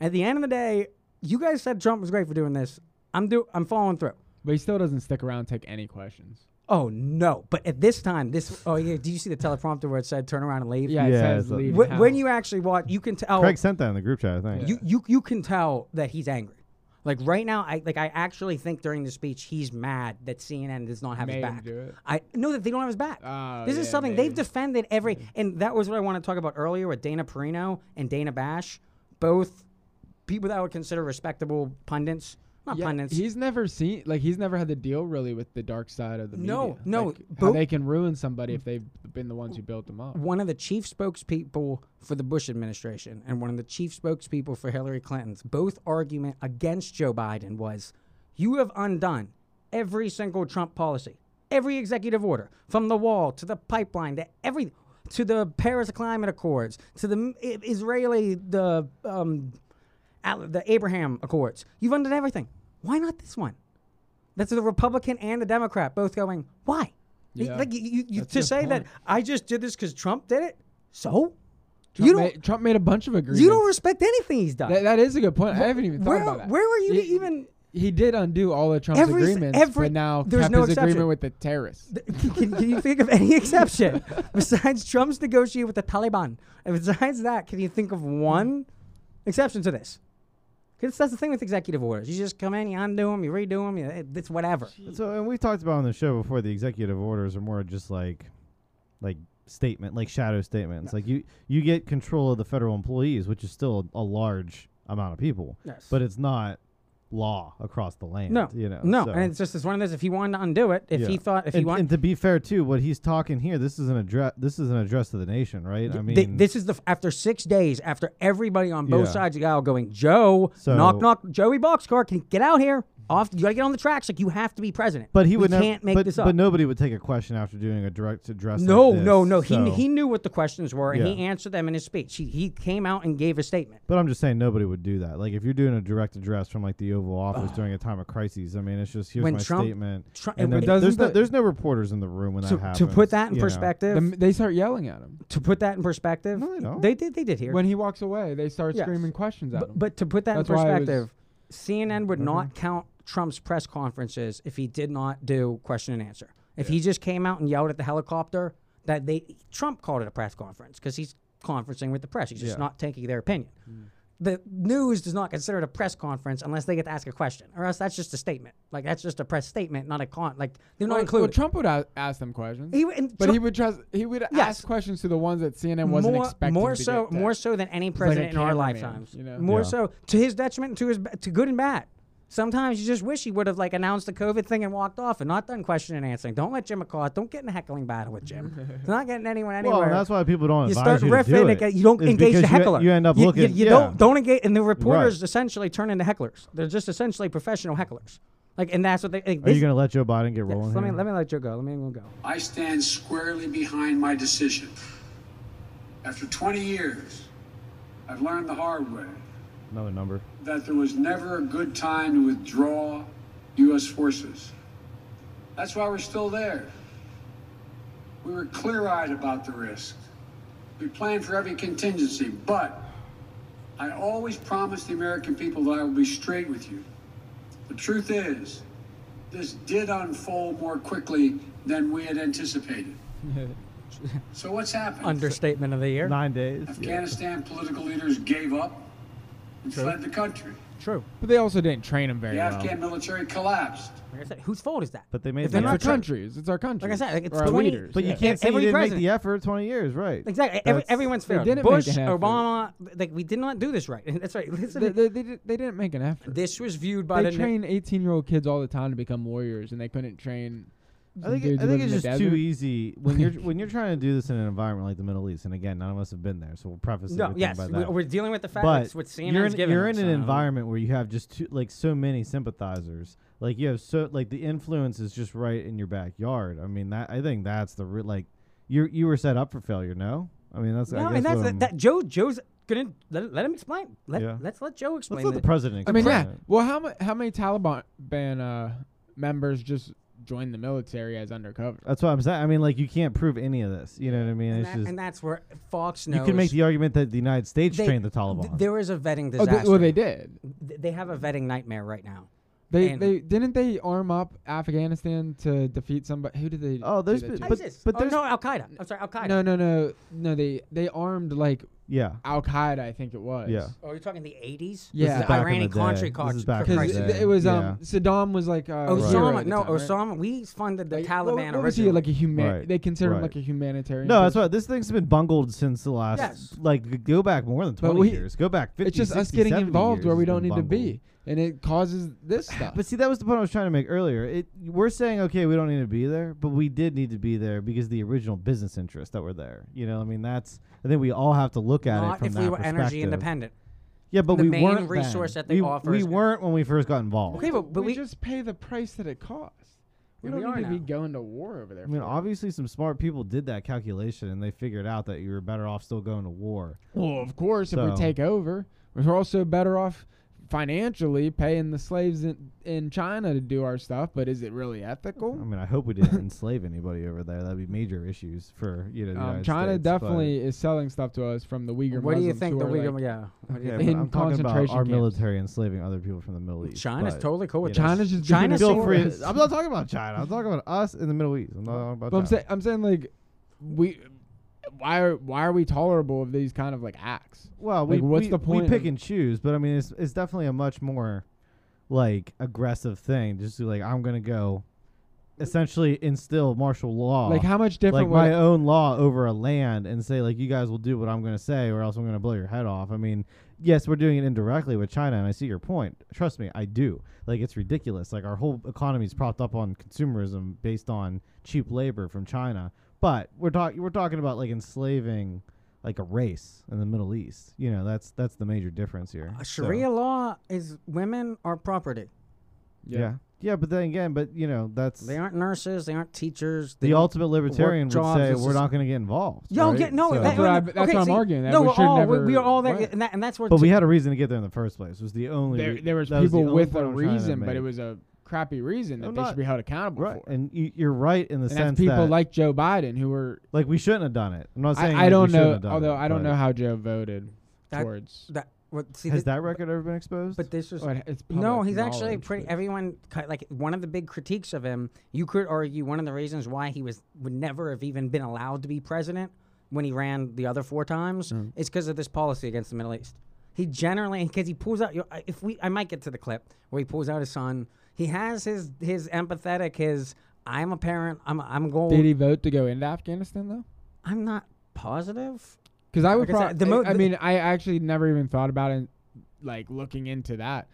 Speaker 1: At the end of the day, you guys said Trump was great for doing this. I'm do I'm following through.
Speaker 3: But he still doesn't stick around and take any questions.
Speaker 1: Oh no! But at this time, this oh yeah. Do you see the teleprompter where it said turn around and leave?
Speaker 3: Yeah, it
Speaker 2: Yeah,
Speaker 3: says
Speaker 2: it's a-
Speaker 3: leave.
Speaker 1: Wh-
Speaker 3: now.
Speaker 1: when you actually watch, you can tell.
Speaker 2: Craig sent that in the group chat, I think.
Speaker 1: you, you you can tell that he's angry. Like right now, I like I actually think during the speech he's mad that CNN does not have
Speaker 3: Made
Speaker 1: his
Speaker 3: him
Speaker 1: back.
Speaker 3: do it?
Speaker 1: I know that they don't have his back.
Speaker 3: Oh,
Speaker 1: this is
Speaker 3: yeah,
Speaker 1: something they've
Speaker 3: maybe. Hmm.
Speaker 1: defended every, and that was what I want to talk about earlier with Dana Perino and Dana Bash, both people that I would consider respectable pundits, not
Speaker 3: Yeah,
Speaker 1: pundits.
Speaker 3: He's never seen like he's never had to deal really with the dark side of the media.
Speaker 1: No, no,
Speaker 3: Like, how
Speaker 1: but-
Speaker 3: they can ruin somebody if they've been the ones who built them up.
Speaker 1: one of the chief spokespeople for the Bush administration and one of the chief spokespeople for Hillary Clinton's both argument against Joe Biden was you have undone every single Trump policy, every executive order, from the wall to the pipeline to every to the Paris Climate Accords to the M- I- Israeli the um, Al- the Abraham Accords. You've undone everything. Why not this one? That's the Republican and the Democrat both going, why? Y-
Speaker 3: Yeah.
Speaker 1: Like you, you, you
Speaker 3: That's a
Speaker 1: to
Speaker 3: good
Speaker 1: say that
Speaker 3: point.
Speaker 1: I just did this because Trump did it. So
Speaker 3: Trump
Speaker 1: you don't
Speaker 3: made, Trump made a bunch of agreements.
Speaker 1: you don't respect anything he's done.
Speaker 3: That- that is a good point. I haven't even thought
Speaker 1: where-
Speaker 3: about that.
Speaker 1: where were you to
Speaker 3: He-
Speaker 1: even-
Speaker 3: He did undo all of Trump's
Speaker 1: Every-
Speaker 3: agreements,
Speaker 1: every-
Speaker 3: but now
Speaker 1: there's
Speaker 3: kept
Speaker 1: no
Speaker 3: his
Speaker 1: exception.
Speaker 3: agreement with the terrorists.
Speaker 1: Th- *laughs* can, can you think of any exception besides Trump's negotiating with the Taliban? And besides that, can you think of one exception to this? Because that's the thing with executive orders. You just come in, you undo them, you redo them. You, it- it's whatever.
Speaker 2: So, and we talked about on the show before the executive orders are more just like, like statement, like shadow statements. Like you, you get control of the federal employees, which is still a large amount of people.
Speaker 1: Yes.
Speaker 2: But it's not law across the land.
Speaker 1: No,
Speaker 2: you know,
Speaker 1: no,
Speaker 2: so-
Speaker 1: and it's just it's one of those. If he wanted to undo it, if
Speaker 2: yeah.
Speaker 1: he thought, if
Speaker 2: and,
Speaker 1: he wanted,
Speaker 2: and to be fair too, what he's talking here, this is an address. This is an address to the nation, right? I mean,
Speaker 1: Th- this is the f- after six days after everybody on both
Speaker 2: Yeah.
Speaker 1: sides of the aisle going Joe
Speaker 2: So-
Speaker 1: knock knock Joey Boxcar can you get out here off you gotta get on the tracks like you have to be president
Speaker 2: But he
Speaker 1: We
Speaker 2: would nev-
Speaker 1: can't make
Speaker 2: but,
Speaker 1: this up
Speaker 2: But nobody would take a question after doing a direct address.
Speaker 1: no
Speaker 2: like this,
Speaker 1: no no he
Speaker 2: so-
Speaker 1: he knew what the questions were and he
Speaker 2: Yeah.
Speaker 1: answered them in his speech he he came out and gave a statement
Speaker 2: But I'm just saying nobody would do that. Like if you're doing a direct address from like the Oval Office during a time of crises, I mean, it's just here's
Speaker 1: When
Speaker 2: my
Speaker 1: Trump-
Speaker 2: statement.
Speaker 1: Trump-
Speaker 2: and
Speaker 1: but
Speaker 2: then
Speaker 3: doesn't
Speaker 2: there's no
Speaker 3: the-
Speaker 2: there's no reporters in the room when
Speaker 1: to,
Speaker 2: that happens.
Speaker 1: to put that in
Speaker 2: you know.
Speaker 1: perspective
Speaker 3: The- they start yelling at him
Speaker 1: to put that in perspective
Speaker 2: No, they don't.
Speaker 1: they did they did here
Speaker 3: when he walks away. They start
Speaker 1: Yes.
Speaker 3: screaming questions at him.
Speaker 1: But, but to put that
Speaker 3: That's
Speaker 1: in
Speaker 3: why I was- Mm-hmm.
Speaker 1: perspective, CNN would not count Trump's press conferences if he did not do question and answer. If he just came out and yelled at the helicopter, that they Trump called it a press conference because he's conferencing with the press. He's just not taking their opinion.
Speaker 3: Mm.
Speaker 1: The news does not consider it a press conference unless they get to ask a question, or else that's just a statement. Like that's just a press statement, not a con. Like they're
Speaker 3: well,
Speaker 1: not included.
Speaker 3: well, Trump would a- ask them questions.
Speaker 1: He would- and
Speaker 3: but he
Speaker 1: Trump-
Speaker 3: would trust. He would
Speaker 1: Yes.
Speaker 3: ask questions to the ones that CNN wasn't
Speaker 1: more,
Speaker 3: expecting.
Speaker 1: more
Speaker 3: to
Speaker 1: so
Speaker 3: get to.
Speaker 1: more so than any
Speaker 3: like a
Speaker 1: president in our
Speaker 3: cameraman,
Speaker 1: lifetimes
Speaker 3: you know?
Speaker 1: more
Speaker 2: Yeah.
Speaker 1: so to his detriment and to his b- to good and bad sometimes you just wish he would have like announced the covid thing and walked off and not done question and answering don't let jim mccaw don't get in a heckling battle with
Speaker 3: *laughs*
Speaker 1: jim it's not getting anyone anywhere
Speaker 2: Well, and that's why people don't
Speaker 1: you
Speaker 2: advise
Speaker 1: start
Speaker 2: you to
Speaker 1: riffing
Speaker 2: do
Speaker 1: and
Speaker 2: it.
Speaker 1: get- you don't
Speaker 2: is
Speaker 1: engage
Speaker 2: because
Speaker 1: the
Speaker 2: you-
Speaker 1: heckler
Speaker 2: You, end up
Speaker 1: you,
Speaker 2: looking.
Speaker 1: you, you
Speaker 2: yeah.
Speaker 1: don't don't engage and the reporters
Speaker 2: Right.
Speaker 1: essentially turn into hecklers they're just essentially professional hecklers like and that's what they like,
Speaker 2: Are you
Speaker 1: this-
Speaker 2: going to let Joe Biden get
Speaker 1: yes,
Speaker 2: rolling?
Speaker 1: *laughs* let me
Speaker 2: here?
Speaker 1: let me let joe go let me let him go
Speaker 7: I stand squarely behind my decision. After 20 years, I've learned the hard way
Speaker 2: Another number.
Speaker 7: that there was never a good time to withdraw U.S. forces. That's why we're still there. We were clear eyed about the risk. We planned for every contingency, but I always promised the American people that I will be straight with you. The truth is, this did unfold more quickly than we had anticipated. so what's happened?
Speaker 1: Understatement of the year.
Speaker 2: Nine days.
Speaker 7: Afghanistan political leaders gave up and fled the country.
Speaker 1: True.
Speaker 3: But they also didn't train them very
Speaker 7: The
Speaker 3: well.
Speaker 7: Afghan military collapsed.
Speaker 1: Like I said, whose fault is that?
Speaker 2: But they made
Speaker 1: If
Speaker 2: the
Speaker 1: they're
Speaker 3: It's our
Speaker 1: not trying-
Speaker 3: countries. It's our country.
Speaker 1: Like I said, like, it's
Speaker 3: Or our
Speaker 1: 20
Speaker 3: leaders.
Speaker 2: But you
Speaker 1: Yeah.
Speaker 2: can't say
Speaker 1: Every
Speaker 2: you didn't make
Speaker 1: president-
Speaker 2: the effort 20 years, right?
Speaker 1: Exactly. Every,
Speaker 2: That's-
Speaker 1: everyone's
Speaker 3: they
Speaker 1: failed.
Speaker 3: didn't make
Speaker 1: Bush,
Speaker 3: an effort.
Speaker 1: Obama, like we did not do this right. *laughs* That's right. Listen,
Speaker 3: They, they, they, did- they didn't make an effort.
Speaker 1: this was viewed by
Speaker 3: they
Speaker 1: the
Speaker 3: train 18 year old kids all the time to become warriors, and they couldn't train.
Speaker 2: I
Speaker 3: some
Speaker 2: think,
Speaker 3: dudes
Speaker 2: I
Speaker 3: who
Speaker 2: think it's
Speaker 3: live in the
Speaker 2: just
Speaker 3: desert.
Speaker 2: too easy when
Speaker 3: *laughs*
Speaker 2: you're when you're trying to do this in an environment like the Middle East. And again, none of us have been there, so we'll preface
Speaker 1: no.
Speaker 2: everything
Speaker 1: Yes,
Speaker 2: by
Speaker 1: we,
Speaker 2: that.
Speaker 1: we're dealing with the fact
Speaker 2: but
Speaker 1: that's what CNN's
Speaker 2: you're in,
Speaker 1: giving
Speaker 2: you're
Speaker 1: us, um,
Speaker 2: in an
Speaker 1: so-
Speaker 2: environment where you have just too, like so many sympathizers. Like you have so like the influence is just right in your backyard. I mean, that I think that's the re- like you you were set up for failure. No, I mean that's
Speaker 1: No,
Speaker 2: I guess
Speaker 1: and that's
Speaker 2: what
Speaker 1: that,
Speaker 2: I'm-
Speaker 1: that Joe. Joe's gonna let, let him explain. Let,
Speaker 2: Yeah.
Speaker 1: Let's let Joe
Speaker 2: Let's
Speaker 1: explain.
Speaker 2: let the
Speaker 1: that.
Speaker 2: president.
Speaker 3: I mean, yeah.
Speaker 2: explain it.
Speaker 3: Well, how, ma- how many Taliban ban, uh, members just joined the military as undercover?
Speaker 2: That's what I'm saying. I mean, like you can't prove any of this. You know what I mean?
Speaker 1: and,
Speaker 2: It's
Speaker 1: that-
Speaker 2: just
Speaker 1: and that's where Fox knows.
Speaker 2: you can make the argument that the United States
Speaker 1: they-
Speaker 2: trained the
Speaker 1: th-
Speaker 2: Taliban.
Speaker 1: there is a vetting
Speaker 3: Oh,
Speaker 1: disaster.
Speaker 3: they, well, they did.
Speaker 1: Th- they have a vetting nightmare right now.
Speaker 3: They
Speaker 1: And-
Speaker 3: they didn't they arm up Afghanistan to defeat somebody. Who did they?
Speaker 2: oh, there's
Speaker 3: do that
Speaker 2: been,
Speaker 3: to?
Speaker 2: but
Speaker 1: ISIS.
Speaker 2: but
Speaker 1: oh,
Speaker 2: there's
Speaker 1: no Al Qaeda. I'm sorry, Al Qaeda.
Speaker 3: no no no no they they armed like
Speaker 2: yeah.
Speaker 3: Al Qaeda I think it was.
Speaker 2: Yeah.
Speaker 1: Oh, you're talking the 80s? This
Speaker 3: Yeah.
Speaker 1: is
Speaker 3: This is
Speaker 1: the
Speaker 2: back in
Speaker 1: Iranian
Speaker 2: the day.
Speaker 1: country
Speaker 2: This is
Speaker 1: card.
Speaker 2: back in the
Speaker 3: Because
Speaker 2: Right.
Speaker 3: it was um
Speaker 2: Yeah.
Speaker 3: Saddam was like uh,
Speaker 1: Oh, Osama,
Speaker 3: zero at the
Speaker 1: no,
Speaker 3: time, right?
Speaker 1: Osama. We funded the
Speaker 3: Like,
Speaker 1: Taliban
Speaker 3: what, what was he,
Speaker 1: originally.
Speaker 3: like a human?
Speaker 2: Right,
Speaker 3: They consider
Speaker 2: right.
Speaker 3: him like a humanitarian.
Speaker 2: No, that's
Speaker 3: person.
Speaker 2: why this thing's been bungled since the last.
Speaker 1: Yes.
Speaker 2: Like, g- go back more than
Speaker 3: But
Speaker 2: 20
Speaker 3: we-
Speaker 2: years. Go back 50,
Speaker 3: It's just us
Speaker 2: 60,
Speaker 3: getting
Speaker 2: 70
Speaker 3: involved
Speaker 2: years
Speaker 3: where we
Speaker 2: it's
Speaker 3: don't need
Speaker 2: been
Speaker 3: to
Speaker 2: bungled.
Speaker 3: be, and it causes this stuff.
Speaker 2: But see, that was the point I was trying to make earlier. It, we're saying, okay, we don't need to be there, but we did need to be there because the original business interests that were there. You know, I mean, that's. I think we all have to look at it
Speaker 1: Not
Speaker 2: from
Speaker 1: if
Speaker 2: that
Speaker 1: we were
Speaker 2: perspective.
Speaker 1: energy independent.
Speaker 2: Yeah, but
Speaker 1: The
Speaker 2: we
Speaker 1: main
Speaker 2: weren't.
Speaker 1: resource
Speaker 2: then.
Speaker 1: that they
Speaker 2: we,
Speaker 1: offer
Speaker 2: We
Speaker 1: is-
Speaker 2: weren't when we first got involved.
Speaker 1: Okay, but- but we-
Speaker 3: just pay the price that it costs. We
Speaker 1: Yeah, we
Speaker 3: don't need
Speaker 1: are
Speaker 3: to be
Speaker 1: now.
Speaker 3: going to war over there.
Speaker 2: I mean,
Speaker 3: for it.
Speaker 2: obviously, some smart people did that calculation and they figured out that you were better off still going to war.
Speaker 3: Well, of course, if
Speaker 2: So-
Speaker 3: we take over, we're also better off financially paying the slaves in, in China to do our stuff. But is it really ethical?
Speaker 2: I mean, I hope we
Speaker 1: *laughs*
Speaker 2: didn't enslave anybody over there. That'd be major issues for you know. The
Speaker 3: Um,
Speaker 2: United
Speaker 3: China
Speaker 2: States, but-
Speaker 3: definitely is selling stuff to us from the Uyghur
Speaker 1: What do you
Speaker 3: Muslims
Speaker 1: think
Speaker 3: who
Speaker 1: the
Speaker 3: are,
Speaker 1: Uyghur?
Speaker 3: like-
Speaker 1: yeah. What do you
Speaker 2: Yeah,
Speaker 1: think?
Speaker 2: but
Speaker 3: in
Speaker 2: I'm talking about our
Speaker 3: concentration camps.
Speaker 2: military enslaving other people from the Middle East.
Speaker 1: China's
Speaker 2: but,
Speaker 1: totally cool with
Speaker 2: you know,
Speaker 3: China's just
Speaker 1: China's
Speaker 3: big
Speaker 2: Feel
Speaker 1: so-
Speaker 3: enough-
Speaker 2: free. I'm not talking about China. I'm talking about us in the Middle East. I'm not talking about.
Speaker 3: But I'm
Speaker 2: China.
Speaker 3: saying, I'm saying like we. Why are why are we tolerable of these kind of like acts?
Speaker 2: Well, we
Speaker 3: Like, what's
Speaker 2: we,
Speaker 3: the point
Speaker 2: we pick
Speaker 3: of-
Speaker 2: and choose, but I mean, it's it's definitely a much more like aggressive thing. Just to, like I'm gonna go, essentially instill martial law,
Speaker 3: Like how much
Speaker 2: like
Speaker 3: different would
Speaker 2: my own law over a land, and say like you guys will do what I'm gonna say, or else I'm gonna blow your head off. I mean, yes, we're doing it indirectly with China, and I see your point. Trust me, I do. Like it's ridiculous. Like our whole economy is propped up on consumerism based on cheap labor from China, but we're talking we're talking about like enslaving like a race in the Middle East. You know, that's that's the major difference here.
Speaker 1: Uh,
Speaker 2: *laughs* So-
Speaker 1: Sharia law is women are property.
Speaker 2: yeah. yeah. but then again, but you know, that's
Speaker 1: They aren't nurses. They aren't teachers. They
Speaker 2: the
Speaker 1: don't
Speaker 2: ultimate libertarian would
Speaker 1: jobs,
Speaker 2: say
Speaker 1: it's
Speaker 2: we're
Speaker 1: just-
Speaker 2: not going to get involved.
Speaker 1: Yo,
Speaker 2: right?
Speaker 1: yeah, no,
Speaker 2: So-
Speaker 1: that-
Speaker 3: what
Speaker 1: no, no,
Speaker 3: I- that's what
Speaker 1: okay,
Speaker 3: I'm
Speaker 1: see,
Speaker 3: arguing, that
Speaker 1: No,
Speaker 3: we
Speaker 1: we're
Speaker 3: should
Speaker 1: all we-
Speaker 3: never
Speaker 1: we are all there,
Speaker 3: went.
Speaker 1: and, that, and that's where.
Speaker 2: but we
Speaker 1: t-
Speaker 2: had a reason to get there in the first place. Was the only
Speaker 3: there,
Speaker 2: re-
Speaker 3: there was
Speaker 2: that the
Speaker 3: people
Speaker 2: only
Speaker 3: with
Speaker 2: point
Speaker 3: a
Speaker 2: I was trying to
Speaker 3: reason, but
Speaker 2: make.
Speaker 3: it was a crappy reason that
Speaker 2: I'm
Speaker 3: they
Speaker 2: not-
Speaker 3: should be held accountable
Speaker 2: right.
Speaker 3: for.
Speaker 2: And you, you're right in the
Speaker 3: and
Speaker 2: sense
Speaker 3: that's people
Speaker 2: that
Speaker 3: like Joe Biden who were.
Speaker 2: like we shouldn't have done it. I'm not saying
Speaker 3: I,
Speaker 2: like,
Speaker 3: I
Speaker 2: we
Speaker 3: don't
Speaker 2: shouldn't
Speaker 3: know.
Speaker 2: have done
Speaker 3: Although
Speaker 2: it,
Speaker 3: I don't
Speaker 2: but-
Speaker 3: know how Joe voted
Speaker 1: That-
Speaker 3: towards.
Speaker 1: that. What,
Speaker 2: *laughs*
Speaker 1: see,
Speaker 2: has
Speaker 1: thi-
Speaker 2: that record ever been exposed?
Speaker 1: But this is
Speaker 3: Oh, it- it's
Speaker 1: no.
Speaker 3: public
Speaker 1: He's actually
Speaker 3: knowledge,
Speaker 1: pretty.
Speaker 3: but-
Speaker 1: Everyone ki- like one of the big critiques of him. You could argue one of the reasons why he was would never have even been allowed to be president when he ran the other four times
Speaker 3: Hmm.
Speaker 1: is because of this policy against the Middle East. He generally because he pulls out. you know, I- If we, I might get to the clip where he pulls out his son. He has his his empathetic. His I'm a parent. I'm I'm gold.
Speaker 3: Did he vote to go into Afghanistan though?
Speaker 1: I'm not positive.
Speaker 3: Because I would.
Speaker 1: Like I said,
Speaker 3: prob-
Speaker 1: the mo-
Speaker 3: I, I
Speaker 1: the-
Speaker 3: mean, I actually never even thought about it. Like looking into that,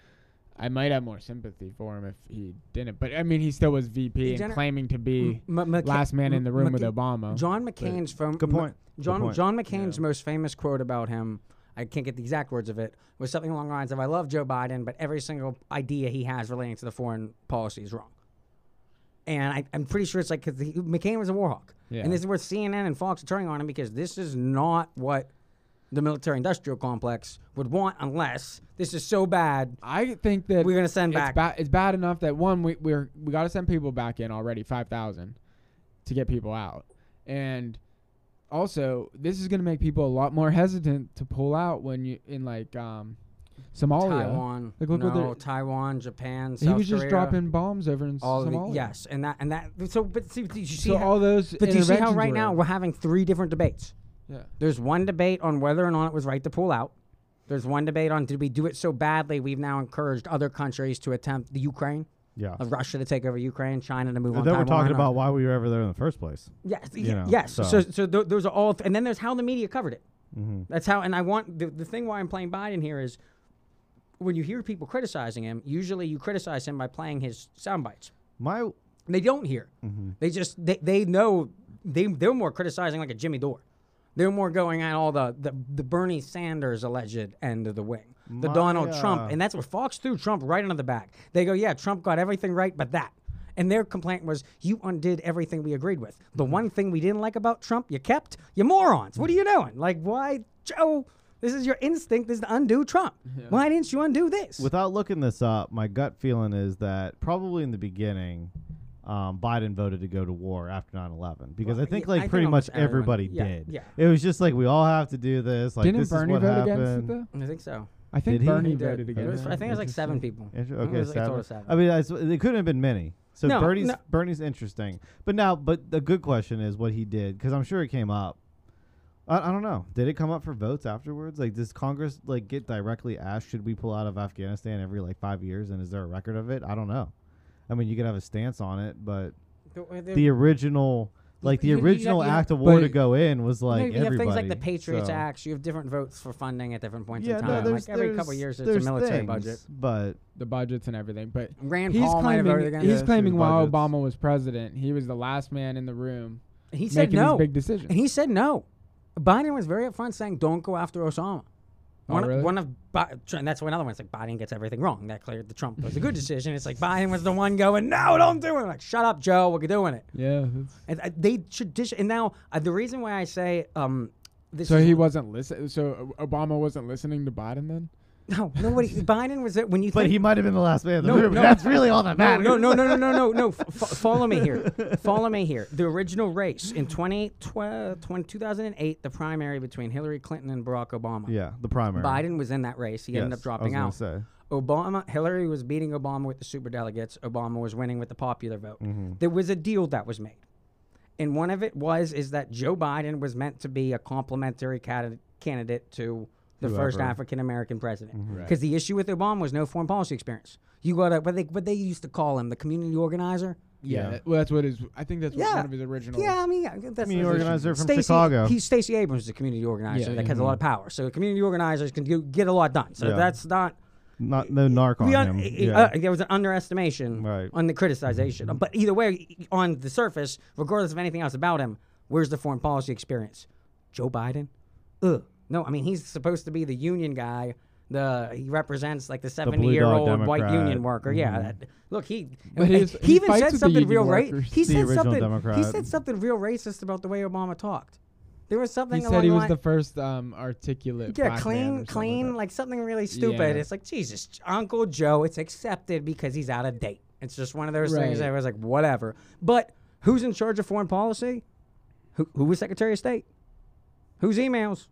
Speaker 3: I might have more sympathy for him if he didn't. But I mean, he still was VP and
Speaker 1: gener-
Speaker 3: claiming to be
Speaker 1: M- M- McCa-
Speaker 3: last man in the room with
Speaker 1: McCa-
Speaker 3: Obama.
Speaker 1: John McCain's from
Speaker 2: Good point. Good
Speaker 1: John
Speaker 2: point.
Speaker 1: John McCain's most famous quote about him, I can't get the exact words of it, was something along the lines of "I love Joe Biden, but every single idea he has relating to the foreign policy is wrong." And I, I'm pretty sure it's like because McCain was a war hawk,
Speaker 3: Yeah.
Speaker 1: and this is where CNN and Fox are turning on him because this is not what the military industrial complex would want unless this is so bad.
Speaker 3: I think that
Speaker 1: We're gonna send
Speaker 3: it's
Speaker 1: back.
Speaker 3: Ba- it's bad enough that one we we're we got to send people back in already five thousand to get people out, and also this is gonna make people a lot more hesitant to pull out when you in like um Somalia.
Speaker 1: Taiwan,
Speaker 3: Like, look what
Speaker 1: no,
Speaker 3: they're-
Speaker 1: Taiwan, Japan,
Speaker 3: He
Speaker 1: South
Speaker 3: was just
Speaker 1: Korea,
Speaker 3: dropping bombs over in
Speaker 1: all of the-
Speaker 3: Somalia.
Speaker 1: yes, and that and that. So, but see, did you see
Speaker 3: So
Speaker 1: how,
Speaker 3: all those.
Speaker 1: But do you see how
Speaker 3: interventions
Speaker 1: right
Speaker 3: were-
Speaker 1: now we're having three different debates?
Speaker 3: Yeah.
Speaker 1: There's one debate on whether or not it was right to pull out. There's one debate on did we do it so badly we've now encouraged other countries to attempt the Ukraine,
Speaker 2: Yeah.
Speaker 1: uh, Russia to take over Ukraine, China to move on.
Speaker 2: And then we're
Speaker 1: Taiwan,
Speaker 2: talking
Speaker 1: uh,
Speaker 2: about why we were ever there in the first place.
Speaker 1: Yes, y-
Speaker 2: you know,
Speaker 1: yes. So,
Speaker 2: so- Mm-hmm.
Speaker 1: so, tho- those are all, th- and then there's how the media covered it. That's how, and I want the, the thing why I'm playing Biden here is when you hear people criticizing him, usually you criticize him by playing his sound bites.
Speaker 2: My
Speaker 1: They don't hear.
Speaker 2: Mm-hmm.
Speaker 1: They just they, they know they they're more criticizing like a Jimmy Dore. They're more going at all the the, the Bernie Sanders alleged end of the wing, the
Speaker 2: My,
Speaker 1: Donald Trump,
Speaker 2: uh,
Speaker 1: and that's what Fox threw Trump right under the back. They go, yeah, Trump got everything right, but that. And their complaint was, you undid everything we agreed with. The
Speaker 2: Mm-hmm.
Speaker 1: one thing we didn't like about Trump, you kept. You morons. What are you
Speaker 2: Mm-hmm.
Speaker 1: doing? Like, why, Joe? This is your instinct is to undo Trump. Why didn't you undo this?
Speaker 2: Without looking this up, my gut feeling is that probably in the beginning, um, Biden voted to go to war after 9/11 because
Speaker 1: Well,
Speaker 2: I think
Speaker 1: yeah,
Speaker 2: like
Speaker 1: I think
Speaker 2: pretty much
Speaker 1: almost everyone-
Speaker 2: everybody
Speaker 1: yeah,
Speaker 2: did.
Speaker 1: yeah.
Speaker 2: It was just like we all have to do this. Like
Speaker 3: Didn't
Speaker 2: this
Speaker 3: Bernie
Speaker 2: is what
Speaker 3: vote
Speaker 2: happened.
Speaker 3: against it though?
Speaker 1: I think so.
Speaker 3: I think
Speaker 2: Did he?
Speaker 3: Bernie
Speaker 2: He
Speaker 1: did.
Speaker 3: voted
Speaker 1: It
Speaker 3: against
Speaker 1: was-
Speaker 3: it.
Speaker 1: I think it was like seven people.
Speaker 2: Interesting. Inter-
Speaker 1: I
Speaker 2: Okay,
Speaker 1: think it was like a total
Speaker 2: seven.
Speaker 1: of seven.
Speaker 2: I mean, that's, it couldn't have been many. So
Speaker 1: No,
Speaker 2: Bernie's
Speaker 1: no.
Speaker 2: Bernie's interesting, but now, but the good question is what he did because I'm sure it came up. I, I don't know. Did it come up for votes afterwards? Like, does Congress like get directly asked should we pull out of Afghanistan every like five years, and is there a record of it? I don't know. I mean, you could have a stance on it, but the original, like the
Speaker 1: you- you- you-
Speaker 2: original
Speaker 1: you-
Speaker 2: act of war to
Speaker 3: but-
Speaker 2: go in was like
Speaker 1: Maybe you have
Speaker 2: everybody.
Speaker 1: things like the Patriots
Speaker 2: so-
Speaker 1: Acts. You have different votes for funding at different points
Speaker 2: Yeah,
Speaker 1: in
Speaker 2: no,
Speaker 1: time.
Speaker 2: there's
Speaker 1: like every couple
Speaker 2: there's-
Speaker 1: years, it's a
Speaker 2: there's
Speaker 1: military
Speaker 2: things,
Speaker 1: budget.
Speaker 2: but
Speaker 3: the budgets and everything. But
Speaker 1: Rand
Speaker 3: he's
Speaker 1: Paul might have
Speaker 3: claiming,
Speaker 1: voted against
Speaker 3: he's
Speaker 1: it.
Speaker 3: claiming
Speaker 2: Through
Speaker 3: while
Speaker 2: budgets.
Speaker 3: Obama was president, he was the last man in the room.
Speaker 1: And he said
Speaker 3: making these
Speaker 1: no.
Speaker 3: big decisions.
Speaker 1: And he said no. Biden was very upfront saying, "Don't go after Osama."
Speaker 3: Oh,
Speaker 1: One,
Speaker 3: really?
Speaker 1: one of Bi- tr- and that's another one. It's like Biden gets everything wrong. That cleared the Trump was a good decision. It's like Biden was the one going, "No, don't do it." Like, shut up, Joe. We're doing it.
Speaker 3: Yeah.
Speaker 1: And uh, they should dish. And now uh, the reason why I say um, this
Speaker 3: So
Speaker 1: is
Speaker 3: he wasn't listening. So uh, Obama wasn't listening to Biden then.
Speaker 1: *laughs* no nobody. Biden was it when you
Speaker 2: But
Speaker 1: think
Speaker 2: he might have been the last man in the
Speaker 1: No,
Speaker 2: room.
Speaker 1: no.
Speaker 2: That's really all that matters.
Speaker 1: No, no, no, no, no, no, no. F- f- follow me here. Follow me here. The original race in 2012, 20 2008, the primary between Hillary Clinton and Barack
Speaker 2: *laughs*
Speaker 1: Obama.
Speaker 2: Yeah, the primary.
Speaker 1: Biden was in that race. He ended
Speaker 2: Yes,
Speaker 1: up dropping
Speaker 2: I
Speaker 1: out.
Speaker 2: was gonna say.
Speaker 1: Obama, Hillary was beating Obama with the superdelegates. Obama was winning with the popular vote.
Speaker 2: Mm-hmm.
Speaker 1: There was a deal that was made, and one of it was is that Joe Biden was meant to be a complementary candidate candidate to the first
Speaker 2: Whoever. Mm-hmm.
Speaker 1: African American president. Because the issue with Obama was no foreign policy experience. You got to what they what they used to call him the community organizer.
Speaker 3: Yeah.
Speaker 2: Yeah.
Speaker 3: that- well, that's what his. I think that's what
Speaker 1: Yeah.
Speaker 3: one of his original.
Speaker 1: Yeah, I mean, yeah, that's
Speaker 2: Community
Speaker 1: that's-
Speaker 2: organizer from
Speaker 1: Stacey-
Speaker 2: Chicago. Mm-hmm.
Speaker 1: He's Stacey Abrams, is a community organizer
Speaker 3: Yeah,
Speaker 1: that has a lot of power. So community organizers can do, get a lot done. So
Speaker 2: Yeah.
Speaker 1: that's not.
Speaker 2: Not no narc on
Speaker 1: we un-
Speaker 2: him.
Speaker 1: i- i-
Speaker 2: yeah.
Speaker 1: uh, there was an underestimation
Speaker 2: Right. Mm-hmm.
Speaker 1: on the criticization. But either way, i- on the surface, regardless of anything else about him, where's the foreign policy experience? Joe Biden? Ugh. No, I mean, he's supposed to be the union guy. The he represents like the seventy year old
Speaker 2: Democrat.
Speaker 1: white
Speaker 2: Mm-hmm.
Speaker 1: union worker. Yeah, that, look, he
Speaker 3: But
Speaker 1: he,
Speaker 3: he's-
Speaker 1: he
Speaker 3: he
Speaker 1: even
Speaker 3: fights with
Speaker 1: said
Speaker 3: the
Speaker 1: something
Speaker 3: union
Speaker 1: real right.
Speaker 3: workers.
Speaker 1: He
Speaker 2: The
Speaker 1: said
Speaker 2: original
Speaker 1: something. He
Speaker 2: Democrat.
Speaker 1: said something real racist about the way Obama talked. There was something
Speaker 3: He
Speaker 1: along
Speaker 3: said he
Speaker 1: the
Speaker 3: was
Speaker 1: line-
Speaker 3: the first um, articulate.
Speaker 1: yeah,
Speaker 3: black man or
Speaker 1: clean,
Speaker 3: something
Speaker 1: clean,
Speaker 3: Like
Speaker 1: like something really stupid.
Speaker 3: Yeah.
Speaker 1: It's like Jesus, Uncle Joe. It's accepted because he's out of date. It's just one of those things.
Speaker 3: Right.
Speaker 1: that I was like, whatever. But who's in charge of foreign policy? Who, who was Secretary of State? Whose emails?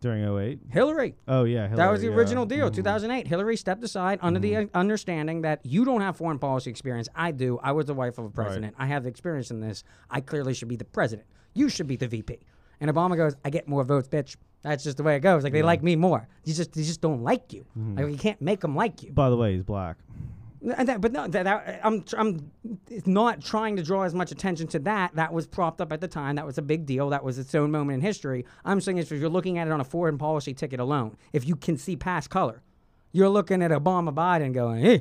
Speaker 2: During 08.
Speaker 1: Hillary.
Speaker 2: Oh yeah, Hillary,
Speaker 1: That was the
Speaker 2: yeah.
Speaker 1: original deal, 2008. Hillary stepped aside under the uh, understanding that you don't have foreign policy experience. I do. I was the wife of a president. I have experience in this. I clearly should be the president. You should be the VP. And Obama goes, I get more votes, bitch. That's just the way it goes. Like they like me more. You just they just don't like you. Like you can't make them like you.
Speaker 2: By the way, he's black.
Speaker 1: N- and that- but no, that, that- I'm tr- I'm it's not trying to draw as much attention to that. That was propped up at the time. That was a big deal. That was its own moment in history. I'm saying is if you're looking at it on a foreign policy ticket alone, if you can see past color, you're looking at Obama Biden going, eh,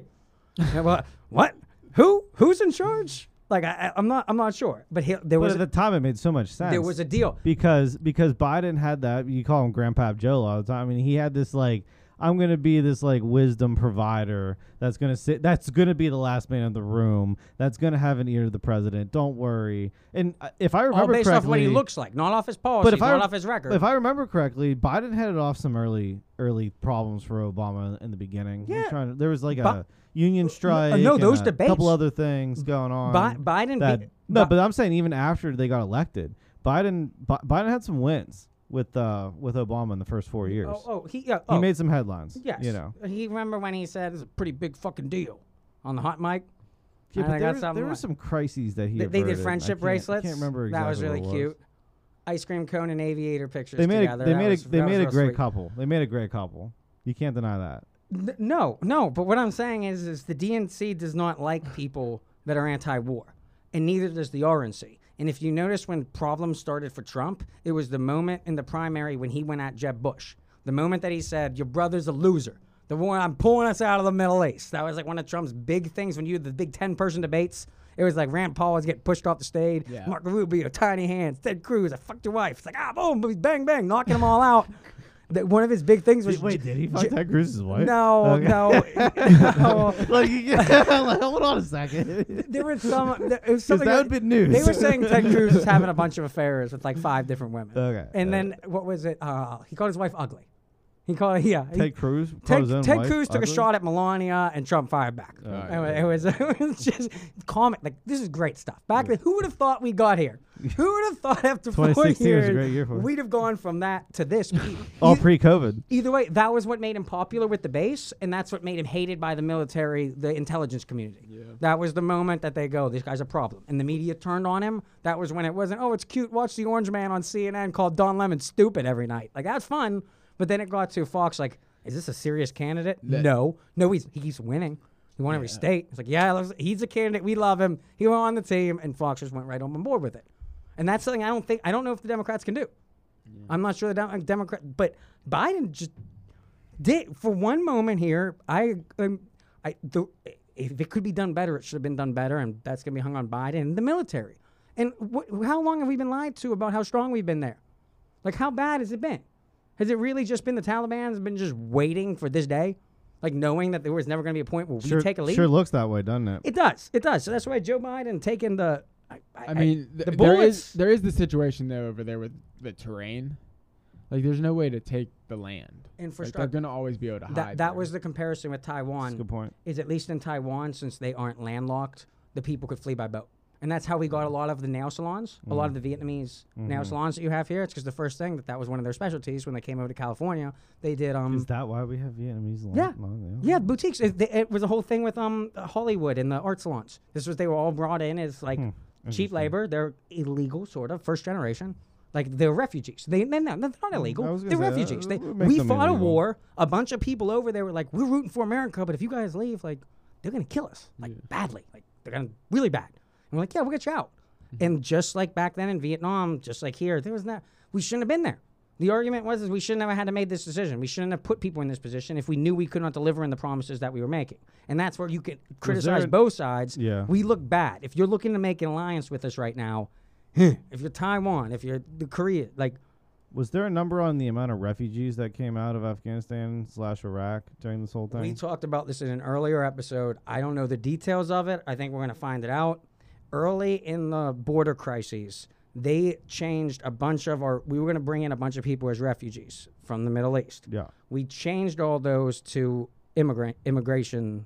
Speaker 1: yeah, well, *laughs* what? Who? Who's in charge? Like I, I- I'm not I'm not sure. But he, there
Speaker 2: But
Speaker 1: was
Speaker 2: at
Speaker 1: a,
Speaker 2: the time, it made so much sense.
Speaker 1: there was a deal.
Speaker 2: because because Biden had that. You call him Grandpa Joe all the time, and he had this like. I'm gonna be this like wisdom provider that's gonna sit. That's gonna be the last man in the room. That's gonna have an ear to the president. Don't worry. And uh, if I
Speaker 1: All
Speaker 2: remember
Speaker 1: based
Speaker 2: correctly,
Speaker 1: off what he looks like, not off his policies,
Speaker 2: but if I
Speaker 1: not
Speaker 2: rem-
Speaker 1: off his record.
Speaker 2: if I remember correctly, Biden headed off some early early problems for Obama in the beginning. He was
Speaker 1: Yeah.
Speaker 2: trying to- there was like
Speaker 1: Bi-
Speaker 2: a union strike.
Speaker 1: no,
Speaker 2: and
Speaker 1: those
Speaker 2: a
Speaker 1: debates.
Speaker 2: couple other things going on.
Speaker 1: Bi- Biden
Speaker 2: that-
Speaker 1: be-
Speaker 2: no,
Speaker 1: Bi-
Speaker 2: but I'm saying even after they got elected, Biden Bi- Biden had some wins with uh with Obama in the first four years.
Speaker 1: oh, oh, he, yeah,
Speaker 2: He
Speaker 1: oh,
Speaker 2: made some headlines.
Speaker 1: yes.
Speaker 2: you know.
Speaker 1: he remember when he said it's a pretty big fucking deal on the hot mic.
Speaker 2: Yeah,
Speaker 1: I
Speaker 2: but
Speaker 1: think
Speaker 2: there,
Speaker 1: that's
Speaker 2: there
Speaker 1: something
Speaker 2: were
Speaker 1: like-
Speaker 2: some crises that he.
Speaker 1: They, they
Speaker 2: averted.
Speaker 1: did
Speaker 2: I
Speaker 1: friendship
Speaker 2: can't-
Speaker 1: bracelets.
Speaker 2: I can't remember
Speaker 1: that
Speaker 2: exactly.
Speaker 1: was really
Speaker 2: what it
Speaker 1: cute. Ice cream cone and aviator pictures.
Speaker 2: They made
Speaker 1: together.
Speaker 2: a, they
Speaker 1: That
Speaker 2: made
Speaker 1: was-
Speaker 2: a, they
Speaker 1: that was
Speaker 2: made a
Speaker 1: real
Speaker 2: great
Speaker 1: sweet.
Speaker 2: couple. They made a great couple. You can't deny that.
Speaker 1: N- no, no. But what I'm saying is, is the DNC does not like people that are anti-war, and neither does the RNC. And if you notice, when problems started for Trump, it was the moment in the primary when he went at Jeb Bush. The moment that he said, "Your brother's a loser." The one I'm pulling us out of the Middle East. That was like one of Trump's big things when you did the big ten-person debates. It was like Rand Paul was getting pushed off the stage.
Speaker 3: Yeah.
Speaker 1: Mark Rubio, tiny hands. Ted Cruz, I fucked your wife. It's like ah, boom, bang, bang, knocking them all out. *laughs* That one of his big things was J- J-
Speaker 2: Ted Cruz's wife?
Speaker 1: no,
Speaker 2: Okay.
Speaker 1: no, no.
Speaker 2: *laughs*
Speaker 1: *laughs*
Speaker 2: like, you- *laughs* like, hold on a second.
Speaker 1: There was some. There was something
Speaker 2: that would've been news.
Speaker 1: They were saying Ted
Speaker 2: *laughs*
Speaker 1: Cruz was having a bunch of affairs with like five different women.
Speaker 2: Okay,
Speaker 1: And then what was it? Uh, he called his wife ugly. He called yeah. he-
Speaker 2: Ted Cruz. called
Speaker 1: Ted,
Speaker 2: his own
Speaker 1: Ted
Speaker 2: wife
Speaker 1: Cruz took
Speaker 2: ugly?
Speaker 1: a shot at Melania, and Trump fired back. it, wa- it was, *laughs* it was just comic. Like this is great stuff. Back then, who would have thought we
Speaker 2: *laughs*
Speaker 1: got here? Who would have thought after four
Speaker 2: 2016 was a
Speaker 1: years
Speaker 2: great year for it.
Speaker 1: we'd have gone from that
Speaker 2: *laughs*
Speaker 1: to this? E-
Speaker 2: All Oh,
Speaker 1: e-
Speaker 2: pre-COVID.
Speaker 1: Either way, that was what made him popular with the base, and that's what made him hated by the military, the intelligence community. That was the moment that they go, this guy's a problem. And the media turned on him. That was when it wasn't, oh, it's cute, watch the orange man on CNN called Don Lemon stupid every night. Like, that's fun. But then it got to Fox, like, is this a serious candidate? no. No, he's, he keeps winning. He won every state. It's like, yeah, let's- he's a candidate. We love him. He went on the team, and Fox just went right on board with it. And that's something I don't think, I don't know if the Democrats can do. I'm not sure the Dem- Democrat, but Biden just did for one moment here. I, um, I, the, if it could be done better, it should have been done better, and that's gonna be hung on Biden and the military. And wh- how long have we been lied to about how strong we've been there? Like, how bad has it been? Has it really just been the Taliban has been just waiting for this day, like knowing that there was never gonna be a point where we
Speaker 2: Sure,
Speaker 1: take a lead?
Speaker 2: sure looks that way, doesn't it?
Speaker 1: It does. It does. So that's why Joe Biden taking the. I, I-
Speaker 3: I mean,
Speaker 1: I-
Speaker 3: th-
Speaker 1: the
Speaker 3: there is
Speaker 1: bullets.
Speaker 3: there is the situation though over there with the terrain. Like, there's no way to take the land.
Speaker 1: Infrastructure.
Speaker 3: Like, they're gonna always be able to hide.
Speaker 1: that, that
Speaker 3: there.
Speaker 1: was the comparison with Taiwan.
Speaker 2: a good point.
Speaker 1: Is at least in Taiwan, since they aren't landlocked, the people could flee by boat. And that's how we
Speaker 2: Mm.
Speaker 1: got a lot of the nail salons, a lot of the Vietnamese
Speaker 2: Mm-hmm.
Speaker 1: nail salons that you have here. It's because the first thing that that was one of their specialties when they came over to California, they did um
Speaker 2: Is that why we have Vietnamese? lo-
Speaker 1: yeah.
Speaker 2: lo-
Speaker 1: *laughs* Yeah, boutiques. It, th- it was a whole thing with um Hollywood and the art salons. This was they were all brought in as
Speaker 2: Hmm.
Speaker 1: like cheap labor. They're illegal, sort of first generation. Like they're refugees. They no, no, they're not illegal.
Speaker 2: was gonna
Speaker 1: They're
Speaker 2: say, uh,
Speaker 1: refugees. They,
Speaker 2: would make
Speaker 1: we
Speaker 2: them
Speaker 1: fought a
Speaker 2: illegal.
Speaker 1: war. A bunch of people over there were like, "We're rooting for America, but if you guys leave, like, they're gonna kill us, like badly, like they're gonna really bad." And we're like, "Yeah, we'll get you out." And just like back then in Vietnam, just like here, there was not. We shouldn't have been there. The argument was is we shouldn't have had to make this decision. We shouldn't have put people in this position if we knew we could not deliver in the promises that we were making. And that's where you can criticize
Speaker 2: an-
Speaker 1: both sides.
Speaker 2: Yeah.
Speaker 1: We look bad. If you're looking to make an alliance with us right now, *laughs* if you're Taiwan, if you're the Korea, like
Speaker 2: Was there a number on the amount of refugees that came out of Afghanistan slash Iraq during this whole thing?
Speaker 1: we talked about this in an earlier episode. I don't know the details of it. I think we're going to find it out. Early in the border crises, they changed a bunch of our. We were going to bring in a bunch of people as refugees from the Middle East.
Speaker 2: yeah.
Speaker 1: we changed all those to immigrant immigration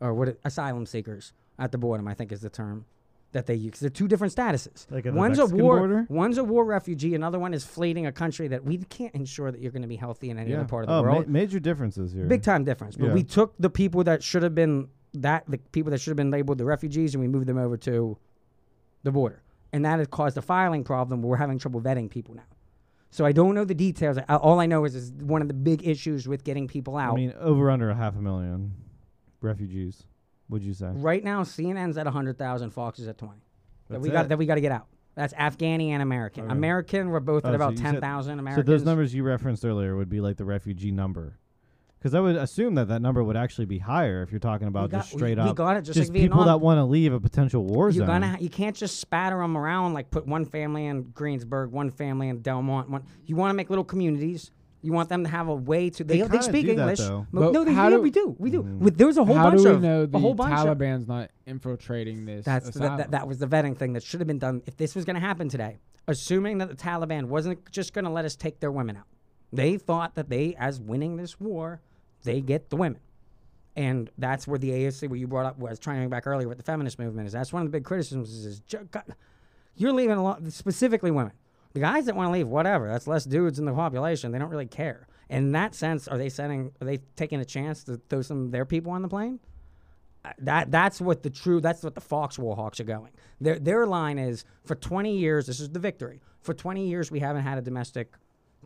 Speaker 1: or what it, asylum seekers at the border I think is the term that they use 'Cause they're two different statuses
Speaker 2: Like at the
Speaker 1: one's a
Speaker 2: Mexican
Speaker 1: war
Speaker 2: border?
Speaker 1: one's a war refugee another one is fleeing a country that we can't ensure that you're going to be healthy in any
Speaker 2: Yeah.
Speaker 1: other part of the
Speaker 2: oh, ma-
Speaker 1: world
Speaker 2: major differences here.
Speaker 1: big time difference but
Speaker 2: Yeah.
Speaker 1: we took the people that should have been that the people that should have been labeled the refugees and we moved them over to the border and that has caused a filing problem we're having trouble vetting people now so i don't know the details I, all i know is, is one of the big issues with getting people out
Speaker 2: I mean, over under a half a million refugees. Would you say?
Speaker 1: Right now, CNN's at 100,000, Fox is at 20. That
Speaker 2: That's
Speaker 1: we got
Speaker 2: it.
Speaker 1: that we got to get out. That's Afghani and American. American, we're both
Speaker 2: Oh,
Speaker 1: at
Speaker 2: so
Speaker 1: about
Speaker 2: you said-
Speaker 1: 10,000
Speaker 2: So
Speaker 1: Americans.
Speaker 2: those numbers you referenced earlier would be like the refugee number. Because I would assume that that number would actually be higher if you're talking about
Speaker 1: got-
Speaker 2: just straight
Speaker 1: we-
Speaker 2: up
Speaker 1: we got it just like
Speaker 2: people
Speaker 1: Vietnam.
Speaker 2: that want to leave a potential war
Speaker 1: you're
Speaker 2: zone.
Speaker 1: gonna ha- you can't just spatter them around like put one family in Greensburg, one family in Delmont. One, you want to make little communities, You want them to have a way to they, they,
Speaker 2: kinda
Speaker 1: speak
Speaker 2: do that,
Speaker 1: English.
Speaker 2: though. Mm.
Speaker 1: Mo-
Speaker 3: But
Speaker 1: no, they
Speaker 3: how
Speaker 1: do,
Speaker 3: do-
Speaker 1: we do. We do. With, there's a whole
Speaker 3: How
Speaker 1: bunch
Speaker 3: do we
Speaker 1: of
Speaker 3: know
Speaker 1: a
Speaker 3: the
Speaker 1: whole bunch of
Speaker 3: Taliban's not infiltrating this?
Speaker 1: That's th-
Speaker 3: asylum?
Speaker 1: that, that was the vetting thing that should have been done if this was going to happen today. Assuming that the Taliban wasn't just going to let us take their women out, they thought that they, as winning this war, they get the women, and that's where the AOC, what you brought up, was trying to bring back earlier with the feminist movement. Is that's one of the big criticisms is, is ju- God, you're leaving a lot, specifically women. The guys that want to leave, whatever. That's less dudes in the population. They don't really care. In that sense, are they sending? Are they taking a chance to throw some of their people on the plane? that that's what the true that's what the Foxwall Hawks are going. Their their line is for 20 years this is the victory. For 20 years we haven't had a domestic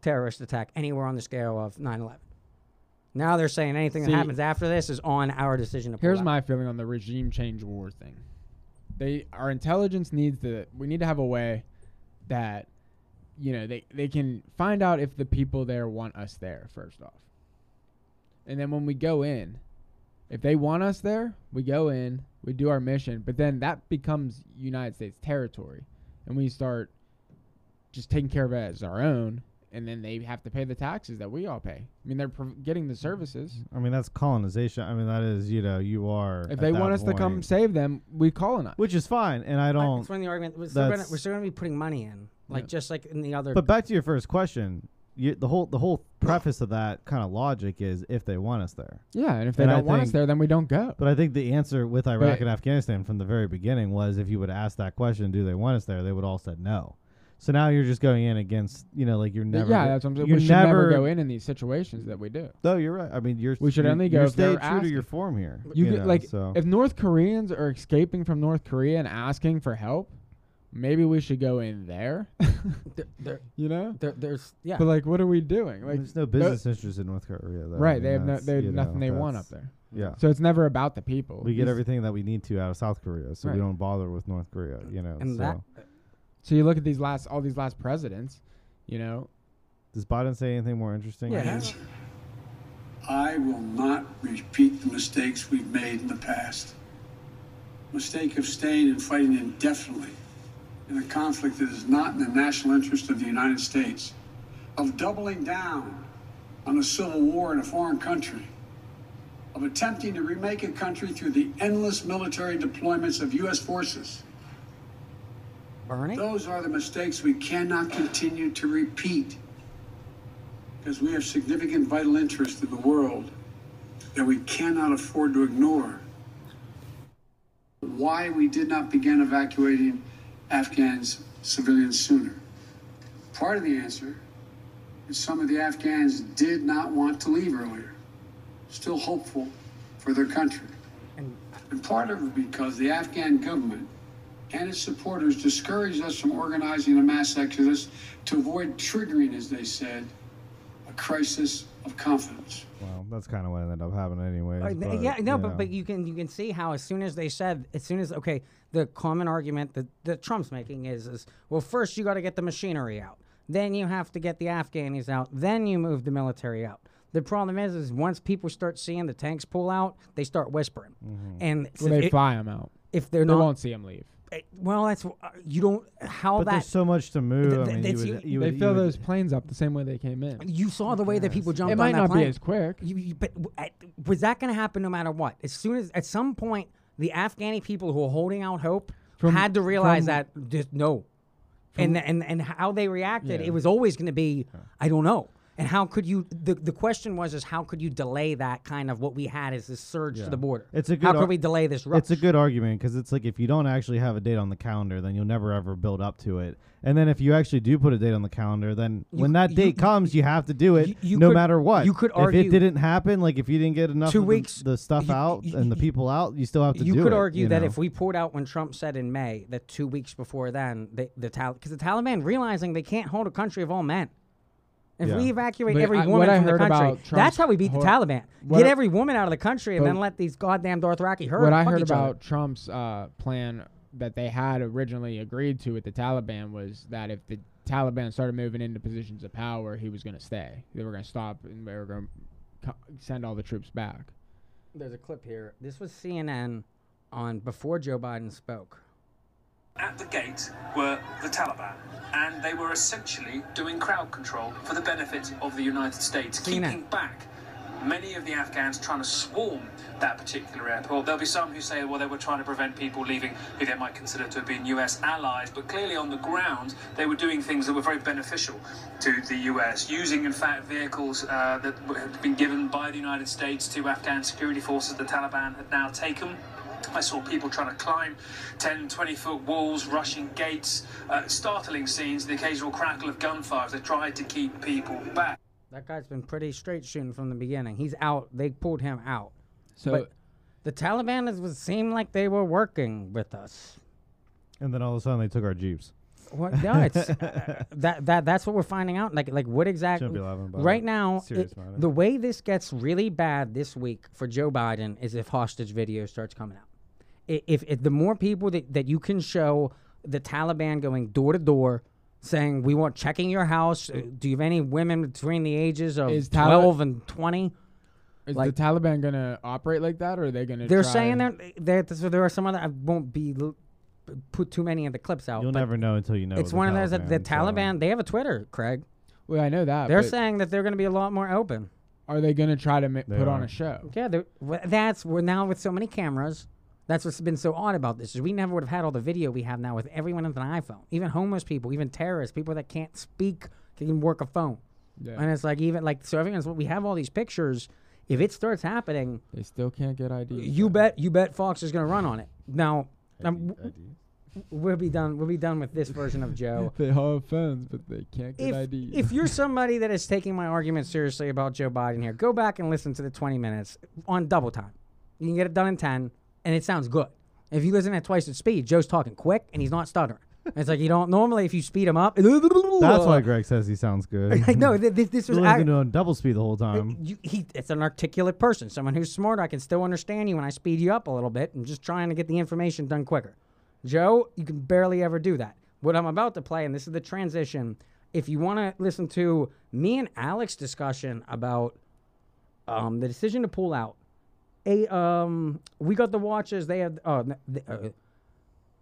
Speaker 1: terrorist attack anywhere on the scale of 9/11. Now they're saying anything
Speaker 3: See-
Speaker 1: that happens after this is on our decision to pull
Speaker 3: Here's
Speaker 1: out.
Speaker 3: my feeling on the regime change war thing. They our intelligence needs to we need to have a way that you know they they can find out if the people there want us there first off. And then when we go in, if they want us there, we go in, we do our mission, but then that becomes United States territory and we start just taking care of it as our own and then they have to pay the taxes that we all pay. I mean, they're prov- getting the services.
Speaker 2: I mean, that's colonization. I mean, that is you know you are. at
Speaker 3: If they
Speaker 2: that
Speaker 3: want us to come
Speaker 2: point.
Speaker 3: save them, we colonize.
Speaker 2: which is fine, and I
Speaker 1: Right,
Speaker 2: don't.
Speaker 1: That's when the argument we're still, gonna,
Speaker 2: that's-
Speaker 1: we're still gonna be putting money in, like
Speaker 3: Yeah.
Speaker 1: just like in the other.
Speaker 2: But back to your first question, you, the whole the whole preface of that kind of logic is if they want us there.
Speaker 3: Yeah, and if they
Speaker 2: And I
Speaker 3: don't want us
Speaker 2: think-
Speaker 3: there, then we don't go.
Speaker 2: But I think the answer with Iraq
Speaker 3: But-
Speaker 2: and Afghanistan from the very beginning was if you would ask that question, do they want us there? They would all said no. So now you're just going in against, you know, like you're
Speaker 3: But
Speaker 2: never.
Speaker 3: yeah,
Speaker 2: go-
Speaker 3: that's what I'm saying.
Speaker 2: You're
Speaker 3: We should never, go in in these situations that we do.
Speaker 2: No, you're right. I mean, you're.
Speaker 3: We should
Speaker 2: you're-
Speaker 3: only
Speaker 2: you're
Speaker 3: go if
Speaker 2: stay
Speaker 3: they're
Speaker 2: true to your
Speaker 3: asking.
Speaker 2: form here.
Speaker 3: You, could,
Speaker 2: know,
Speaker 3: like
Speaker 2: so.
Speaker 3: if North Koreans are escaping from North Korea and asking for help, maybe we should go in
Speaker 2: *laughs*
Speaker 3: there.
Speaker 1: there, there,
Speaker 3: you know,
Speaker 1: there, there's yeah.
Speaker 3: but like, what are we doing? Like,
Speaker 2: there's no
Speaker 3: tho-
Speaker 2: business interest in North Korea, though. I
Speaker 3: right?
Speaker 2: mean,
Speaker 3: They have no,
Speaker 2: that's,
Speaker 3: they have
Speaker 2: you know,
Speaker 3: nothing they want up
Speaker 2: that's-
Speaker 3: there.
Speaker 2: Yeah,
Speaker 3: So it's never about the people.
Speaker 2: we get
Speaker 3: It's-
Speaker 2: everything that we need to out of South Korea, so
Speaker 3: Right.
Speaker 2: we don't bother with North Korea. You know,
Speaker 1: and
Speaker 2: so
Speaker 1: that
Speaker 3: So you look at these last, all these last presidents. You know,
Speaker 2: does Biden say anything more interesting?
Speaker 1: Yeah.
Speaker 2: here?
Speaker 7: Answer. I will not repeat the mistakes we've made in the past. Mistake of staying and fighting indefinitely in a conflict that is not in the national interest of the United States, of doubling down on a civil war in a foreign country, of attempting to remake a country through the endless military deployments of U.S. forces.
Speaker 1: Bernie,
Speaker 7: Those are the mistakes we cannot continue to repeat because we have significant vital interests in the world that we cannot afford to ignore. Why we did not begin evacuating Afghans, civilians sooner. Part of the answer is some of the Afghans did not want to leave earlier, still hopeful for their country. And part of it because the Afghan government and its supporters discouraged us from organizing a mass exodus to avoid triggering, as they said, a crisis of confidence.
Speaker 2: Well, that's kind of what ended up happening, anyways.
Speaker 1: Uh, th-
Speaker 2: but,
Speaker 1: yeah, no,
Speaker 2: you
Speaker 1: but,
Speaker 2: know.
Speaker 1: but you can you can see how as soon as they said as soon as okay, the common argument that, that Trump's making is is well first you got to get the machinery out, then you have to get the Afghanis out, then you move the military out. The problem is is once people start seeing the tanks pull out, they start whispering, and
Speaker 3: Mm-hmm. when
Speaker 1: if,
Speaker 3: they fly them out,
Speaker 1: if they're
Speaker 3: they
Speaker 1: not
Speaker 3: won't see them leave.
Speaker 1: eh, well, that's wh- uh, you don't how
Speaker 2: But
Speaker 1: that
Speaker 2: there's so much to move.
Speaker 1: th-
Speaker 2: I mean,
Speaker 1: that's-
Speaker 2: you would,
Speaker 1: you-
Speaker 2: you
Speaker 3: they
Speaker 2: would, you
Speaker 3: fill
Speaker 2: would-
Speaker 3: those planes up the same way they came in.
Speaker 1: you saw the way that people jumped.
Speaker 3: It
Speaker 1: on
Speaker 3: might
Speaker 1: that
Speaker 3: not
Speaker 1: plane.
Speaker 3: be as quick.
Speaker 1: You, you, but w- at, was that going to happen no matter what? As soon as at some point, the Afghani people who were holding out hope
Speaker 3: From-
Speaker 1: had to realize
Speaker 3: from-
Speaker 1: that just, no, and and and how they reacted,
Speaker 3: Yeah.
Speaker 1: it was always going to be I don't know. And how could you? The, the question was is how could you delay that kind of what we had as this surge to the border?
Speaker 2: It's a
Speaker 1: how
Speaker 2: good
Speaker 1: could
Speaker 2: ar-
Speaker 1: we delay this rush?
Speaker 2: It's a good argument because it's like if you don't actually have a date on the calendar, then you'll never ever build up to it. And then if you actually do put a date on the calendar, then when that
Speaker 1: you-
Speaker 2: date comes, you have to do it
Speaker 1: you- you
Speaker 2: no
Speaker 1: could-
Speaker 2: matter what.
Speaker 1: you could
Speaker 2: if
Speaker 1: argue-
Speaker 2: it didn't happen, like if you didn't get enough
Speaker 1: Two
Speaker 2: of the-
Speaker 1: weeks-
Speaker 2: the, stuff
Speaker 1: you-
Speaker 2: out
Speaker 1: you-
Speaker 2: and the
Speaker 1: you-
Speaker 2: people out, you still have to
Speaker 1: you
Speaker 2: do
Speaker 1: could
Speaker 2: it,
Speaker 1: argue
Speaker 2: you
Speaker 1: that
Speaker 2: know?
Speaker 1: if we poured out when Trump said in May that two weeks before then, they, the because the Taliban realizing they can't hold a country of all men. If we
Speaker 2: Yeah.
Speaker 1: evacuate
Speaker 3: But
Speaker 1: every
Speaker 3: I-
Speaker 1: woman
Speaker 3: what I
Speaker 1: from the
Speaker 3: heard
Speaker 1: country,
Speaker 3: about
Speaker 1: that's
Speaker 3: Trump's
Speaker 1: how we beat the
Speaker 3: hor-
Speaker 1: Taliban.
Speaker 3: what
Speaker 1: Get
Speaker 3: I-
Speaker 1: every woman out of the country and
Speaker 3: but-
Speaker 1: then let these goddamn Dothraki herd.
Speaker 3: what I
Speaker 1: fuck
Speaker 3: heard
Speaker 1: each other.
Speaker 3: about Trump's uh, plan that they had originally agreed to with the Taliban was that if the Taliban started moving into positions of power, he was going to stay. They were going to stop and they were going to send all the troops back.
Speaker 1: There's a clip here. This was CNN on before Joe Biden spoke.
Speaker 8: At the gate were the Taliban, and they were essentially doing crowd control for the benefit of the United States,
Speaker 1: Seen it.
Speaker 8: keeping back many of the Afghans trying to swarm that particular airport. There'll be some who say, well, they were trying to prevent people leaving who they might consider to have been US allies, but clearly on the ground, they were doing things that were very beneficial to the US, using, in fact, vehicles uh, that were- had been given by the United States to Afghan security forces the Taliban had now taken. I saw people trying to climb 10, 20 foot walls, rushing gates, uh, startling scenes, the occasional crackle of gunfire as they tried to keep people back.
Speaker 1: That guy's been pretty straight shooting from the beginning. He's out. They pulled him out.
Speaker 3: So
Speaker 1: But- The Taliban is, would seem like they were working with us.
Speaker 2: And then all of a sudden they took our jeeps.
Speaker 1: What, no, it's uh, that that that's what we're finding out. Like like what exactly?
Speaker 2: be laughing about
Speaker 1: right
Speaker 2: it.
Speaker 1: now,
Speaker 2: Serious
Speaker 1: it-
Speaker 2: about it.
Speaker 1: the way this gets really bad this week for Joe Biden is if hostage video starts coming out. I- If, if the more people that, that you can show the Taliban going door to door saying we want checking your house, uh, do you have any women between the ages of
Speaker 3: Is Tali-
Speaker 1: twelve and twenty?
Speaker 3: is
Speaker 1: like-
Speaker 3: the Taliban gonna operate like that, or are they gonna?
Speaker 1: They're
Speaker 3: try
Speaker 1: saying
Speaker 3: and-
Speaker 1: that that so there are some other. I won't be l- put too many of the clips out.
Speaker 2: You'll
Speaker 1: but
Speaker 2: never know until you know.
Speaker 1: It's
Speaker 2: with the
Speaker 1: one of those that the
Speaker 2: so-
Speaker 1: Taliban. They have a Twitter, Craig.
Speaker 3: Well, I know that.
Speaker 1: They're
Speaker 3: but
Speaker 1: saying that they're going to be a lot more open.
Speaker 3: are they gonna try to ma-
Speaker 2: They
Speaker 3: put on
Speaker 2: are.
Speaker 3: a show?
Speaker 1: Yeah, they're- wh- that's we're now with so many cameras. That's what's been so odd about this is we never would have had all the video we have now with everyone with an iPhone, even homeless people, even terrorists, people that can't speak can even work a phone.
Speaker 3: Yeah.
Speaker 1: And it's like even like so everyone's we have all these pictures. If it starts happening,
Speaker 3: They still can't get ID.
Speaker 1: you bet you bet Fox is going to run on it. Now um, w- we'll be done. We'll be done with this version of Joe.
Speaker 3: They have phones, but they can't get
Speaker 1: if,
Speaker 3: ID.
Speaker 1: if you're somebody that is taking my argument seriously about Joe Biden here, go back and listen to the 20 minutes on double time. You can get it done in 10, and it sounds good. If you listen at twice the speed, Joe's talking quick and he's not stuttering. It's like you don't normally if you speed him up.
Speaker 2: That's why Greg says he sounds
Speaker 1: *laughs*
Speaker 2: good. *laughs*
Speaker 1: Like, no, th- this, this was.
Speaker 2: He's
Speaker 1: ac-
Speaker 2: been on double speed the whole time.
Speaker 1: you, he, it's an articulate person, someone who's smart. I can still understand you when I speed you up a little bit. I'm just trying to get the information done quicker. Joe, you can barely ever do that. What I'm about to play, and this is the transition. If you want to listen to me and Alex discussion about um, the decision to pull out, a um, we got the watches. They have oh, n- th- uh,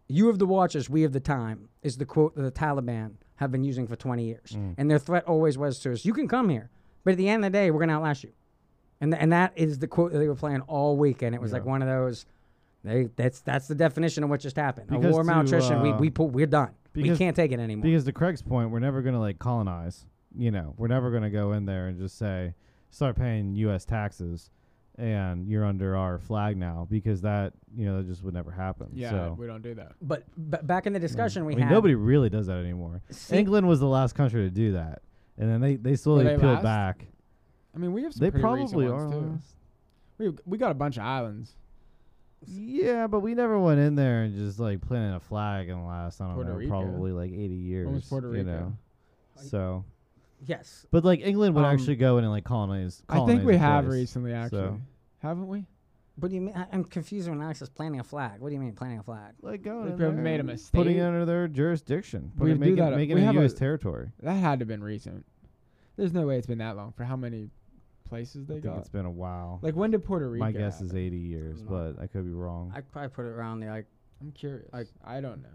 Speaker 1: you have the watches, we have the time, is the quote that the Taliban have been using for 20 years. And their threat always was to us, you can come here, but at the end of the day, we're going to outlast you. And, th- and that is the quote that they were playing all week. And it was like one of those, they, that's that's the definition of what just happened. a
Speaker 2: Because
Speaker 1: war
Speaker 2: to,
Speaker 1: malnutrition, we,
Speaker 2: uh,
Speaker 1: we pull, we're done. we
Speaker 2: because-
Speaker 1: can't take it anymore.
Speaker 2: Because to Craig's point, we're never gonna like colonize. You know, we're never gonna go in there and just say start paying U.S. taxes and you're under our flag now because that you know that just would never happen.
Speaker 3: yeah,
Speaker 2: So.
Speaker 3: we don't do that.
Speaker 1: but, but back in the discussion we
Speaker 2: I mean,
Speaker 1: had.
Speaker 2: nobody really does that anymore.
Speaker 1: See-
Speaker 2: England was the last country to do that, and then they they slowly
Speaker 3: they
Speaker 2: peeled
Speaker 3: last?
Speaker 2: back.
Speaker 3: I mean, we have some
Speaker 2: They
Speaker 3: pretty
Speaker 2: probably
Speaker 3: recent
Speaker 2: are.
Speaker 3: ones too.
Speaker 2: last.
Speaker 3: We we got a bunch of islands.
Speaker 2: Yeah, but we never went in there and just like planted a flag in the last I don't
Speaker 3: Puerto
Speaker 2: know
Speaker 3: Rico.
Speaker 2: probably like eighty years.
Speaker 3: Puerto
Speaker 2: You
Speaker 3: Rico.
Speaker 2: know, so
Speaker 1: yes.
Speaker 2: but like England would
Speaker 3: Um,
Speaker 2: actually go in and like colonize.
Speaker 3: I think
Speaker 2: colonize
Speaker 3: we
Speaker 2: the
Speaker 3: have
Speaker 2: place.
Speaker 3: recently, actually,
Speaker 2: So-
Speaker 3: haven't we?
Speaker 1: What do you mean? I, I'm confused when Alex is planting a flag. What do you mean planting a flag?
Speaker 2: Like going
Speaker 3: We
Speaker 2: in there,
Speaker 3: probably made a
Speaker 2: putting
Speaker 3: mistake.
Speaker 2: it under their jurisdiction.
Speaker 3: We
Speaker 2: putting-
Speaker 3: do
Speaker 2: making,
Speaker 3: that-
Speaker 2: making
Speaker 3: we
Speaker 2: it
Speaker 3: have a-
Speaker 2: U.S. territory.
Speaker 3: That had to have been recent. There's no way it's been that long for how many places they
Speaker 2: I think
Speaker 3: got.
Speaker 2: it's been a while.
Speaker 3: Like when did Puerto Rico?
Speaker 2: My guess
Speaker 3: happen?
Speaker 2: is eighty years, but I could be wrong.
Speaker 1: I probably put it around the like,
Speaker 3: I'm curious. Like I don't know.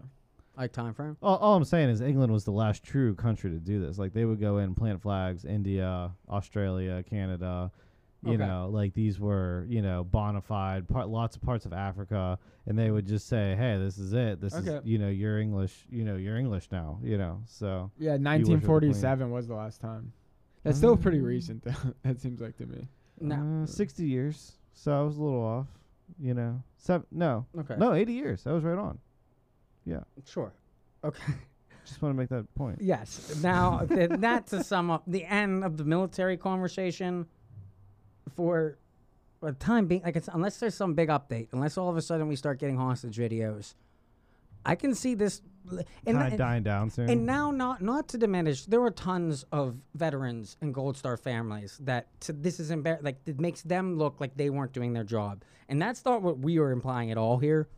Speaker 1: like time frame.
Speaker 2: All, all I'm saying is England was the last true country to do this. Like they would go in and plant flags. India, Australia, Canada. You
Speaker 3: Okay.
Speaker 2: know, like these were you know bona fide part, lots of parts of Africa, and they would just say, "Hey, this is it. This is
Speaker 3: Okay.
Speaker 2: you know you're English. You know you're English now. You know." So wish
Speaker 3: Yeah,
Speaker 2: it was clean.
Speaker 3: 1947 was the last time. That's still
Speaker 2: Mm.
Speaker 3: pretty recent, though. *laughs* That seems like to me.
Speaker 1: No.
Speaker 2: uh, sixty years. So I was a little off. You know, seven. No,
Speaker 1: Okay.
Speaker 2: no, eighty years. I was right on.
Speaker 1: Sure. Okay.
Speaker 2: Just want to make that point.
Speaker 1: Yes. Now, th- that to sum up the end of the military conversation for the time being, like, it's, unless there's some big update, unless all of a sudden we start getting hostage videos, I can see this. And,
Speaker 2: Kind
Speaker 1: and-
Speaker 2: of dying down soon.
Speaker 1: and now, not not to diminish, there were tons of veterans and Gold Star families that to, this is embar- like it makes them look like they weren't doing their job, and that's not what we are implying at all here.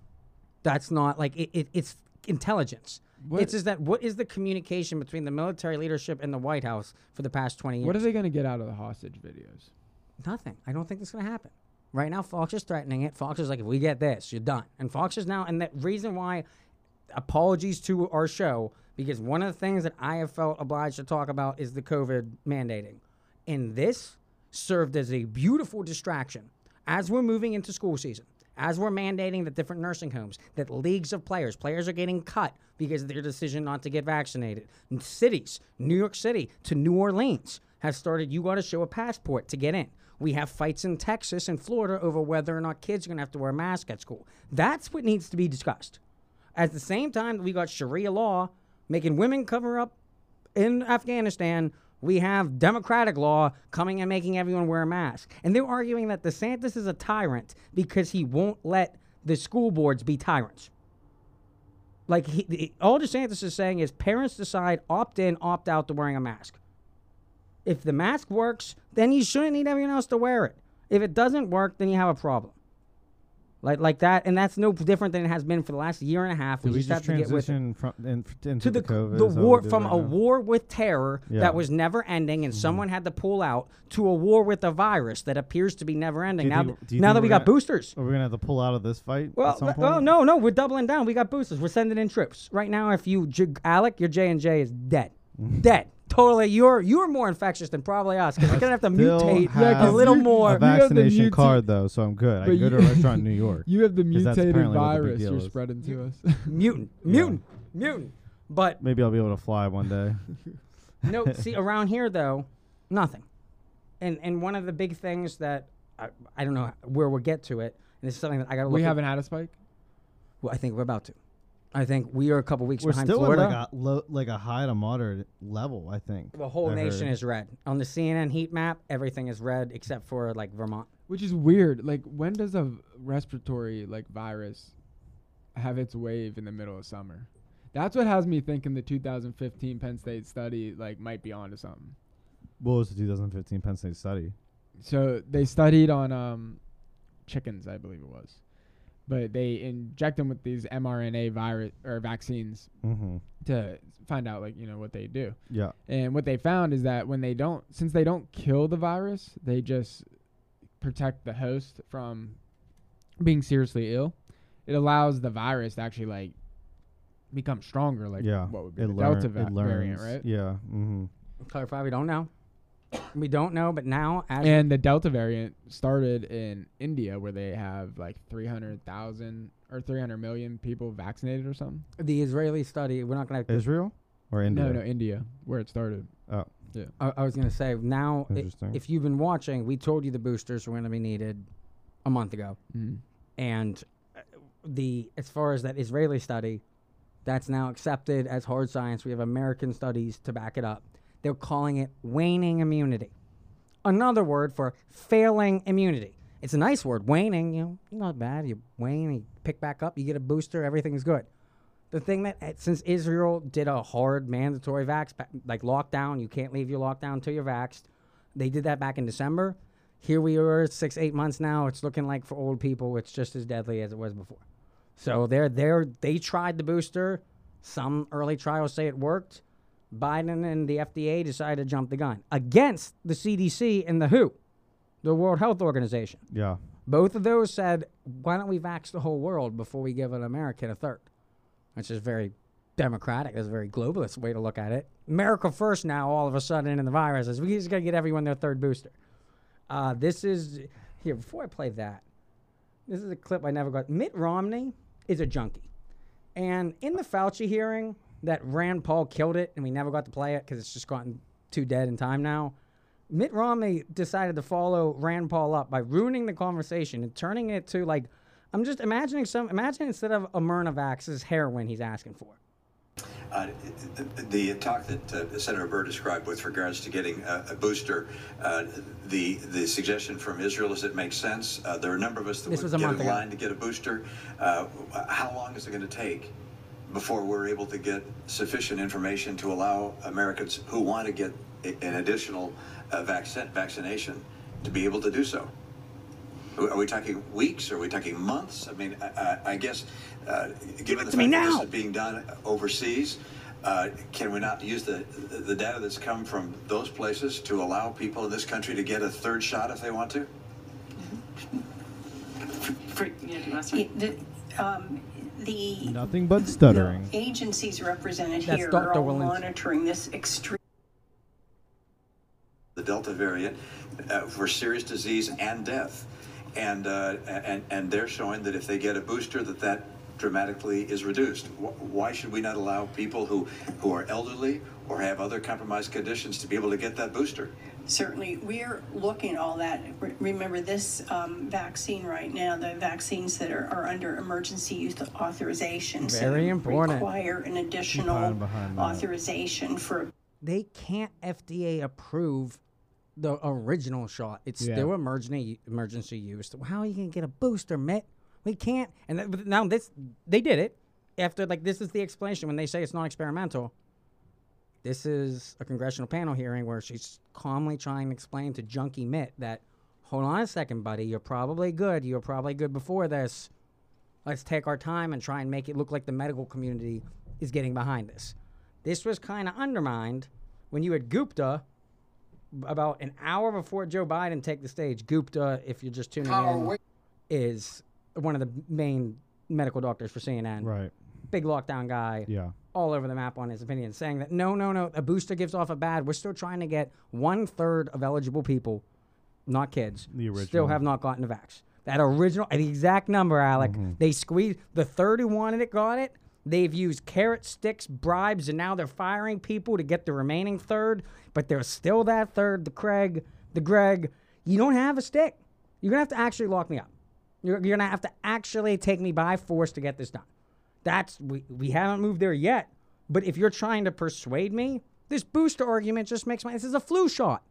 Speaker 1: That's not like it, it, it's intelligence.
Speaker 3: What-
Speaker 1: It's just that what is the communication between the military leadership and the White House for the past twenty years?
Speaker 3: What are they going to get out of the hostage videos?
Speaker 1: Nothing. I don't think that's going to happen. Right now, Fox is threatening it. Fox is like, if we get this, you're done. And Fox is now, and the reason why apologies to our show because one of the things that I have felt obliged to talk about is the COVID mandating. And this served as a beautiful distraction as we're moving into school season. As we're mandating the different nursing homes, that leagues of players, players are getting cut because of their decision not to get vaccinated. And cities, New York City to New Orleans, have started you got to show a passport to get in. We have fights in Texas and Florida over whether or not kids are going to have to wear a mask at school. That's what needs to be discussed. At the same time that we got Sharia law making women cover up in Afghanistan, we have democratic law coming and making everyone wear a mask. And they're arguing that DeSantis is a tyrant because he won't let the school boards be tyrants. Like, he, he- all DeSantis is saying is parents decide opt in, opt out to wearing a mask. If the mask works, then you shouldn't need everyone else to wear it. If it doesn't work, then you have a problem. Like like that, and that's no different than it has been for the last year and a half.
Speaker 2: Did we
Speaker 1: just have
Speaker 2: just
Speaker 1: to get with it.
Speaker 2: transition from in, f- into
Speaker 1: to
Speaker 2: the,
Speaker 1: the,
Speaker 2: COVID?
Speaker 1: the
Speaker 2: Is that what
Speaker 1: war
Speaker 2: we did
Speaker 1: from
Speaker 2: right
Speaker 1: a
Speaker 2: now?
Speaker 1: war with terror
Speaker 2: Yeah. Mm-hmm.
Speaker 1: that was never ending, and someone had to pull out to a war with a virus that appears to be never
Speaker 2: Do
Speaker 1: ending.
Speaker 2: you
Speaker 1: Now,
Speaker 2: think-
Speaker 1: th-
Speaker 2: do you
Speaker 1: now
Speaker 2: think
Speaker 1: that
Speaker 2: we're
Speaker 1: we got
Speaker 2: gonna-
Speaker 1: boosters,
Speaker 2: Are we gonna have to pull out of this fight?
Speaker 1: well,
Speaker 2: at some
Speaker 1: th-
Speaker 2: point?
Speaker 1: well, no, no, we're doubling down. We got boosters. We're sending in troops right now. If you, J- Alec, your J and J is dead,
Speaker 2: *laughs*
Speaker 1: dead. Totally, you're you're more infectious than probably us because you're gonna have to
Speaker 2: Still
Speaker 1: mutate
Speaker 2: have
Speaker 1: a little
Speaker 3: you-
Speaker 1: more.
Speaker 2: A
Speaker 3: have the
Speaker 2: vaccination
Speaker 3: muta-
Speaker 2: card though, so I'm good. I
Speaker 3: But
Speaker 2: can go to a
Speaker 3: you-
Speaker 2: restaurant
Speaker 1: *laughs*
Speaker 2: in New York.
Speaker 3: You have the
Speaker 2: 'Cause that's
Speaker 3: mutated
Speaker 2: apparently what the big
Speaker 3: virus
Speaker 2: deal
Speaker 3: you're
Speaker 2: is.
Speaker 3: spreading
Speaker 2: *laughs*
Speaker 3: to us.
Speaker 1: mutant, mutant, mutant. But
Speaker 2: Maybe I'll be able to fly one
Speaker 1: *laughs*
Speaker 2: day. *laughs*
Speaker 1: no, see, around here though, nothing. And and one of the big things that I, I don't know where we'll get to it, and this is something that I got to look.
Speaker 3: we
Speaker 1: at-
Speaker 3: haven't had a spike.
Speaker 1: Well, I think we're about to. I think we are a couple weeks
Speaker 2: We're
Speaker 1: behind
Speaker 2: still
Speaker 1: Florida.
Speaker 2: at like a low, like a high to moderate level, I think.
Speaker 1: the whole
Speaker 2: I
Speaker 1: nation
Speaker 2: heard.
Speaker 1: is red on the CNN heat map. Everything is red except for like Vermont.
Speaker 3: Which is weird. Like, when does a v- respiratory like virus have its wave in the middle of summer? That's what has me thinking the 2015 Penn State study like might be onto something.
Speaker 2: What was the 2015 Penn State study?
Speaker 3: So they studied on um, chickens, I believe it was, but they inject them with these mRNA virus or vaccines
Speaker 2: Mm-hmm.
Speaker 3: to find out like you know what they do.
Speaker 2: Yeah.
Speaker 3: And what they found is that when they don't, since they don't kill the virus, they just protect the host from being seriously ill. It allows the virus to actually like become stronger, like
Speaker 2: yeah.
Speaker 3: what would be
Speaker 2: it
Speaker 3: the
Speaker 2: learn-
Speaker 3: Delta va-
Speaker 2: it
Speaker 3: variant,
Speaker 2: learns.
Speaker 3: right?
Speaker 2: Yeah. Mm-hmm.
Speaker 1: Clarify, we don't know. We don't know, but now as
Speaker 3: And the Delta variant started in India, where they have like 300,000 or 300 million people vaccinated or something.
Speaker 1: the Israeli study, we're not gonna.
Speaker 2: Israel or India?
Speaker 3: No, no, India, where it started.
Speaker 2: Oh,
Speaker 1: I, I was gonna say now, i-
Speaker 2: Interesting.
Speaker 1: if you've been watching, we told you the boosters were gonna be needed a month ago,
Speaker 3: Mhm.
Speaker 1: and uh, the as far as that Israeli study, that's now accepted as hard science. We have American studies to back it up. They're calling it waning immunity. Another word for failing immunity. It's a nice word, waning. You know, not bad. You wane, you pick back up, you get a booster, everything's good. The thing that eh, since Israel did a hard mandatory vax ba- like lockdown, you can't leave your lockdown till you're vaxxed. They did that back in December. Here we are, six eight months now. It's looking like for old people, it's just as deadly as it was before. So they're they're they tried the booster. Some early trials say it worked. Biden and the FDA decided to jump the gun against the CDC and the WHO, the World Health Organization.
Speaker 2: yeah.
Speaker 1: Both of those said, why don't we vax the whole world before we give an American a third? Which is very democratic. That's a very globalist way to look at it. America first now, all of a sudden, in the viruses. We just got to get everyone their third booster. Uh, this is, here, before I play that, this is a clip I never got. Mitt Romney is a junkie. And in the Fauci hearing that Rand Paul killed it and we never got to play it because it's just gotten too dead in time now, Mitt Romney decided to follow Rand Paul up by ruining the conversation and turning it to like, I'm just imagining some, imagine instead of a Myrnavax, is heroin he's asking for.
Speaker 9: Uh, The talk that uh, Senator Burr described with regards to getting uh, a booster, uh, the the suggestion from Israel is it makes sense. Uh, There are a number of us that
Speaker 1: This
Speaker 9: would
Speaker 1: was a
Speaker 9: get
Speaker 1: month
Speaker 9: in
Speaker 1: ago.
Speaker 9: line to get a booster. Uh, How long is it going to take before we're able to get sufficient information to allow Americans who want to get a- an additional uh, vaccine vaccination to be able to do so? Are we talking weeks? Are we talking months? I mean, I, I, I guess, uh, given the
Speaker 1: to me
Speaker 9: fact that this
Speaker 1: now.
Speaker 9: is being done overseas, uh, can we not use the, the the data that's come from those places to allow people in this country to get a third shot if they want to?
Speaker 6: For, yeah, that's right.
Speaker 4: It- the- um,
Speaker 10: the
Speaker 2: Nothing but stuttering.
Speaker 10: agencies represented
Speaker 1: That's
Speaker 10: here
Speaker 1: Dr.
Speaker 10: are all
Speaker 1: Walensky.
Speaker 10: monitoring this extreme.
Speaker 9: the Delta variant uh, for serious disease and death. And, uh, and, and they're showing that if they get a booster, that that dramatically is reduced. Wh- Why should we not allow people who, who are elderly or have other compromised conditions to be able to get that booster?
Speaker 10: Certainly, we're looking at all that. Re- Remember this um, vaccine right now, the vaccines that are, are under emergency use authorization. so
Speaker 1: Very important.
Speaker 10: Require an additional
Speaker 2: hiding behind
Speaker 1: oh,
Speaker 2: that.
Speaker 10: authorization for
Speaker 1: They can't FDA approve the original shot. It's
Speaker 3: Yeah.
Speaker 1: still emergency emergency use. How are you gonna get a booster, Mitt? We can't. And th- but now this, they did it after like this is the explanation when they say it's not experimental. This is a congressional panel hearing where she's calmly trying to explain to junkie Mitt that, hold on a second, buddy, you're probably good. You were probably good before this. Let's take our time and try and make it look like the medical community is getting behind this. This was kind of undermined when you had Gupta b- about an hour before Joe Biden take the stage. Gupta, if you're just tuning
Speaker 7: Power
Speaker 1: in,
Speaker 7: wa-
Speaker 1: is one of the main medical doctors for CNN.
Speaker 2: Right.
Speaker 1: Big lockdown guy
Speaker 2: Yeah.
Speaker 1: all over the map on his opinion, saying that no, no, no, a booster gives off a bad. We're still trying to get one third of eligible people, not kids,
Speaker 2: The
Speaker 1: still
Speaker 2: original.
Speaker 1: have not gotten the vax. That original, the exact number, Alec. They squeezed the 31 that got it. They've used carrot sticks, bribes, and now they're firing people to get the remaining third. But there's still that third, the Craig, the Greg. You don't have a stick. You're gonna have to actually lock me up. You're, you're gonna have to actually take me by force to get this done. That's we, we haven't moved there yet. But if you're trying to persuade me, this booster argument just makes my this is a flu shot.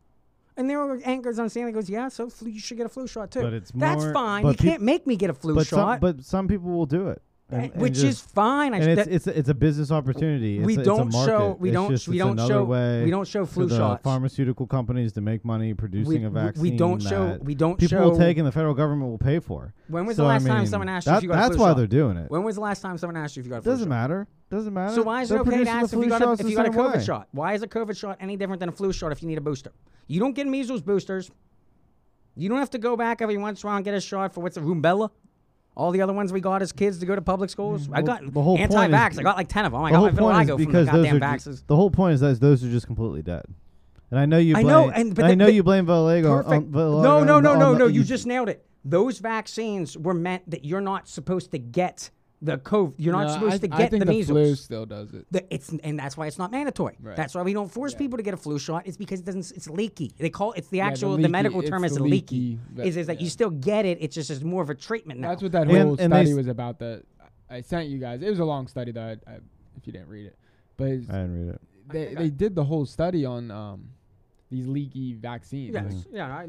Speaker 1: And there were anchors on CNN goes, yeah, so flu, you should get a flu shot too.
Speaker 2: But it's
Speaker 1: That's
Speaker 2: more-
Speaker 1: fine.
Speaker 2: but
Speaker 1: you
Speaker 2: peop-
Speaker 1: can't make me get a flu
Speaker 2: But some,
Speaker 1: shot,
Speaker 2: but some people will do it, and-
Speaker 1: eh,
Speaker 2: and
Speaker 1: which is
Speaker 2: just-
Speaker 1: fine. I
Speaker 2: And
Speaker 1: sh-
Speaker 2: it's,
Speaker 1: that-
Speaker 2: it's, a, it's a business opportunity. It's
Speaker 1: We
Speaker 2: a- it's a
Speaker 1: don't show-
Speaker 2: market.
Speaker 1: we
Speaker 2: It's
Speaker 1: don't-
Speaker 2: just-
Speaker 1: we
Speaker 2: it's
Speaker 1: don't
Speaker 2: another
Speaker 1: show-
Speaker 2: way
Speaker 1: we don't show
Speaker 2: for
Speaker 1: flu
Speaker 2: the
Speaker 1: shots.
Speaker 2: Pharmaceutical companies to make money producing
Speaker 1: we-
Speaker 2: a
Speaker 1: we
Speaker 2: vaccine.
Speaker 1: don't show-
Speaker 2: that
Speaker 1: we don't
Speaker 2: people
Speaker 1: show-
Speaker 2: will take and the federal government will pay for.
Speaker 1: when was
Speaker 2: So,
Speaker 1: the
Speaker 2: I
Speaker 1: last time
Speaker 2: mean,
Speaker 1: someone asked you
Speaker 2: that,
Speaker 1: if you got a
Speaker 2: That's
Speaker 1: flu
Speaker 2: why
Speaker 1: shot?
Speaker 2: they're doing it.
Speaker 1: When was the last time someone asked you if you got a flu
Speaker 2: Doesn't
Speaker 1: shot?
Speaker 2: matter. Doesn't matter.
Speaker 1: So why is it
Speaker 2: They're
Speaker 1: okay to
Speaker 2: producing the
Speaker 1: ask if
Speaker 2: flu
Speaker 1: you got a,
Speaker 2: shots
Speaker 1: if
Speaker 2: the
Speaker 1: you got a
Speaker 2: same
Speaker 1: COVID
Speaker 2: way.
Speaker 1: shot? Why is a COVID shot any different than a flu shot if you need a booster? You don't get measles boosters. You don't have to go back every once in a while and get a shot for what's it, rubella? All the other ones we got as kids to go to public schools. I
Speaker 2: Mm, Well,
Speaker 1: got
Speaker 2: the whole point is-
Speaker 1: anti-vax. I got like ten of them. I
Speaker 2: the
Speaker 1: got
Speaker 2: whole
Speaker 1: my
Speaker 2: point is
Speaker 1: vitiligo from the
Speaker 2: because those
Speaker 1: goddamn
Speaker 2: are
Speaker 1: vaxes.
Speaker 2: ju- the whole point is that those are just completely dead. And I know you.
Speaker 1: I
Speaker 2: Blame,
Speaker 1: know, and- but
Speaker 2: I
Speaker 1: the-
Speaker 2: know um, uh,
Speaker 1: the-
Speaker 2: you blame Vallejo.
Speaker 1: Perfect.
Speaker 2: On, Vallejo
Speaker 1: no, no,
Speaker 2: on
Speaker 1: no,
Speaker 2: the-
Speaker 1: no,
Speaker 2: on
Speaker 1: no.
Speaker 2: the-
Speaker 1: You just nailed it. Those vaccines were meant that you're not supposed to get the COVID. You're not
Speaker 3: No,
Speaker 1: supposed
Speaker 3: Uh, I,
Speaker 1: to
Speaker 3: I
Speaker 1: get
Speaker 3: think
Speaker 1: the measles.
Speaker 3: flu still does it.
Speaker 1: The, it's and that's why it's not mandatory.
Speaker 3: Right.
Speaker 1: That's why we don't force people to get a flu shot. It's because it doesn't. It's leaky. They call it's the
Speaker 3: the
Speaker 1: actual the,
Speaker 3: leaky-
Speaker 1: medical
Speaker 3: it's
Speaker 1: term
Speaker 3: the
Speaker 1: is leaky.
Speaker 3: leaky va-
Speaker 1: Is is that you
Speaker 3: yeah.
Speaker 1: still get it? It's just it's more of a treatment now.
Speaker 3: That's what that
Speaker 2: And-
Speaker 3: whole
Speaker 2: and they
Speaker 3: study
Speaker 2: s-
Speaker 3: was about. That I I sent you guys. It was a long study though. I, I, if you didn't read it, but it's-
Speaker 2: I didn't read it.
Speaker 3: they they did the whole study on um these leaky vaccines.
Speaker 1: Yes.
Speaker 2: Mm-hmm.
Speaker 3: Like,
Speaker 1: Yeah. I,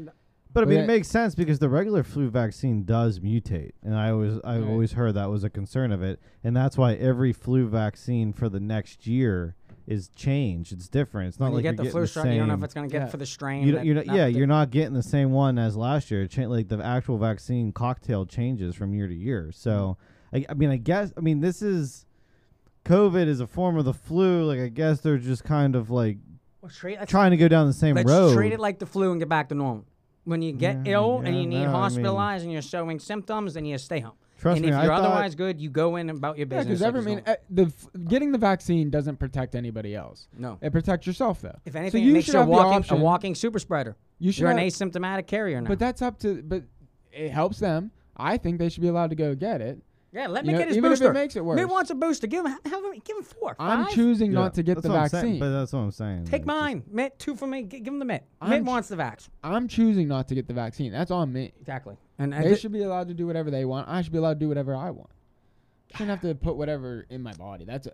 Speaker 2: But I
Speaker 3: But
Speaker 2: mean, it
Speaker 3: that-
Speaker 2: makes sense because the regular flu vaccine does mutate, and I always, I
Speaker 3: Right.
Speaker 2: always heard that was a concern of it, and that's why every flu vaccine for the next year is changed. It's different. It's not
Speaker 1: when you
Speaker 2: like
Speaker 1: get the
Speaker 2: you're
Speaker 1: flu
Speaker 2: getting
Speaker 1: shot,
Speaker 2: the
Speaker 1: you don't know if
Speaker 2: same-
Speaker 1: it's gonna get
Speaker 3: Yeah.
Speaker 1: for the strain.
Speaker 2: You
Speaker 1: that-
Speaker 2: don't, you're not,
Speaker 1: not
Speaker 2: yeah,
Speaker 1: the-
Speaker 2: you're not getting the same one as last year. It Cha- like the actual vaccine cocktail changes from year to year. So, I, I mean, I guess, I mean, this is COVID is a form of the flu. Like, I guess they're just kind of like
Speaker 1: Well, treat- let's-
Speaker 2: trying to go down the same
Speaker 1: Let's
Speaker 2: road.
Speaker 1: treat it like the flu and get back to normal. When you get
Speaker 2: Yeah,
Speaker 1: ill and
Speaker 2: yeah,
Speaker 1: you need
Speaker 2: no, I mean-
Speaker 1: hospitalized and you're showing symptoms, then you stay home.
Speaker 2: Trust
Speaker 1: and
Speaker 2: me,
Speaker 1: if
Speaker 2: I
Speaker 1: you're
Speaker 2: thought-
Speaker 1: otherwise good, you go in about your
Speaker 3: Yeah,
Speaker 1: business.
Speaker 3: because
Speaker 1: like
Speaker 3: every
Speaker 1: it's
Speaker 3: I mean,
Speaker 1: normal.
Speaker 3: uh, the f- getting the vaccine doesn't protect anybody else.
Speaker 1: No.
Speaker 3: it protects yourself though.
Speaker 1: if anything,
Speaker 3: so you
Speaker 1: it makes
Speaker 3: should
Speaker 1: you a
Speaker 3: have the
Speaker 1: walking,
Speaker 3: option,
Speaker 1: a walking super spreader.
Speaker 3: You should
Speaker 1: are an
Speaker 3: have-
Speaker 1: asymptomatic carrier now.
Speaker 3: But that's up to. But it helps them. I think they should be allowed to go get it.
Speaker 1: Yeah, let
Speaker 3: You
Speaker 1: me
Speaker 3: know,
Speaker 1: get his
Speaker 3: even if it
Speaker 1: booster.
Speaker 3: makes it
Speaker 1: Mitt
Speaker 3: worse.
Speaker 1: wants a booster. Give him, have him, give him four.
Speaker 3: I'm
Speaker 1: five.
Speaker 3: choosing
Speaker 2: Yeah,
Speaker 3: not to get
Speaker 2: that's
Speaker 3: the
Speaker 2: what I'm saying,
Speaker 3: vaccine.
Speaker 2: but that's what I'm saying. like,
Speaker 1: Take mine. Mitt, two for me. G- give him the Mitt.
Speaker 3: I'm
Speaker 1: Mitt
Speaker 3: ch-
Speaker 1: wants the vax.
Speaker 3: I'm choosing not to get the vaccine. That's on me.
Speaker 1: Exactly. And, and
Speaker 3: They
Speaker 1: th-
Speaker 3: should be allowed to do whatever they want. I should be allowed to do whatever I want. Shouldn't have to put whatever in my body. That's a,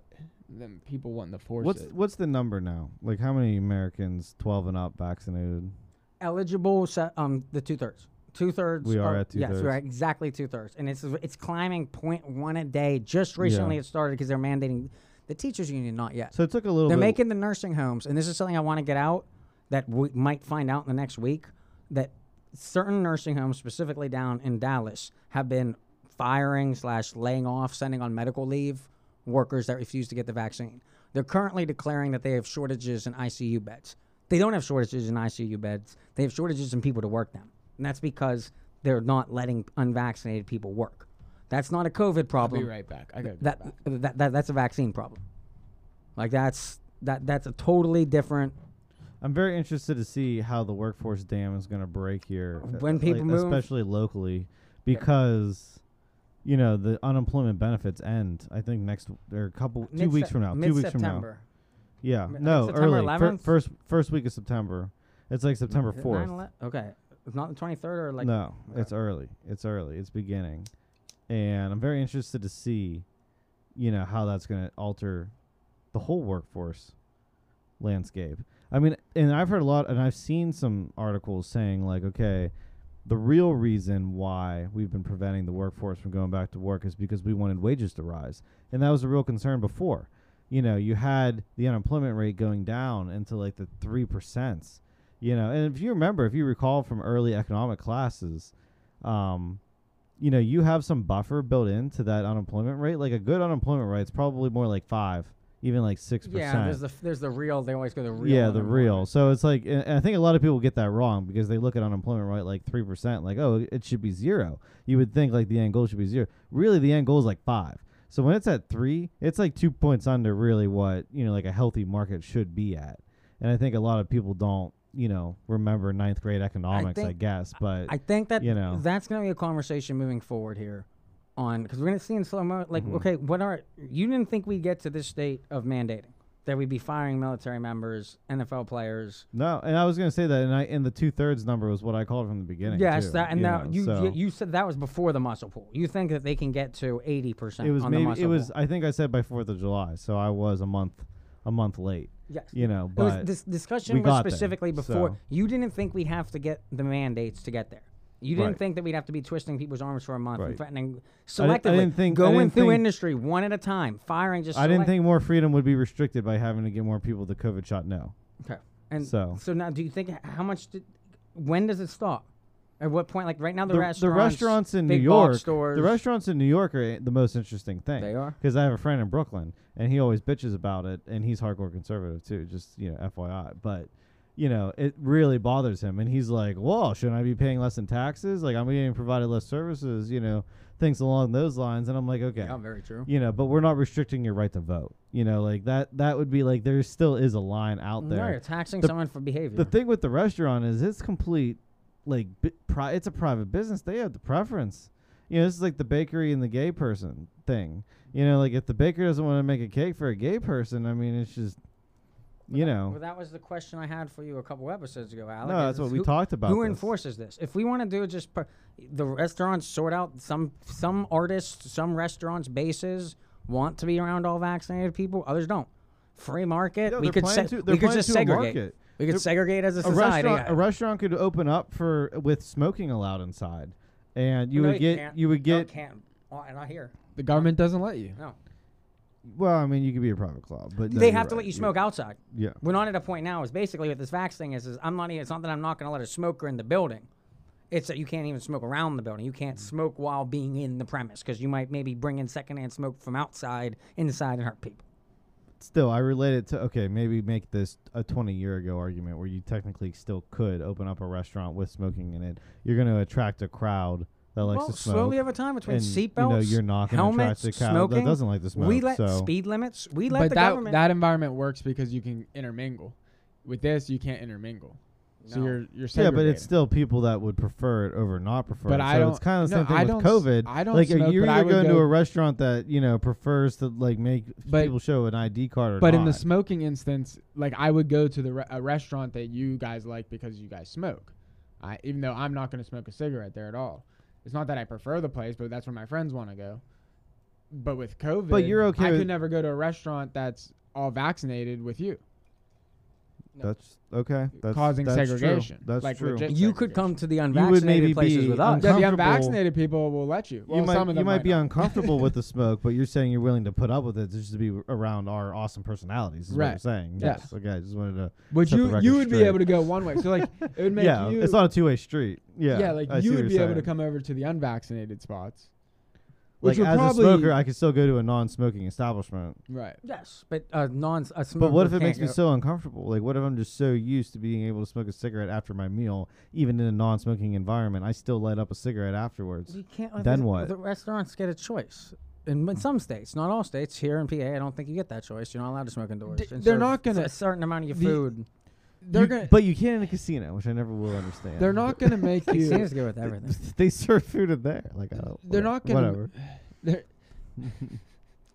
Speaker 3: them people wanting to force
Speaker 2: What's
Speaker 3: it.
Speaker 2: what's the number now? Like how many Americans 12 and up vaccinated?
Speaker 1: eligible, se- um, the two thirds. Two thirds.
Speaker 2: We are at
Speaker 1: Yes,
Speaker 2: two-thirds.
Speaker 1: we're at exactly two thirds, and it's it's climbing 0.1 a day. Just recently,
Speaker 2: Yeah.
Speaker 1: it started because they're mandating the teachers union not yet.
Speaker 2: So it took a little
Speaker 1: They're
Speaker 2: bit.
Speaker 1: making the nursing homes, and this is something I want to get out that we might find out in the next week that certain nursing homes, specifically down in Dallas, have been firing slash laying off, sending on medical leave workers that refuse to get the vaccine. They're currently declaring that they have shortages in ICU beds. They don't have shortages in ICU beds. They have shortages in people to work them, and that's because they're not letting unvaccinated people work. That's not a COVID
Speaker 3: I'll be
Speaker 1: problem.
Speaker 3: right back. I gotta go
Speaker 1: That,
Speaker 3: back.
Speaker 1: that, that that's a vaccine problem. Like that's that that's a totally different.
Speaker 2: I'm very interested to see how the workforce dam is going to break here, uh,
Speaker 1: When people move.
Speaker 2: especially locally, because you know the unemployment benefits end. I think next or a couple two
Speaker 1: Mid-Sep-
Speaker 2: weeks from now, two weeks from now.
Speaker 1: mid-September.
Speaker 2: Yeah,
Speaker 1: Mi- I think
Speaker 2: no,
Speaker 1: September
Speaker 2: early Fir-
Speaker 1: 11th?
Speaker 2: first first week of September. It's like September
Speaker 1: Is it
Speaker 2: fourth.
Speaker 1: 9/11? Okay, it's not the twenty third or like.
Speaker 2: no, it's early. It's early. It's beginning, and I'm very interested to see, you know, how that's going to alter the whole workforce landscape. I mean, and I've heard a lot, and I've seen some articles saying like, okay, the real reason why we've been preventing the workforce from going back to work is because we wanted wages to rise, and that was a real concern before. You know, you had the unemployment rate going down into like the three percent. You know, and if you remember, if you recall from early economic classes, um, you know, you have some buffer built into that unemployment rate. Like a good unemployment rate is probably more like five, even like six percent.
Speaker 1: Yeah, there's the f- there's the real. They always go the real.
Speaker 2: Yeah, the
Speaker 1: unemployment.
Speaker 2: real. So it's like, and and I think a lot of people get that wrong because they look at unemployment rate like three percent, like oh, it should be zero. You would think like the end goal should be zero. Really, the end goal is like five. So when it's at three, it's like two points under really what you know like a healthy market should be at. And I think a lot of people don't you know remember ninth grade economics, I,
Speaker 1: think-
Speaker 2: guess. But
Speaker 1: I think that
Speaker 2: you know.
Speaker 1: that's going to be a conversation moving forward here, on because we're going to see in slow mo. Like,
Speaker 2: Mm-hmm.
Speaker 1: okay, what are you didn't think we'd get to this state of mandating that we'd be firing military members, NFL players.
Speaker 2: no, and I was gonna say that, and I and the two thirds number was what I called from the beginning.
Speaker 1: Yes,
Speaker 2: too,
Speaker 1: that and
Speaker 2: you
Speaker 1: now
Speaker 2: know,
Speaker 1: you,
Speaker 2: so.
Speaker 1: you you said that was before the muscle pull. You think that they can get to eighty percent?
Speaker 2: it was
Speaker 1: on the
Speaker 2: maybe
Speaker 1: muscle
Speaker 2: it was
Speaker 1: pull.
Speaker 2: I think I said by Fourth of July, so I was a month a month late.
Speaker 1: Yes.
Speaker 2: You know,
Speaker 1: It
Speaker 2: but
Speaker 1: was, this discussion was
Speaker 2: got there,
Speaker 1: specifically before
Speaker 2: so.
Speaker 1: you didn't think we'd have to get the mandates to get there. You didn't
Speaker 2: Right.
Speaker 1: think that we'd have to be twisting people's arms for a month and
Speaker 2: Right.
Speaker 1: threatening
Speaker 2: I
Speaker 1: selectively,
Speaker 2: didn't think- I
Speaker 1: going
Speaker 2: didn't
Speaker 1: through
Speaker 2: think-
Speaker 1: industry one at a time, firing just.
Speaker 2: I didn't
Speaker 1: select-
Speaker 2: think more freedom would be restricted by having to get more people the COVID shot. No.
Speaker 1: Okay. And so,
Speaker 2: So.
Speaker 1: now, do you think h- how much? Did, when does it stop? At what point? Like right now, the,
Speaker 2: The,
Speaker 1: restaurants,
Speaker 2: the restaurants in New
Speaker 1: big box
Speaker 2: York,
Speaker 1: stores,
Speaker 2: the restaurants in New York are the most interesting thing.
Speaker 1: They are.
Speaker 2: because I have a friend in Brooklyn, and he always bitches about it, and he's hardcore conservative too. Just you know, FYI, but you know, it really bothers him, and he's like, "Whoa, shouldn't I be paying less in taxes? Like, I'm getting provided less services, you know, things along those lines." And I'm like, "Okay,
Speaker 1: Yeah, very true.
Speaker 2: you know but we're not restricting your right to vote you know like that that would be like there still is a line out
Speaker 1: No,
Speaker 2: there
Speaker 1: you're taxing
Speaker 2: The-
Speaker 1: someone for behavior.
Speaker 2: the thing with the restaurant is it's complete like bi- pri- it's a private business they have the preference you know this is like the bakery and the gay person thing you know like if the baker doesn't want to make a cake for a gay person i mean it's just you know
Speaker 1: Well, that was the question I had for you a couple episodes ago, Alec.
Speaker 2: No,
Speaker 1: is-
Speaker 2: that's what
Speaker 1: is
Speaker 2: we
Speaker 1: who-
Speaker 2: talked about
Speaker 1: Who
Speaker 2: this.
Speaker 1: enforces this? If we want to do just per, the restaurants sort out some some artists, some restaurants bases want to be around all vaccinated people, others don't. Free market.
Speaker 2: Yeah,
Speaker 1: we
Speaker 2: they're
Speaker 1: could se-
Speaker 2: playing to-
Speaker 1: we
Speaker 2: they're
Speaker 1: could
Speaker 2: playing
Speaker 1: just
Speaker 2: to a
Speaker 1: segregate.
Speaker 2: market.
Speaker 1: We could
Speaker 2: They're-
Speaker 1: segregate as a
Speaker 2: a
Speaker 1: society.
Speaker 2: restaurant,
Speaker 1: yeah.
Speaker 2: a restaurant could open up for with smoking allowed inside and you
Speaker 1: No,
Speaker 2: would get
Speaker 1: can't.
Speaker 2: you would
Speaker 1: No,
Speaker 2: get
Speaker 1: can't. Oh, and I hear.
Speaker 3: The government doesn't let you.
Speaker 1: No.
Speaker 2: well i mean you could be a private club but no,
Speaker 1: they
Speaker 2: you're
Speaker 1: have to
Speaker 2: right.
Speaker 1: let you
Speaker 2: You're-
Speaker 1: smoke outside.
Speaker 2: yeah
Speaker 1: We're not at a point now. Is basically what this vax thing is. Is I'm not. Even, it's not that I'm not going to let a smoker in the building. It's that you can't even smoke around the building. You can't
Speaker 2: Mm.
Speaker 1: smoke while being in the premise because you might maybe bring in secondhand smoke from outside inside and hurt people.
Speaker 2: still I relate it to okay, maybe make this a 20 year ago argument where you technically still could open up a restaurant with smoking in it. You're going to attract a crowd that likes
Speaker 1: well,
Speaker 2: to smoke.
Speaker 1: slowly over time between
Speaker 2: and,
Speaker 1: seatbelts,
Speaker 2: you know, you're not gonna attract
Speaker 1: helmets,
Speaker 2: the crowd
Speaker 1: smoking,
Speaker 2: that doesn't like to smoke.
Speaker 1: We let
Speaker 2: so
Speaker 1: speed limits. We let
Speaker 3: But
Speaker 1: the
Speaker 3: that
Speaker 1: government.
Speaker 3: that environment works because you can intermingle. With this, you can't intermingle. So
Speaker 1: No.
Speaker 3: you're you're
Speaker 2: yeah, but it's
Speaker 3: segregated.
Speaker 2: still people that would prefer it over not prefer
Speaker 3: But
Speaker 2: it.
Speaker 3: I
Speaker 2: so
Speaker 3: don't-
Speaker 2: it's kind of the
Speaker 3: no,
Speaker 2: same thing
Speaker 3: I
Speaker 2: with
Speaker 3: don't s-
Speaker 2: COVID.
Speaker 3: I don't
Speaker 2: like
Speaker 3: smoke,
Speaker 2: you're
Speaker 3: but I
Speaker 2: either
Speaker 3: would
Speaker 2: going to
Speaker 3: go-
Speaker 2: a restaurant that you know prefers to like make
Speaker 3: But-
Speaker 2: people show an ID card or
Speaker 3: But
Speaker 2: not.
Speaker 3: in the smoking instance, like I would go to the re- a restaurant that you guys like because you guys smoke. I even though I'm not going to smoke a cigarette there at all. It's not that I prefer the place, but that's where my friends want to go. But with COVID,
Speaker 2: you're okay
Speaker 3: I
Speaker 2: with-
Speaker 3: could never go to a restaurant that's all vaccinated
Speaker 2: *laughs*
Speaker 3: with you,
Speaker 2: that's okay. That's,
Speaker 3: causing
Speaker 2: that's true.
Speaker 3: segregation.
Speaker 2: That's
Speaker 3: like
Speaker 2: true.
Speaker 3: legit
Speaker 1: you could
Speaker 3: segregation.
Speaker 1: come to the
Speaker 2: maybe
Speaker 1: unvaccinated places
Speaker 2: be
Speaker 1: with us.
Speaker 3: Yeah, the
Speaker 2: uncomfortable.
Speaker 3: unvaccinated people will let you. Well,
Speaker 2: you might,
Speaker 3: some of them
Speaker 2: you might be
Speaker 3: not.
Speaker 2: uncomfortable
Speaker 3: *laughs*
Speaker 2: with the smoke, but you're saying you're willing to put up with it just to be around our awesome personalities. Is what you're
Speaker 3: Right.
Speaker 2: saying.
Speaker 3: Yeah.
Speaker 2: Yes. Okay. I just wanted to.
Speaker 3: Would
Speaker 2: set the
Speaker 3: you?
Speaker 2: record
Speaker 3: You would be
Speaker 2: straight.
Speaker 3: able to go one way.
Speaker 2: *laughs*
Speaker 3: So like it would make
Speaker 2: yeah,
Speaker 3: you.
Speaker 2: it's not a two way street. Yeah.
Speaker 3: like
Speaker 2: I see
Speaker 3: you
Speaker 2: what
Speaker 3: would
Speaker 2: you're
Speaker 3: be able to
Speaker 2: saying.
Speaker 3: come over to the unvaccinated spots.
Speaker 2: Like
Speaker 3: Which would
Speaker 2: as a
Speaker 3: probably-
Speaker 2: smoker, I could still go to a non-smoking establishment.
Speaker 3: Right.
Speaker 1: Yes, but uh, non. A
Speaker 2: But what if
Speaker 1: smoker
Speaker 2: it makes me
Speaker 1: can't uh, go-
Speaker 2: so uncomfortable? Like, what if I'm just so used to being able to smoke a cigarette after my meal, even in a non-smoking environment, I still light up a cigarette afterwards?
Speaker 1: You can't. like,
Speaker 2: then
Speaker 1: the-
Speaker 2: what?
Speaker 1: The restaurants get a choice. In, in some states, not all states. Here in PA, I don't think you get that choice. You're not allowed to smoke indoors.
Speaker 3: D-
Speaker 1: and
Speaker 3: they're
Speaker 1: serve
Speaker 3: not gonna-
Speaker 1: a certain amount of your
Speaker 2: *laughs*
Speaker 3: the-
Speaker 1: food.
Speaker 3: They're
Speaker 2: You-
Speaker 3: gonna.
Speaker 2: but you can in a casino, which I never will understand.
Speaker 3: they're not
Speaker 2: *laughs*
Speaker 3: gonna make
Speaker 1: They
Speaker 3: you.
Speaker 1: seem to go with everything.
Speaker 2: they serve food in there. Like, oh, whatever-
Speaker 3: They're not gonna.
Speaker 2: Whatever.
Speaker 3: They're,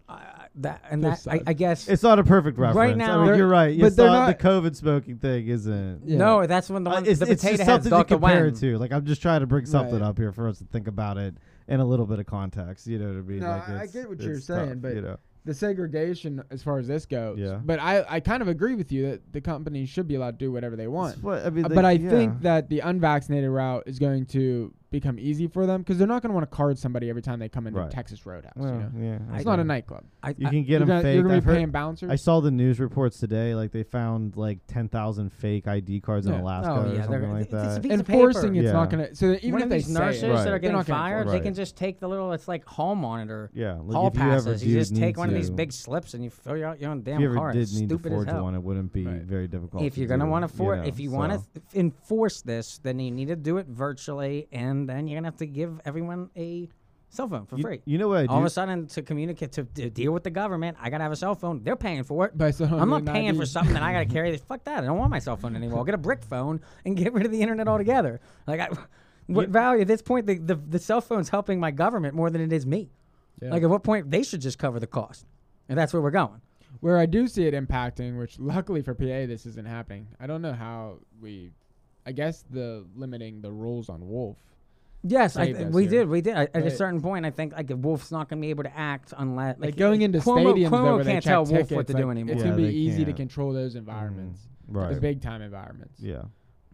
Speaker 1: I- I- that and that.
Speaker 3: This
Speaker 1: I,
Speaker 3: side.
Speaker 1: I guess.
Speaker 2: It's not a perfect reference.
Speaker 1: now-
Speaker 2: I mean,
Speaker 1: They're-
Speaker 2: you're right.
Speaker 3: but
Speaker 2: It's
Speaker 3: they're
Speaker 2: not,
Speaker 3: not-
Speaker 2: the COVID smoking thing, isn't.
Speaker 3: Yeah.
Speaker 1: No, that's when the
Speaker 2: Uh,
Speaker 1: one,
Speaker 2: it's,
Speaker 1: the
Speaker 2: it's
Speaker 1: potato
Speaker 2: just
Speaker 1: heads.
Speaker 2: something to
Speaker 1: Dr.
Speaker 2: compare
Speaker 1: Wen.
Speaker 2: it to. Like I'm just trying to bring something
Speaker 3: Right.
Speaker 2: up here for us to think about it in a little bit of context. You know what I mean?
Speaker 3: No,
Speaker 2: like
Speaker 3: I- I
Speaker 2: it's-
Speaker 3: get what you're
Speaker 2: it's tough,
Speaker 3: saying, but-
Speaker 2: you know,
Speaker 3: the segregation as far as this goes.
Speaker 2: Yeah.
Speaker 3: But I, I kind of agree with you that the companies should be allowed to do whatever they want.
Speaker 2: It's what- I mean,
Speaker 3: Uh,
Speaker 2: they-
Speaker 3: but I
Speaker 2: yeah.
Speaker 3: think that the unvaccinated route is going to become easy for them because they're not going to want to card somebody every time they come into
Speaker 2: Right.
Speaker 3: Texas Roadhouse. you
Speaker 2: Well,
Speaker 3: know?
Speaker 2: yeah, I
Speaker 3: It's not a
Speaker 2: guess.
Speaker 3: nightclub.
Speaker 1: I,
Speaker 2: You
Speaker 1: I-
Speaker 2: can get
Speaker 3: You're
Speaker 2: them
Speaker 3: gonna,
Speaker 2: fake.
Speaker 3: you're gonna
Speaker 2: I've
Speaker 3: be
Speaker 2: heard-
Speaker 3: paying bouncers.
Speaker 2: I saw the news reports today. Like they found like ten thousand fake ID cards in
Speaker 3: Yeah.
Speaker 2: Alaska
Speaker 1: Oh,
Speaker 2: or
Speaker 1: yeah, they're-
Speaker 2: something like
Speaker 1: it's a
Speaker 2: that.
Speaker 1: piece of
Speaker 3: Enforcing
Speaker 1: paper.
Speaker 3: it's not
Speaker 2: Yeah.
Speaker 3: going to. So that even
Speaker 1: One
Speaker 3: if
Speaker 1: of
Speaker 3: they
Speaker 1: these
Speaker 3: say
Speaker 1: nurses
Speaker 3: it,
Speaker 1: that
Speaker 2: Right.
Speaker 1: are
Speaker 2: they're
Speaker 1: getting
Speaker 3: not gonna
Speaker 1: fired,
Speaker 3: enforce
Speaker 1: they
Speaker 2: it.
Speaker 1: can just take the little. It's like hall monitor.
Speaker 2: Yeah, like
Speaker 1: hall
Speaker 2: if you ever
Speaker 1: passes. You
Speaker 2: did
Speaker 1: just take
Speaker 2: need
Speaker 1: one of these
Speaker 2: to-
Speaker 1: big slips and you fill out your own
Speaker 2: If you
Speaker 1: damn
Speaker 2: ever
Speaker 1: card.
Speaker 2: did
Speaker 1: It's
Speaker 2: need to
Speaker 1: stupid as
Speaker 2: forge
Speaker 1: hell.
Speaker 2: one, it wouldn't be
Speaker 3: Right.
Speaker 2: very difficult.
Speaker 1: if
Speaker 2: to
Speaker 1: you're gonna
Speaker 2: do,
Speaker 1: want to
Speaker 2: you
Speaker 1: for
Speaker 2: know,
Speaker 1: if you want to
Speaker 2: so.
Speaker 1: enforce this, then you need to do it virtually, and then you're gonna have to give everyone a cell phone for
Speaker 2: You-
Speaker 1: free.
Speaker 2: you know what I
Speaker 1: All of
Speaker 2: do-
Speaker 1: a sudden, to communicate to, to deal with the government, I gotta have a cell phone. They're paying for it.
Speaker 3: But I still don't
Speaker 1: I'm not
Speaker 3: need an
Speaker 1: paying for
Speaker 3: ID.
Speaker 1: something that
Speaker 2: *laughs*
Speaker 1: I gotta carry. This fuck that. I don't want my cell phone anymore. I'll get a brick phone and get rid of the internet altogether. Like, I, what value at this point? The, the the cell phone's helping my government more than it is me.
Speaker 3: Yeah.
Speaker 1: Like, at what point they should just cover the cost, and that's where we're going.
Speaker 3: Where I do see it impacting, which luckily for PA this isn't happening. I don't know how we. I guess the limiting the rules on Wolf.
Speaker 1: Yes, I
Speaker 3: saved
Speaker 1: th-
Speaker 3: us
Speaker 1: we
Speaker 3: here.
Speaker 1: did. We did. At at a
Speaker 3: Right.
Speaker 1: certain point, I think like the Wolf's not going to be able to act unless
Speaker 3: Like, going into
Speaker 1: uh, Cuomo,
Speaker 3: stadiums
Speaker 1: Cuomo
Speaker 3: though, where
Speaker 1: can't
Speaker 3: they
Speaker 1: tell
Speaker 3: check
Speaker 1: Wolf
Speaker 3: tickets,
Speaker 1: what to
Speaker 3: like,
Speaker 1: do anymore.
Speaker 3: It's
Speaker 2: Yeah,
Speaker 3: gonna be
Speaker 2: they
Speaker 3: easy to
Speaker 2: can't. Mm-hmm.
Speaker 3: control those environments,
Speaker 2: right.
Speaker 3: those big time environments.
Speaker 2: yeah,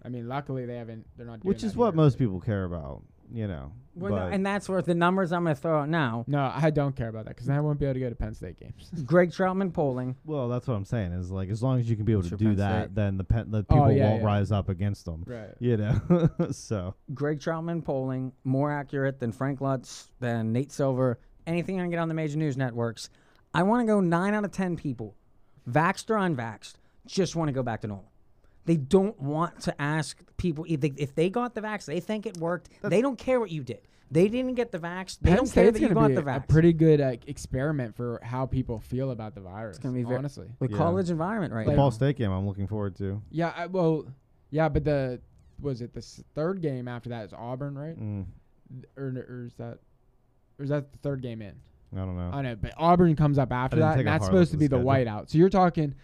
Speaker 3: I mean, luckily they haven't. They're not. Doing
Speaker 2: which
Speaker 3: that
Speaker 2: is what
Speaker 3: here.
Speaker 2: most people care about. You know,
Speaker 1: Well, no,
Speaker 2: but-
Speaker 1: and that's where the numbers I'm going to throw out now.
Speaker 3: No, I don't care about that because I won't be able to go to Penn
Speaker 1: *laughs*
Speaker 3: State games.
Speaker 1: Greg Troutman polling.
Speaker 2: Well, that's what I'm saying. Is like as long as you can be able
Speaker 1: Sure,
Speaker 2: to do
Speaker 1: Penn
Speaker 2: that,
Speaker 1: State.
Speaker 2: then the pen, the
Speaker 3: Oh,
Speaker 2: people
Speaker 3: yeah,
Speaker 2: won't
Speaker 3: yeah.
Speaker 2: rise up against them.
Speaker 3: Right.
Speaker 2: You know, *laughs* so
Speaker 1: Greg Troutman polling more accurate than Frank Lutz, than Nate Silver. Anything I can get on the major news networks. I want to go nine out of ten people, vaxxed or unvaxxed, just want to go back to normal. They don't want to ask people if they, if they got the vax, they think it worked. they don't care what you did. They didn't get the vax. They
Speaker 3: Penn
Speaker 1: don't care that
Speaker 3: State's
Speaker 1: you
Speaker 3: gonna
Speaker 1: got
Speaker 3: be
Speaker 1: the
Speaker 3: a
Speaker 1: vax.
Speaker 3: pretty good uh, experiment for how people feel about the virus.
Speaker 1: gonna be ver-
Speaker 3: honestly.
Speaker 1: the
Speaker 2: Yeah.
Speaker 1: college environment right
Speaker 2: the
Speaker 1: now.
Speaker 2: Ball State game, I'm looking forward to.
Speaker 3: yeah. I, well, yeah, but the was it the s- third game after that is Auburn, right?
Speaker 2: Mm,
Speaker 3: Th- Or, or is that? Or is that the third game in?
Speaker 2: I don't know.
Speaker 3: I know, but Auburn comes up after
Speaker 2: didn't
Speaker 3: that,
Speaker 2: take
Speaker 3: and
Speaker 2: a
Speaker 3: that's
Speaker 2: hard look
Speaker 3: supposed
Speaker 2: at
Speaker 3: to
Speaker 2: the
Speaker 3: be the
Speaker 2: schedule.
Speaker 3: whiteout. So you're talking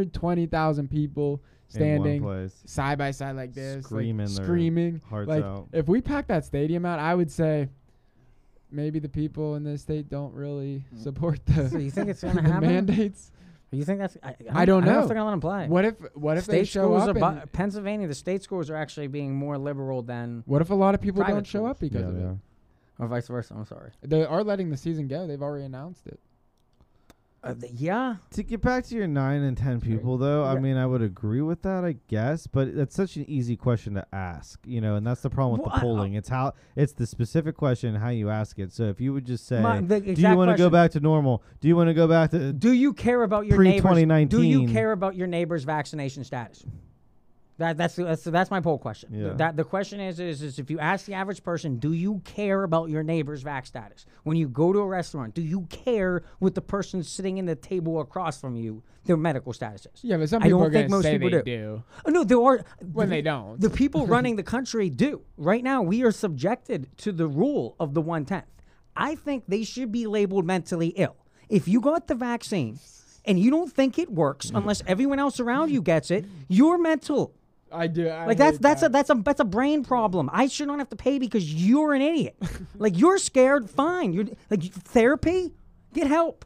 Speaker 3: 120,000 people
Speaker 2: in
Speaker 3: standing
Speaker 2: one place.
Speaker 3: side by side like this,
Speaker 2: Screaming
Speaker 3: like,
Speaker 2: their
Speaker 3: screaming.
Speaker 2: hearts
Speaker 3: like
Speaker 2: out.
Speaker 3: if we pack that stadium out, I would say maybe the people in this state don't really support the,
Speaker 1: Mm. So you think
Speaker 3: *laughs*
Speaker 1: it's gonna
Speaker 3: the
Speaker 1: happen?
Speaker 3: mandates.
Speaker 1: You think that's? I, I,
Speaker 3: I don't
Speaker 1: know.
Speaker 3: know.
Speaker 1: if they're gonna let them play.
Speaker 3: What if what if
Speaker 1: state
Speaker 3: they show
Speaker 1: schools
Speaker 3: up?
Speaker 1: are bu-
Speaker 3: and-
Speaker 1: Pennsylvania. The state schools are actually being more liberal than,
Speaker 3: what if a lot of people
Speaker 1: private
Speaker 3: don't show up
Speaker 1: schools.
Speaker 3: because
Speaker 2: yeah,
Speaker 3: of
Speaker 2: yeah.
Speaker 3: it?
Speaker 1: or vice versa. I'm sorry.
Speaker 3: They are letting the season go. They've already announced it.
Speaker 1: Uh, th- yeah,
Speaker 2: To get back to your nine and ten people, though, I
Speaker 1: Yeah.
Speaker 2: mean, I would agree with that, I guess. But that's such an easy question to ask, you know, and that's the problem with
Speaker 1: Well,
Speaker 2: the
Speaker 1: I- uh,
Speaker 2: polling. it's how it's the specific question and how you ask it. So if you would just say,
Speaker 1: My- the
Speaker 2: "Do you
Speaker 1: exact
Speaker 2: want to go
Speaker 1: question-
Speaker 2: back to normal? Do you want to go back to?"
Speaker 1: Do you care about your
Speaker 2: Pre-
Speaker 1: neighbors?
Speaker 2: 2019.
Speaker 1: Do you care about your neighbor's vaccination status? That, that's, that's that's my poll question. Th-
Speaker 2: Yeah.
Speaker 1: That the question is, is is if you ask the average person, do you care about your neighbor's vax status? When you go to a restaurant, do you care what the person sitting in the table across from you their medical status is?
Speaker 3: Yeah, but some
Speaker 1: I
Speaker 3: people
Speaker 1: don't
Speaker 3: are
Speaker 1: think
Speaker 3: gonna
Speaker 1: most
Speaker 3: say
Speaker 1: people
Speaker 3: they
Speaker 1: do. Oh, no, there are
Speaker 3: When
Speaker 1: the-
Speaker 3: they don't.
Speaker 1: The
Speaker 3: *laughs*
Speaker 1: people running the country do. Right now, we are subjected to the rule of the one tenth. I think they should be labeled mentally ill. If you got the vaccine and you don't think it works
Speaker 3: Mm.
Speaker 1: unless everyone else around you gets it, you're mental.
Speaker 3: I do. I
Speaker 1: Like that's
Speaker 3: hate
Speaker 1: that's
Speaker 3: that.
Speaker 1: a that's a that's a brain problem. I should not have to pay because you're an
Speaker 3: *laughs*
Speaker 1: idiot. like you're scared, fine. You're like therapy, get help.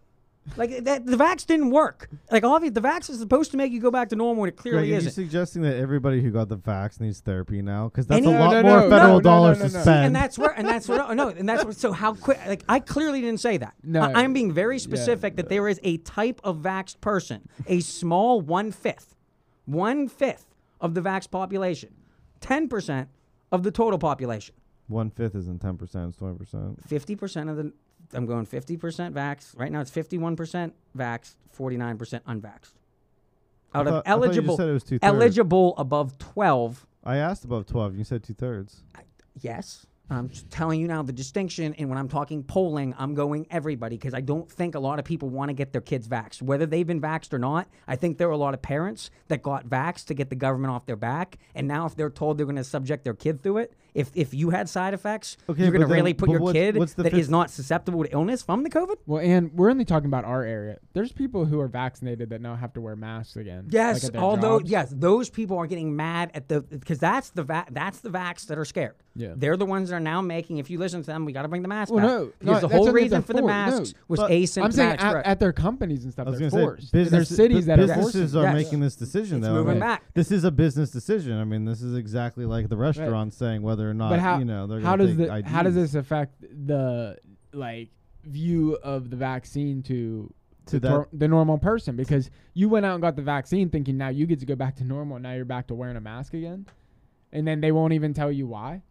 Speaker 1: Like that the vax didn't work. Like obviously the vax is supposed to make you go back to normal and it
Speaker 2: Greg,
Speaker 1: clearly
Speaker 2: are you
Speaker 1: isn't.
Speaker 2: suggesting that everybody who got the vax needs therapy now? Because that's
Speaker 1: Any-
Speaker 2: a
Speaker 1: No,
Speaker 2: lot
Speaker 3: no,
Speaker 2: more
Speaker 3: no,
Speaker 2: federal
Speaker 3: no, no,
Speaker 2: dollars
Speaker 3: no, no,
Speaker 2: to
Speaker 3: no.
Speaker 2: spend.
Speaker 1: and that's where and that's what oh, no and that's what so how quick like i clearly didn't say that
Speaker 3: No.
Speaker 1: I, am being very specific that there is a type of vaxxed person a small one-fifth one-fifth of the vaxxed population 10% of the total population
Speaker 2: One fifth isn't ten percent; it's twenty percent.
Speaker 1: 50% of the I'm going 50% vaxxed. Right now it's 51% vaxxed, 49% unvaxxed. Out
Speaker 2: thought-
Speaker 1: of
Speaker 2: I thought you just
Speaker 1: eligible,
Speaker 2: said it was two-thirds.
Speaker 1: eligible above 12,
Speaker 2: I asked above 12. You said two thirds.
Speaker 1: yes. I'm just telling you now the distinction. And when I'm talking polling, I'm going everybody because I don't think a lot of people want to get their kids vaxxed. Whether they've been vaxxed or not, I think there are a lot of parents that got vaxxed to get the government off their back. And now if they're told they're going to subject their kid through it, if, if you had side effects,
Speaker 2: Okay,
Speaker 1: you're
Speaker 2: but
Speaker 1: going to
Speaker 2: then-
Speaker 1: really put
Speaker 2: but
Speaker 1: your
Speaker 2: what's-
Speaker 1: kid
Speaker 2: what's the
Speaker 1: that
Speaker 2: fif-
Speaker 1: is not susceptible to illness from the COVID?
Speaker 3: Well, and we're only talking about our area. There's people who are vaccinated that now have to wear masks again. like
Speaker 1: Yes,
Speaker 3: at their
Speaker 1: although
Speaker 3: jobs.
Speaker 1: yes, those people are getting mad at the because that's the va- that's the vax that are scared.
Speaker 3: Yeah.
Speaker 1: they're the ones that are now making. If you listen to them, we got to bring the mask
Speaker 3: Well,
Speaker 1: back
Speaker 3: no, no,
Speaker 1: because the
Speaker 3: that's
Speaker 1: whole
Speaker 3: only if
Speaker 1: reason
Speaker 3: they're
Speaker 1: for the
Speaker 3: forced.
Speaker 1: masks
Speaker 3: No,
Speaker 1: was
Speaker 2: but
Speaker 1: asymptomatic.
Speaker 3: I'm saying at,
Speaker 1: spread.
Speaker 3: at their companies and
Speaker 2: I
Speaker 3: stuff,
Speaker 2: was
Speaker 3: they're
Speaker 2: going to
Speaker 3: forced.
Speaker 2: say
Speaker 3: And
Speaker 2: business,
Speaker 3: there's cities
Speaker 2: bu-
Speaker 3: that are forcing
Speaker 2: businesses
Speaker 3: it.
Speaker 2: are
Speaker 1: Yes.
Speaker 2: making this decision
Speaker 1: It's
Speaker 2: though. I
Speaker 1: moving
Speaker 2: mean,
Speaker 1: back.
Speaker 2: This is a business decision. I mean, this is exactly like the restaurant saying whether or not
Speaker 3: but how
Speaker 2: you know they're
Speaker 3: how
Speaker 2: gonna
Speaker 3: does
Speaker 2: take
Speaker 3: the how does
Speaker 2: IDs
Speaker 3: this affect the like view of the vaccine to
Speaker 2: To
Speaker 3: the,
Speaker 2: that-
Speaker 3: tor- the normal person because you went out and got the vaccine thinking now you get to go back to normal now you're back to wearing a mask again and then they won't even tell you why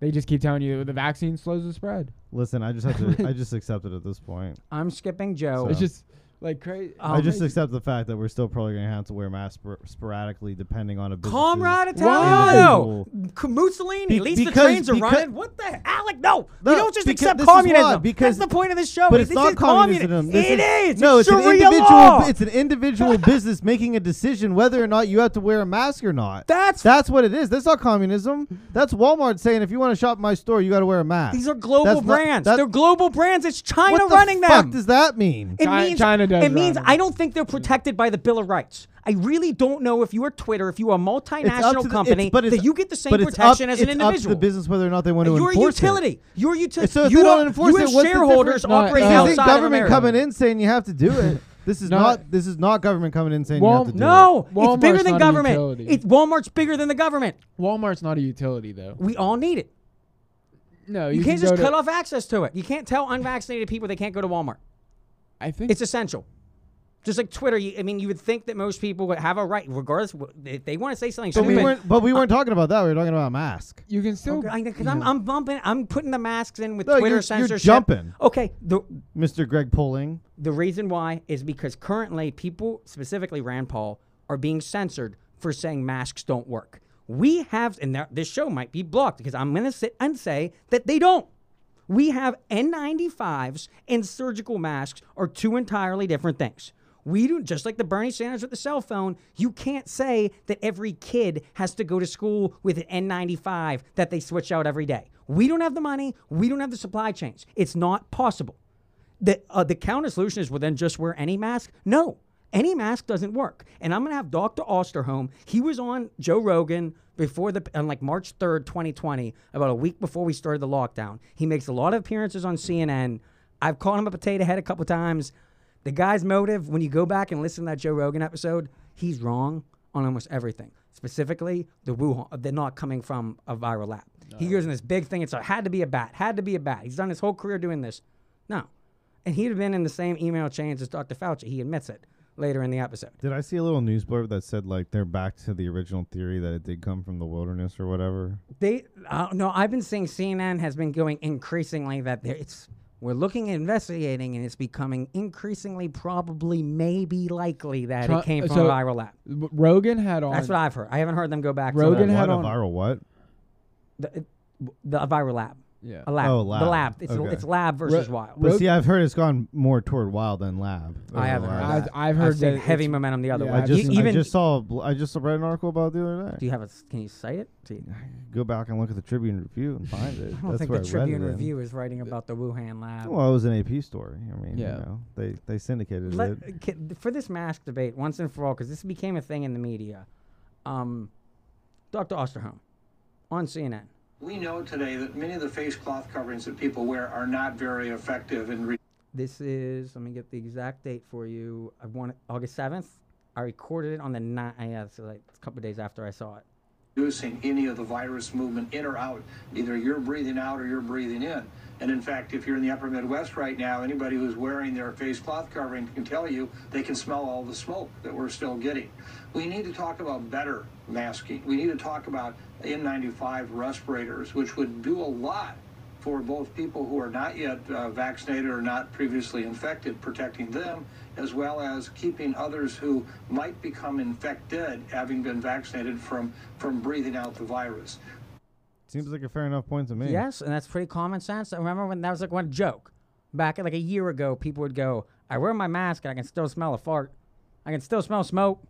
Speaker 3: they just keep telling you the vaccine slows the spread
Speaker 2: Listen, I just have
Speaker 3: *laughs*
Speaker 2: to. I just accept it at this point.
Speaker 1: I'm skipping Joe.
Speaker 3: it's
Speaker 2: So-
Speaker 3: just like crazy
Speaker 1: Oh,
Speaker 2: I just accept the fact that we're still probably going to have to wear masks spor- sporadically, depending on a business.
Speaker 1: Comrade
Speaker 2: Wow.
Speaker 1: Italiano, C- Mussolini.
Speaker 2: Be-
Speaker 1: at least
Speaker 2: because-
Speaker 1: the trains are
Speaker 2: because-
Speaker 1: running. What the Alec? No,
Speaker 2: No,
Speaker 1: we don't just
Speaker 2: because
Speaker 1: accept
Speaker 2: this is why,
Speaker 1: communism.
Speaker 2: because-
Speaker 1: that's the point of this show.
Speaker 2: But
Speaker 1: is
Speaker 2: it's
Speaker 1: this
Speaker 2: not
Speaker 1: is
Speaker 2: communism. This
Speaker 1: It
Speaker 2: is-
Speaker 1: is.
Speaker 2: No, it's, an
Speaker 1: Sharia
Speaker 2: individual.
Speaker 1: law.
Speaker 2: It's an
Speaker 1: *laughs*
Speaker 2: individual business making a decision whether or not you have to wear a mask or not.
Speaker 1: That's-
Speaker 2: that's what it is. That's not communism. That's Walmart saying if you want to shop at my store, you got to wear a mask.
Speaker 1: These are global
Speaker 2: That's not-
Speaker 1: brands.
Speaker 2: that-
Speaker 1: They're global brands. It's China
Speaker 2: what the
Speaker 1: running
Speaker 2: fuck
Speaker 1: them.
Speaker 2: does that mean?
Speaker 1: It
Speaker 3: Chi-
Speaker 1: means
Speaker 3: China does
Speaker 1: It means
Speaker 3: run.
Speaker 1: I don't think they're protected by the Bill of Rights. I really don't know if you are Twitter, if you are a
Speaker 2: It's up
Speaker 1: multinational
Speaker 2: to the-
Speaker 1: company,
Speaker 2: it's- but it's-
Speaker 1: that you get the same
Speaker 2: but it's up-
Speaker 1: protection as an
Speaker 2: it's up to
Speaker 1: individual.
Speaker 2: the business whether or not they want to
Speaker 1: You're a
Speaker 2: enforce it.
Speaker 1: utility. You're a utility.
Speaker 2: So if
Speaker 1: you
Speaker 2: they don't
Speaker 1: are-
Speaker 2: enforce
Speaker 1: you
Speaker 2: it,
Speaker 1: as
Speaker 2: what's the
Speaker 1: shareholders
Speaker 3: difference? No,
Speaker 1: operating
Speaker 3: it's-
Speaker 2: This
Speaker 1: outside
Speaker 2: isn't
Speaker 1: of
Speaker 2: government
Speaker 1: America.
Speaker 2: coming in saying you have to do
Speaker 1: *laughs*
Speaker 2: it. This is
Speaker 3: No.
Speaker 2: not. This is not government coming in saying you have
Speaker 3: Walm-
Speaker 2: to do it.
Speaker 1: No,
Speaker 3: Walmart's
Speaker 1: it's bigger
Speaker 3: not
Speaker 1: than
Speaker 3: a
Speaker 1: government.
Speaker 3: utility.
Speaker 1: It's Walmart's bigger than the government.
Speaker 3: walmart's not a utility though
Speaker 1: We all need it.
Speaker 3: no
Speaker 1: You,
Speaker 3: you,
Speaker 1: can't
Speaker 3: can
Speaker 1: just
Speaker 3: go
Speaker 1: cut
Speaker 3: to-
Speaker 1: off access to it. You can't tell unvaccinated people they can't go to Walmart.
Speaker 3: i think
Speaker 1: It's essential. Just like Twitter, you, I mean, you would think that most people would have a right, regardless wh- if they want to say something
Speaker 2: But
Speaker 1: stupid.
Speaker 2: we weren't. But we weren't talking about that. We were talking about a mask.
Speaker 3: you can still
Speaker 1: Because I'm, I'm bumping, I'm putting the masks in with
Speaker 2: No,
Speaker 1: Twitter
Speaker 2: you're- you're
Speaker 1: censorship.
Speaker 2: jumping.
Speaker 1: Okay, the
Speaker 2: Mr. Greg Polling.
Speaker 1: the reason why is because currently people, specifically Rand Paul, are being censored for saying masks don't work. We have, and there- this show might be blocked because I'm going to sit and say that they don't. We have N95s and surgical masks are two entirely different things. We do just like the Bernie Sanders with the cell phone. You can't say that every kid has to go to school with an N95 that they switch out every day. We don't have the money. We don't have the supply chains. It's not possible the uh, the counter solution is well then just wear any mask no any mask doesn't work and i'm going to have dr osterholm he was on joe rogan before the on like march 3rd 2020 about a week before we started the lockdown he makes a lot of appearances on cnn i've called him a potato head a couple times the guy's motive when you go back and listen to that joe rogan episode he's wrong on almost everything specifically the wuhan they're not coming from a viral lab he goes in this big thing it's like had to be a bat had to be a bat he's done his whole career doing this no and he'd have been in the same email chains as Dr. Fauci. He admits it later in the episode.
Speaker 2: Did I see a little news blurb that said like they're back to the original theory that it did come from the wilderness or whatever?
Speaker 1: They, uh, no, I've been seeing CNN has been going increasingly that there, it's we're looking and investigating, and it's becoming increasingly probably maybe likely that
Speaker 3: Tru- uh,
Speaker 1: it came from
Speaker 3: so-
Speaker 1: a viral lab.
Speaker 3: W- rogan had on
Speaker 1: That's what I've heard. I haven't heard them go back
Speaker 3: Rogan
Speaker 1: to
Speaker 2: What,
Speaker 3: had
Speaker 2: a
Speaker 3: on-
Speaker 2: viral what?
Speaker 1: the, the, the a viral lab.
Speaker 3: Yeah.
Speaker 1: a lab.
Speaker 2: Oh,
Speaker 1: The
Speaker 2: lab.
Speaker 1: lab. It's
Speaker 2: Okay.
Speaker 1: it's lab versus
Speaker 3: Ro-
Speaker 1: wild.
Speaker 2: But
Speaker 3: Rog-
Speaker 2: see, I've heard it's gone more toward wild than lab. over
Speaker 1: I haven't
Speaker 2: the
Speaker 1: heard.
Speaker 2: last-
Speaker 1: that.
Speaker 3: I've- I've heard
Speaker 1: seen
Speaker 3: that it's-
Speaker 1: heavy momentum the other
Speaker 3: yeah,
Speaker 1: way.
Speaker 2: I
Speaker 3: I've
Speaker 2: just,
Speaker 1: You-
Speaker 3: seen-
Speaker 1: even
Speaker 2: I just saw. a bl- I just read an article about it the other
Speaker 1: do
Speaker 2: day.
Speaker 1: you have a? Can you cite it? Do you-
Speaker 2: Go back and look at the Tribune Review
Speaker 1: *laughs*
Speaker 2: and find it.
Speaker 1: I don't
Speaker 2: That's
Speaker 1: think
Speaker 2: where I read
Speaker 1: the
Speaker 2: it
Speaker 1: Tribune
Speaker 2: in.
Speaker 1: Review is writing about the Wuhan lab.
Speaker 2: Well, it was an AP story. I mean,
Speaker 3: Yeah.
Speaker 2: you know, they they syndicated it.
Speaker 1: Let, ki- for this mask debate, once and for all, because this became a thing in the media, um, Dr. Osterholm on CNN.
Speaker 11: We know today that many of the face cloth coverings that people wear are not very effective in
Speaker 1: This is, let me get the exact date for you. I want it August 7th. I recorded it on the night, yeah, so like a couple days after I saw it.
Speaker 11: reducing any of the virus movement in or out. Either you're breathing out or you're breathing in. And in fact, if you're in the upper Midwest right now, anybody who's wearing their face cloth covering can tell you they can smell all the smoke that we're still getting. We need to talk about better masking. We need to talk about N95 respirators, which would do a lot for both people who are not yet uh, vaccinated or not previously infected, protecting them, as well as keeping others who might become infected, having been vaccinated, from, from breathing out the virus.
Speaker 2: Seems like a fair enough point to
Speaker 3: Hmm.
Speaker 2: me.
Speaker 1: Yes, and that's pretty common sense. I remember when that was like one joke. Back like a year ago, people would go, I wear my mask and I can still smell a fart. I can still smell smoke.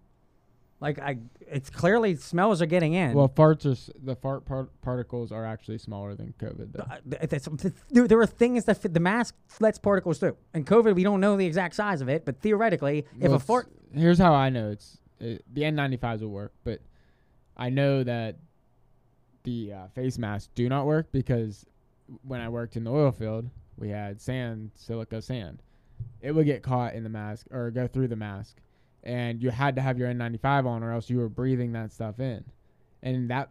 Speaker 1: Like I it's clearly smells are getting in.
Speaker 3: Well, farts are s- the fart par- particles are actually smaller than COVID. Though.
Speaker 1: Uh, Th- that's- th- there, there are things that fit the mask lets particles through. And COVID, we don't know the exact size of it, but theoretically, if
Speaker 3: Well,
Speaker 1: a
Speaker 3: it's-
Speaker 1: fart
Speaker 3: Here's how I know it's it, the N95s will work, but I know that the uh, face masks do not work because when I worked in the oil field, we had sand, silica sand. It would get caught in the mask or go through the mask, and you had to have your N95 on, or else you were breathing that stuff in, and that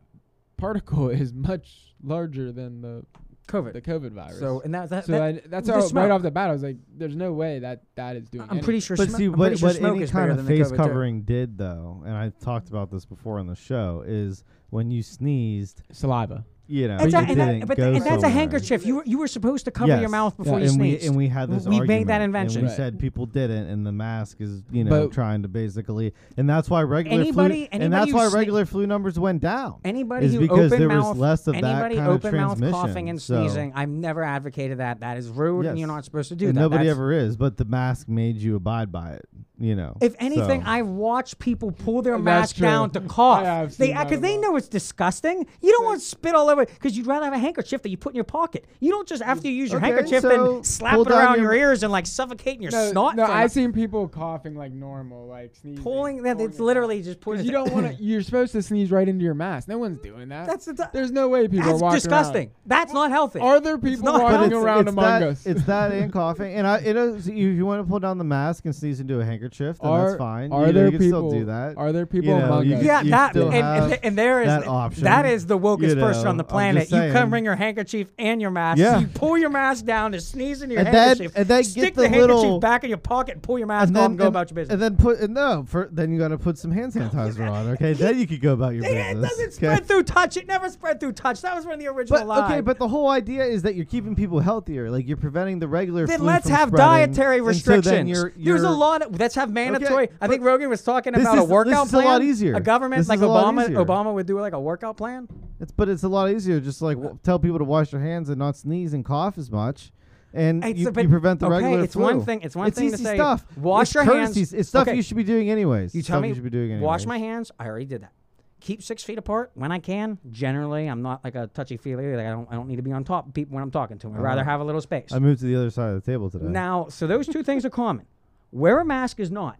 Speaker 3: particle *laughs* is much larger than the
Speaker 1: COVID.
Speaker 3: the COVID virus.
Speaker 1: So, and that- that-
Speaker 3: so
Speaker 1: that-
Speaker 3: I, that's
Speaker 1: the
Speaker 3: how
Speaker 1: smoke.
Speaker 3: right off the bat I was like, "There's no way that that is doing."
Speaker 1: I'm pretty
Speaker 3: anything.
Speaker 1: sure
Speaker 2: But see, what, what any kind of face
Speaker 1: COVID, too.
Speaker 2: covering did, though, and I talked about this before on the show, is when you sneezed,
Speaker 3: saliva.
Speaker 2: You know,
Speaker 1: That's a-
Speaker 2: it
Speaker 1: and, that-
Speaker 2: didn't
Speaker 1: but
Speaker 2: go
Speaker 1: and that's a
Speaker 2: somewhere.
Speaker 1: handkerchief. You were, you were supposed to cover your
Speaker 2: Yes.
Speaker 1: mouth before
Speaker 2: Yeah,
Speaker 1: you
Speaker 2: and
Speaker 1: sneezed.
Speaker 2: We, and we had this.
Speaker 1: We made that
Speaker 2: argument,
Speaker 1: invention.
Speaker 2: And we said people didn't, and the mask is you know
Speaker 1: But-
Speaker 2: trying to basically, and that's why regular
Speaker 1: Anybody-
Speaker 2: flu,
Speaker 1: anybody
Speaker 2: and that's
Speaker 1: who
Speaker 2: why
Speaker 1: sne-
Speaker 2: regular flu numbers went down.
Speaker 1: Anybody
Speaker 2: is
Speaker 1: who
Speaker 2: because
Speaker 1: open
Speaker 2: there
Speaker 1: mouth,
Speaker 2: was less of
Speaker 1: anybody
Speaker 2: that kind
Speaker 1: open
Speaker 2: of
Speaker 1: mouth
Speaker 2: transmission.
Speaker 1: coughing and
Speaker 2: so-
Speaker 1: sneezing. I've never advocated that. That is rude, and you're
Speaker 2: Yes.
Speaker 1: not supposed to do
Speaker 2: And
Speaker 1: that.
Speaker 2: Nobody
Speaker 1: That's-
Speaker 2: ever is, but the mask made you abide by it. You know.
Speaker 1: If anything,
Speaker 2: so.
Speaker 1: I watch people pull their
Speaker 2: That's
Speaker 1: mask down to
Speaker 2: true.
Speaker 1: cough.
Speaker 2: Yeah, I've
Speaker 1: they
Speaker 2: seen that
Speaker 1: because they know it's disgusting. You don't want spit all over because you'd rather have a handkerchief that you put in your pocket. You don't just after you use your
Speaker 3: Okay,
Speaker 1: handkerchief
Speaker 3: so
Speaker 1: and slap
Speaker 3: pull
Speaker 1: it
Speaker 3: down
Speaker 1: around your,
Speaker 3: your-
Speaker 1: ears and like suffocate in your
Speaker 3: no,
Speaker 1: snot.
Speaker 3: No,
Speaker 1: for
Speaker 3: I've
Speaker 1: like-
Speaker 3: seen people coughing like normal, like sneezing.
Speaker 1: pulling that. It's literally just putting.
Speaker 3: 'Cause you
Speaker 1: *laughs*
Speaker 3: don't want to. You're supposed to sneeze right into your mask. No one's doing that.
Speaker 1: That's the t-
Speaker 3: There's no way people
Speaker 1: That's
Speaker 3: are walking
Speaker 1: disgusting. That's not healthy.
Speaker 3: Are there
Speaker 1: It's
Speaker 3: people
Speaker 1: not
Speaker 3: walking
Speaker 1: healthy.
Speaker 3: around among
Speaker 2: that,
Speaker 3: us?
Speaker 2: It's that
Speaker 3: *laughs*
Speaker 2: and coughing, and I, it is, if you want to pull down the mask and sneeze into a handkerchief, then
Speaker 3: Are-
Speaker 2: that's fine.
Speaker 3: are
Speaker 2: you
Speaker 3: there
Speaker 2: know, you can
Speaker 3: people-
Speaker 2: still do that.
Speaker 3: are there people
Speaker 2: you know,
Speaker 3: among
Speaker 2: you
Speaker 3: us-
Speaker 2: can-
Speaker 1: Yeah,
Speaker 2: you
Speaker 1: that
Speaker 2: still
Speaker 1: and,
Speaker 2: have
Speaker 1: and, and there is
Speaker 2: that option.
Speaker 1: that is the wokest
Speaker 2: you know,
Speaker 1: person on the
Speaker 2: I'm just
Speaker 1: planet. You
Speaker 2: saying.
Speaker 1: come bring your handkerchief and your mask.
Speaker 2: Yeah.
Speaker 1: You pull your mask down to sneeze into your
Speaker 2: And that-
Speaker 1: handkerchief.
Speaker 2: and then get
Speaker 1: stick
Speaker 2: the little-
Speaker 1: handkerchief back in your pocket and pull your mask off and go about your business.
Speaker 2: And then put no, for then you got to put some hand sanitizer on.
Speaker 1: *laughs*
Speaker 2: Okay, then you could go about your business.
Speaker 1: It doesn't
Speaker 2: okay?
Speaker 1: spread through touch. It never spread through touch. That was one of the original
Speaker 2: But
Speaker 1: lies.
Speaker 2: okay, but the whole idea is that you're keeping people healthier. Like you're preventing the regular.
Speaker 1: then
Speaker 2: flu
Speaker 1: let's
Speaker 2: from
Speaker 1: have
Speaker 2: spreading,
Speaker 1: dietary
Speaker 2: and so then
Speaker 1: restrictions.
Speaker 2: you're-
Speaker 1: There's a
Speaker 2: you're-
Speaker 1: lot. Of, let's have mandatory. I think Rogan was talking
Speaker 2: This
Speaker 1: about
Speaker 2: is-
Speaker 1: a workout
Speaker 2: this is a
Speaker 1: plan.
Speaker 2: lot easier.
Speaker 1: A government
Speaker 2: This is
Speaker 1: like
Speaker 2: a lot
Speaker 1: Obama.
Speaker 2: easier.
Speaker 1: Obama would do like a workout plan.
Speaker 2: It's but it's a lot easier just like w- tell people to wash their hands and not sneeze and cough as much. And
Speaker 1: It's
Speaker 2: you,
Speaker 1: a bit-
Speaker 2: you prevent the
Speaker 1: okay,
Speaker 2: regular
Speaker 1: it's one
Speaker 2: flu.
Speaker 1: thing- it's one thing to
Speaker 2: easy
Speaker 1: say,
Speaker 2: Stuff.
Speaker 1: wash
Speaker 2: It's
Speaker 1: your hands.
Speaker 2: courtesies. It's stuff
Speaker 1: Okay.
Speaker 2: you should be doing anyways.
Speaker 1: You
Speaker 2: It's
Speaker 1: tell
Speaker 2: stuff
Speaker 1: me
Speaker 2: you should be doing anyways.
Speaker 1: wash my hands. I already did that. Keep six feet apart when I can. Generally, I'm not like a touchy feely. Like I don't, I don't need to be on top of people when I'm talking to them. I'd rather
Speaker 2: Uh-huh.
Speaker 1: have a little space.
Speaker 2: I moved to the other side of the table today.
Speaker 1: Now, so those two things are common. Wear a mask is not.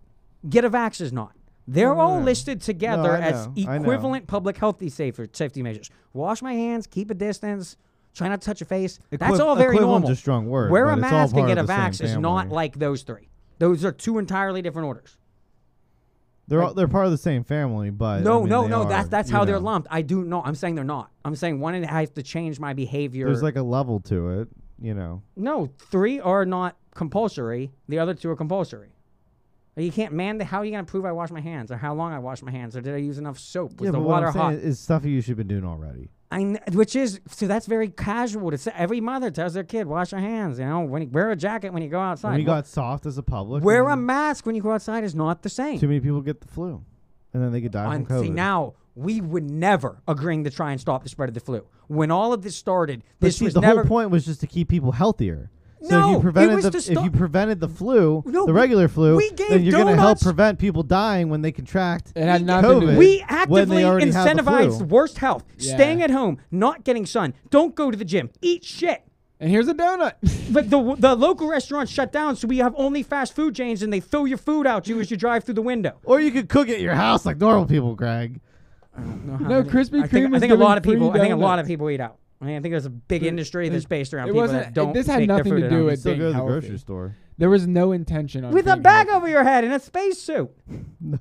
Speaker 1: Get a vax is not. They're
Speaker 2: No, no,
Speaker 1: all
Speaker 2: no.
Speaker 1: listed together
Speaker 2: Hmm. No, I
Speaker 1: as
Speaker 2: know. I know.
Speaker 1: equivalent public health safety safety measures. Wash my hands, keep a distance, try not to touch your face. That's
Speaker 2: Equiv-
Speaker 1: all very
Speaker 2: equivalent's
Speaker 1: normal.
Speaker 2: a strong word,
Speaker 1: Wear
Speaker 2: but
Speaker 1: a
Speaker 2: it's all
Speaker 1: mask and
Speaker 2: part
Speaker 1: get a
Speaker 2: of the
Speaker 1: vax
Speaker 2: same
Speaker 1: is not
Speaker 2: family.
Speaker 1: like those three. Those are two entirely different orders.
Speaker 2: They're all, they're part of the same family, but
Speaker 1: no,
Speaker 2: I mean,
Speaker 1: no,
Speaker 2: they
Speaker 1: no.
Speaker 2: Are,
Speaker 1: that's that's
Speaker 2: you
Speaker 1: how they're
Speaker 2: know.
Speaker 1: lumped. I do no. I'm saying they're not. I'm saying one and I have to change my behavior.
Speaker 2: There's like a level to it, you know.
Speaker 1: No, three are not compulsory. The other two are compulsory. Like, You can't man. How are you gonna prove I wash my hands, or how long I wash my hands, or did I use enough soap? Was
Speaker 2: yeah,
Speaker 1: the
Speaker 2: but
Speaker 1: water
Speaker 2: what I'm
Speaker 1: hot?
Speaker 2: saying is stuff you should have been doing already.
Speaker 1: I kn- which is so that's very casual to say. Every mother tells their kid wash your hands. You know, when you wear a jacket when you go outside.
Speaker 2: When you
Speaker 1: Wha-
Speaker 2: got soft as a public,
Speaker 1: wear a
Speaker 2: then
Speaker 1: mask when you go outside is not the same.
Speaker 2: Too many people get the flu, and then they could die
Speaker 1: And
Speaker 2: from COVID.
Speaker 1: see now we would never agreeing to try and stop the spread of the flu. When all of this started,
Speaker 2: But
Speaker 1: this
Speaker 2: see,
Speaker 1: was
Speaker 2: the
Speaker 1: never
Speaker 2: whole point was just to keep people healthier. So if
Speaker 1: No, it
Speaker 2: you prevented
Speaker 1: was
Speaker 2: the
Speaker 1: to
Speaker 2: if you
Speaker 1: stop-
Speaker 2: prevented the flu,
Speaker 1: No,
Speaker 2: the
Speaker 1: we-
Speaker 2: regular flu,
Speaker 1: we
Speaker 2: then
Speaker 1: gave
Speaker 2: you're going to help
Speaker 1: donuts-
Speaker 2: prevent people dying when they contract
Speaker 3: It had nothing to do-
Speaker 2: COVID. when
Speaker 1: We
Speaker 2: they
Speaker 1: actively
Speaker 2: already have the
Speaker 1: incentivize
Speaker 2: flu.
Speaker 1: worst health,
Speaker 2: Yeah.
Speaker 1: staying at home, not getting sun, don't go to the gym, eat shit.
Speaker 3: And here's a donut. *laughs*
Speaker 1: but the the local restaurants shut down, so we have only fast food chains, and they throw your food out you as you drive through the window.
Speaker 2: Or you could cook at your house like normal people, Greg.
Speaker 3: No, Krispy
Speaker 1: I think,
Speaker 3: Kreme
Speaker 1: I
Speaker 3: is
Speaker 1: think a lot
Speaker 3: giving
Speaker 1: of people.
Speaker 3: free
Speaker 1: I think a lot of
Speaker 3: donuts.
Speaker 1: people eat out. I, mean, I think there's a big
Speaker 3: It-
Speaker 1: industry
Speaker 3: it-
Speaker 1: that's based around
Speaker 3: it
Speaker 1: people
Speaker 3: wasn't-
Speaker 1: that don't.
Speaker 3: This had
Speaker 1: make their
Speaker 3: nothing
Speaker 1: food
Speaker 3: to
Speaker 1: at
Speaker 3: do
Speaker 1: home.
Speaker 3: with
Speaker 2: Still
Speaker 3: being
Speaker 2: go to the
Speaker 3: healthy.
Speaker 2: grocery store.
Speaker 3: There was no intention on
Speaker 1: With a
Speaker 3: being
Speaker 1: bag
Speaker 3: healthy.
Speaker 1: over your head and a
Speaker 3: *laughs*
Speaker 1: spacesuit,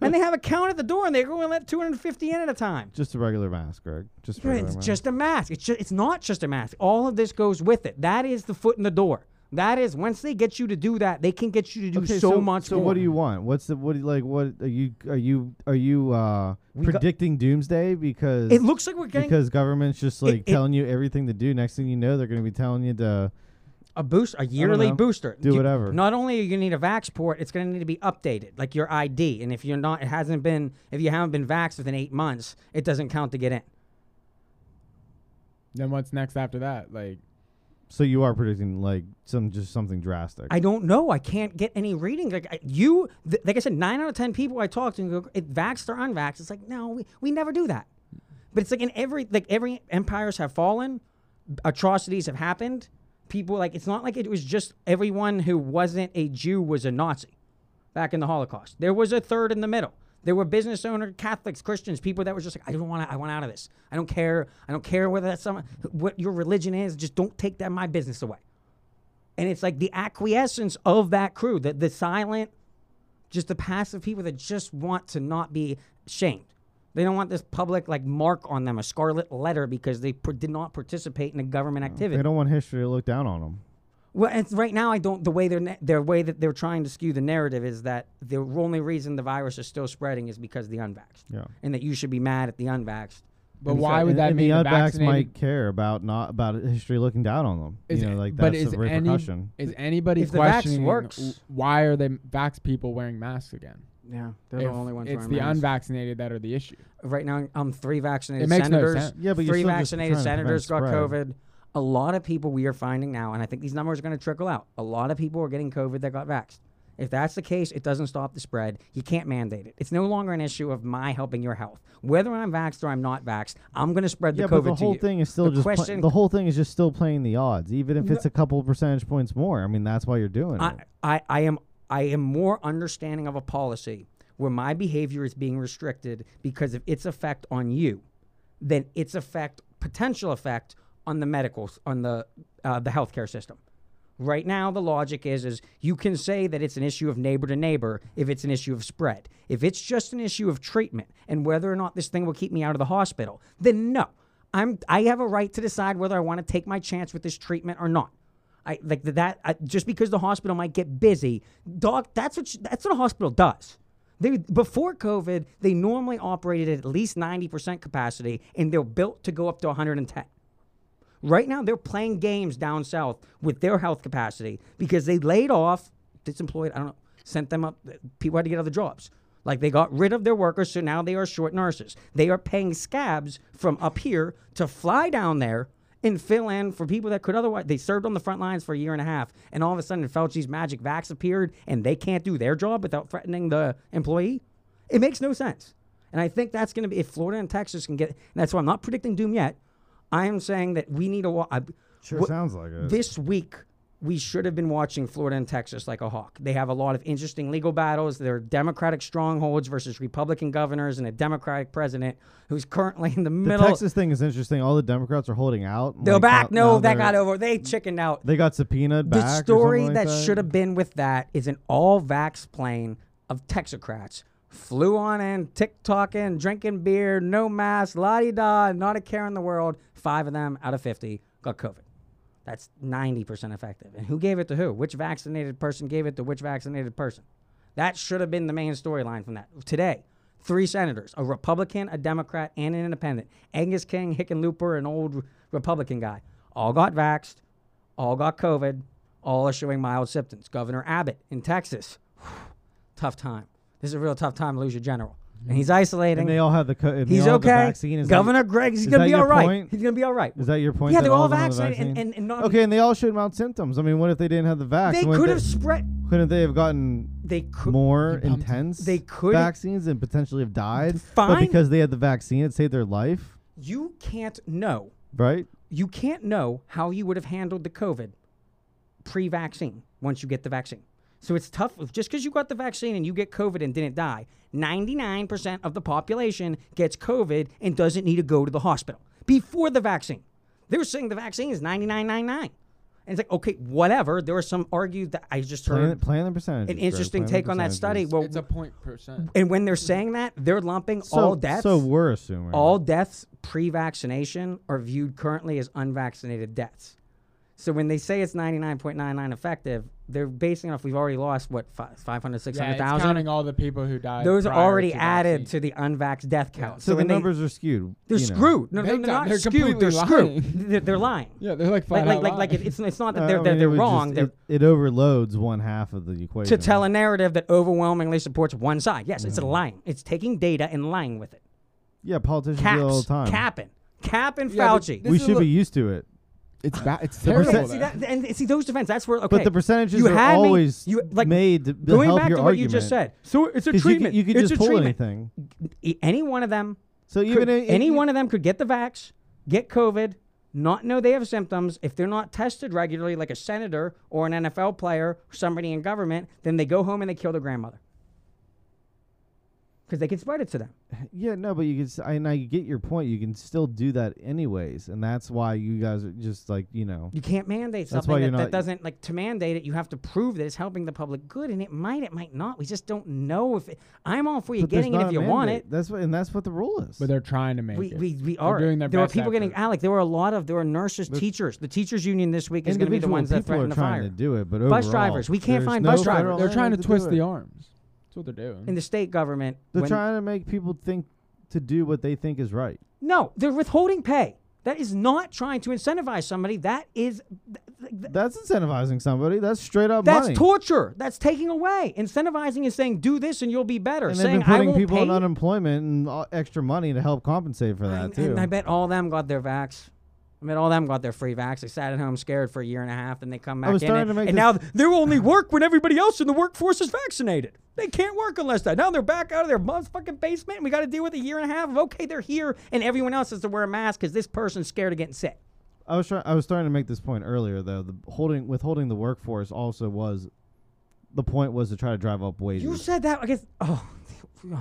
Speaker 1: and they have a count at the door, and they're going to let 250 in at a time.
Speaker 2: Just a regular mask, Greg. Just a
Speaker 1: Yeah,
Speaker 2: regular
Speaker 1: it's
Speaker 2: mask.
Speaker 1: just a mask. It's just, it's not just a mask. All of this goes with it. That is the foot in the door. That is once they get you to do that, they can get you to do
Speaker 2: Okay,
Speaker 1: so, much.
Speaker 2: So
Speaker 1: more.
Speaker 2: what do you want? What's the what? Do you, like what are you are you are you uh, predicting doomsday because
Speaker 1: It looks like we're getting-
Speaker 2: because government's just like
Speaker 1: it-
Speaker 2: telling you everything to do. Next thing you know, they're going to be telling you to
Speaker 1: a boost, a yearly
Speaker 2: know.
Speaker 1: booster.
Speaker 2: Do
Speaker 1: You-
Speaker 2: whatever.
Speaker 1: Not only are you gonna need a vax port, it's going to need to be updated, like your ID. And if you're not, it hasn't been, if you haven't been vaxxed within eight months, it doesn't count to get in.
Speaker 3: Then what's next after that? Like,
Speaker 2: So you are predicting like some just something drastic.
Speaker 1: I don't know. I can't get any readings. Like I, you, th- like I said, nine out of ten people I talked to go, it, vaxxed or unvaxxed. It's like no, we, we never do that. But it's like in every like every empires have fallen, atrocities have happened. People like it's not like it was just everyone who wasn't a Jew was a Nazi back in the Holocaust. There was a third in the middle. There were business owner, Catholics, Christians, people that were just like, I don't want to, I want out of this. I don't care. I don't care whether that's someone, what your religion is. Just don't take that my business away. And it's like the acquiescence of that crew, the, the silent, just the passive people that just want to not be shamed. They don't want this public like mark on them, a scarlet letter, because they pr- did not participate in a government activity.
Speaker 2: They don't want history to look down on them.
Speaker 1: Well, it's right now I don't. The way they're na- their way that they're trying to skew the narrative is that the only reason the virus is still spreading is because of the unvaxxed,
Speaker 2: Yeah.
Speaker 1: and that you should be mad at the unvaxxed.
Speaker 3: But
Speaker 2: And so-
Speaker 3: why would
Speaker 2: and-
Speaker 3: that
Speaker 2: and
Speaker 3: mean
Speaker 2: the
Speaker 3: the
Speaker 2: unvaxxed
Speaker 3: vaccinated-
Speaker 2: might care about not about history looking down on them? you know, like
Speaker 3: but
Speaker 2: that's
Speaker 3: is
Speaker 2: a
Speaker 3: any-
Speaker 2: repercussion.
Speaker 3: is anybody
Speaker 1: If the vax
Speaker 3: questioning
Speaker 1: works-
Speaker 3: w- why are the vax people wearing masks again?
Speaker 1: Yeah, they're the
Speaker 3: If
Speaker 1: only ones
Speaker 3: It's
Speaker 1: wearing
Speaker 3: the
Speaker 1: masks.
Speaker 3: unvaccinated that are the issue.
Speaker 1: right now I'm three vaccinated
Speaker 3: It makes no
Speaker 1: senators.
Speaker 3: sense.
Speaker 2: Yeah, but you're
Speaker 1: three
Speaker 2: still just
Speaker 1: vaccinated
Speaker 2: trying to prevent
Speaker 1: senators got
Speaker 2: spread.
Speaker 1: COVID. A lot of people we are finding now, and I think these numbers are going to trickle out. A lot of people are getting COVID that got vaxxed. If that's the case, it doesn't stop the spread. You can't mandate it. It's no longer an issue of my helping your health. Whether I'm vaxxed or I'm not vaxxed, I'm going to spread
Speaker 2: yeah,
Speaker 1: the COVID
Speaker 2: but the whole
Speaker 1: to you.
Speaker 2: thing is still
Speaker 1: the
Speaker 2: just pla-
Speaker 1: question
Speaker 2: the whole thing is just still playing the odds, even if
Speaker 1: No-
Speaker 2: it's a couple percentage points more. I mean, that's why you're doing
Speaker 1: I,
Speaker 2: it.
Speaker 1: I, I am I am more understanding of a policy where my behavior is being restricted because of its effect on you than its effect potential effect on the medical s- on the uh, the healthcare system. Right now, the logic is is you can say that it's an issue of neighbor to neighbor if it's an issue of spread. If it's just an issue of treatment and whether or not this thing will keep me out of the hospital, then no, I'm I have a right to decide whether I want to take my chance with this treatment or not. I like th- that. I, just because the hospital might get busy, doc. That's what sh- that's what a hospital does. They before COVID, they normally operated at at least ninety percent capacity, and they're built to go up to one hundred and ten. Right now, they're playing games down south with their health capacity because they laid off, disemployed. I don't know, sent them up. People had to get other jobs. Like they got rid of their workers, so now they are short nurses. They are paying scabs from up here to fly down there and fill in for people that could otherwise. They served on the front lines for a year and a half, and all of a sudden, Fauci's magic vax appeared, and they can't do their job without threatening the employee. It makes no sense. And I think that's going to be if Florida and Texas can get. And that's why I'm not predicting doom yet. I am saying that we need to watch.
Speaker 2: Sure sounds like it.
Speaker 1: This week, we should have been watching Florida and Texas like a hawk. They have a lot of interesting legal battles. They're Democratic strongholds versus Republican governors and a Democratic president who's currently in
Speaker 2: The
Speaker 1: the, middle.
Speaker 2: Texas thing is interesting. All the Democrats are holding out.
Speaker 1: they're
Speaker 2: like,
Speaker 1: back.
Speaker 2: now-
Speaker 1: No,
Speaker 2: now
Speaker 1: that
Speaker 2: they're-
Speaker 1: got over. They chickened out.
Speaker 2: They got subpoenaed back. or
Speaker 1: The
Speaker 2: something
Speaker 1: story
Speaker 2: like
Speaker 1: that should have been with that is an all vax plane of Texocrats flew on in, TikToking, drinking beer, no mask, la di da, not a care in the world. Five of them out of 50 got COVID. That's 90% effective. And who gave it to who? Which vaccinated person gave it to which vaccinated person? That should have been the main storyline from that. Today, three senators, a Republican, a Democrat, and an independent, Angus King, Hickenlooper, an old Republican guy, all got vaxxed, all got COVID, all are showing mild symptoms. Governor Abbott in Texas, *sighs* tough time. This is a real tough time to lose your general. And he's isolating.
Speaker 2: Mm-hmm. And they all have the co- and they
Speaker 1: He's
Speaker 2: all have the
Speaker 1: okay.
Speaker 2: vaccine. Is that-
Speaker 1: Governor Greg's
Speaker 2: is
Speaker 1: he's
Speaker 2: that
Speaker 1: gonna be
Speaker 2: your
Speaker 1: all right.
Speaker 2: point?
Speaker 1: He's gonna be all right.
Speaker 2: Is that your point?
Speaker 1: Yeah,
Speaker 2: that
Speaker 1: they're all
Speaker 2: of them have the
Speaker 1: vaccinated and,
Speaker 2: vaccine?
Speaker 1: and, and not
Speaker 2: okay, and they all showed mild symptoms. I mean, what if they didn't have the vaccine?
Speaker 1: They could have spread.
Speaker 2: Couldn't they have gotten
Speaker 1: They could.
Speaker 2: more intense
Speaker 1: They could-
Speaker 2: vaccines and potentially have died? But
Speaker 1: Fine.
Speaker 2: because they had the vaccine, it saved their life,
Speaker 1: You can't know.
Speaker 2: right?
Speaker 1: You can't know how you would have handled the COVID pre-vaccine once you get the vaccine. So it's tough. Just because you got the vaccine and you get COVID and didn't die, 99% of the population gets COVID and doesn't need to go to the hospital before the vaccine. They were saying the vaccine is 99.99. And it's like, okay, whatever. There was some argue that I just
Speaker 2: Plan,
Speaker 1: heard
Speaker 2: plan the percentages.
Speaker 1: an
Speaker 2: Greg,
Speaker 1: interesting
Speaker 2: plan the
Speaker 1: take on that study.
Speaker 2: percentages.
Speaker 1: Well,
Speaker 3: It's a point percent.
Speaker 1: and when they're saying that, they're lumping
Speaker 2: So-
Speaker 1: all deaths.
Speaker 2: So we're assuming
Speaker 1: All deaths pre-vaccination are viewed currently as unvaccinated deaths. So when they say it's 99.99 effective, they're basing it off we've already lost what fi- 500,
Speaker 3: Yeah, it's
Speaker 1: 600,000.
Speaker 3: counting all the people who died.
Speaker 1: Those are
Speaker 3: prior
Speaker 1: already
Speaker 3: to
Speaker 1: added
Speaker 3: vaccine.
Speaker 1: to the unvaxxed death count.
Speaker 2: So, the
Speaker 1: when they-
Speaker 2: numbers are skewed.
Speaker 1: They're
Speaker 2: you know.
Speaker 1: screwed. No,
Speaker 3: Big
Speaker 1: no, they're
Speaker 3: time.
Speaker 1: not
Speaker 3: They're
Speaker 1: skewed. They're
Speaker 3: completely
Speaker 1: screwed.
Speaker 3: lying.
Speaker 1: They're, they're lying.
Speaker 3: *laughs* Yeah, they're like
Speaker 1: Like,
Speaker 3: flat
Speaker 1: like,
Speaker 3: out
Speaker 1: like, like
Speaker 3: lying.
Speaker 1: it- it's, it's not
Speaker 2: Uh,
Speaker 1: that
Speaker 2: I
Speaker 1: they're,
Speaker 2: mean,
Speaker 1: they're,
Speaker 2: it
Speaker 1: they're
Speaker 2: would just-
Speaker 1: wrong. they're,
Speaker 2: it, it overloads one half of the equation.
Speaker 1: to tell a narrative that overwhelmingly supports one side. Yes,
Speaker 3: Mm.
Speaker 1: it's lying. It's taking data and lying with it.
Speaker 2: Yeah, politicians
Speaker 1: Caps,
Speaker 2: do it all the time.
Speaker 1: capping, capping
Speaker 3: Yeah, but
Speaker 1: Fauci.
Speaker 3: this
Speaker 2: we
Speaker 3: is a
Speaker 2: should
Speaker 3: lo-
Speaker 2: be used to it.
Speaker 3: It's bad. It's
Speaker 2: The percent-
Speaker 3: terrible.
Speaker 1: See
Speaker 3: though.
Speaker 1: that, and see those defense. That's where okay.
Speaker 2: But the percentages
Speaker 1: you
Speaker 2: are
Speaker 1: had me-
Speaker 2: always
Speaker 1: you, like,
Speaker 2: made to b-
Speaker 1: Going
Speaker 2: help
Speaker 1: back
Speaker 2: your
Speaker 1: to what you just said.
Speaker 2: argument.
Speaker 1: So it's a
Speaker 2: 'Cause you could-
Speaker 1: treatment.
Speaker 2: you could
Speaker 1: it's
Speaker 2: just
Speaker 1: a
Speaker 2: pull
Speaker 1: treatment.
Speaker 2: anything.
Speaker 1: E- Any one of them.
Speaker 2: So even
Speaker 1: could,
Speaker 2: i- i-
Speaker 1: any one of them could get the vax, get COVID, not know they have symptoms. If they're not tested regularly, like a senator or an NFL player, or somebody in government, then they go home and they kill their grandmother because they can spread it to them.
Speaker 2: *laughs* Yeah, no, but you can. s- I- And I get your point. You can still do that anyways, and that's why you guys are just like you know.
Speaker 1: You can't mandate
Speaker 2: That's
Speaker 1: something
Speaker 2: why
Speaker 1: that,
Speaker 2: you're
Speaker 1: that
Speaker 2: not-
Speaker 1: doesn't like to mandate it. You have to prove that it's helping the public good, and it might, it might not. We just don't know if it, I'm all for you
Speaker 2: But there's
Speaker 1: getting it
Speaker 2: not
Speaker 1: if
Speaker 2: a
Speaker 1: you want
Speaker 2: mandate.
Speaker 1: it.
Speaker 2: That's what, and that's what the rule is.
Speaker 3: But they're trying to make
Speaker 1: We,
Speaker 3: it.
Speaker 1: we, we
Speaker 3: They're
Speaker 1: are.
Speaker 3: doing their
Speaker 1: there were
Speaker 3: best
Speaker 1: people getting
Speaker 3: effort.
Speaker 1: Alec. There were a lot of there were nurses, teachers. The teachers union this week is going to be the
Speaker 2: Individual
Speaker 1: ones that
Speaker 2: people are
Speaker 1: threaten the
Speaker 2: trying
Speaker 1: fire.
Speaker 2: to do it, but
Speaker 1: bus
Speaker 2: overall,
Speaker 1: drivers, we
Speaker 2: there's
Speaker 1: can't find
Speaker 2: no
Speaker 1: bus
Speaker 2: federal
Speaker 1: drivers
Speaker 3: They're trying to
Speaker 2: do
Speaker 3: twist
Speaker 2: it.
Speaker 3: the arms. That's what they're doing.
Speaker 1: in the state government.
Speaker 2: They're
Speaker 1: when-
Speaker 2: trying to make people think to do what they think is right.
Speaker 1: no, they're withholding pay. That is not trying to incentivize somebody. That is th- th-
Speaker 2: That's incentivizing somebody. That's straight up
Speaker 1: that's
Speaker 2: money.
Speaker 1: torture. That's taking away. Incentivizing is saying do this and you'll be better.
Speaker 2: and they've
Speaker 1: saying
Speaker 2: been putting
Speaker 1: I won't
Speaker 2: people
Speaker 1: pay.
Speaker 2: in unemployment and uh, extra money to help compensate for that
Speaker 1: and,
Speaker 2: too.
Speaker 1: and I bet all them got their vax. I mean, all them got their free vax. They sat at home scared for a year and a half, then they come back
Speaker 2: was
Speaker 1: in,
Speaker 2: starting
Speaker 1: and,
Speaker 2: to make
Speaker 1: and
Speaker 2: this-
Speaker 1: now they only work when everybody else in the workforce is vaccinated. They can't work unless that. Now they're back out of their motherfucking basement, and we got to deal with a year and a half of okay, they're here, and everyone else has to wear a mask because this person's scared of getting sick.
Speaker 2: I was trying. I was starting to make this point earlier, though. The holding withholding the workforce also was the point was to try to drive up wages.
Speaker 1: You said that. I guess. Oh, *sighs*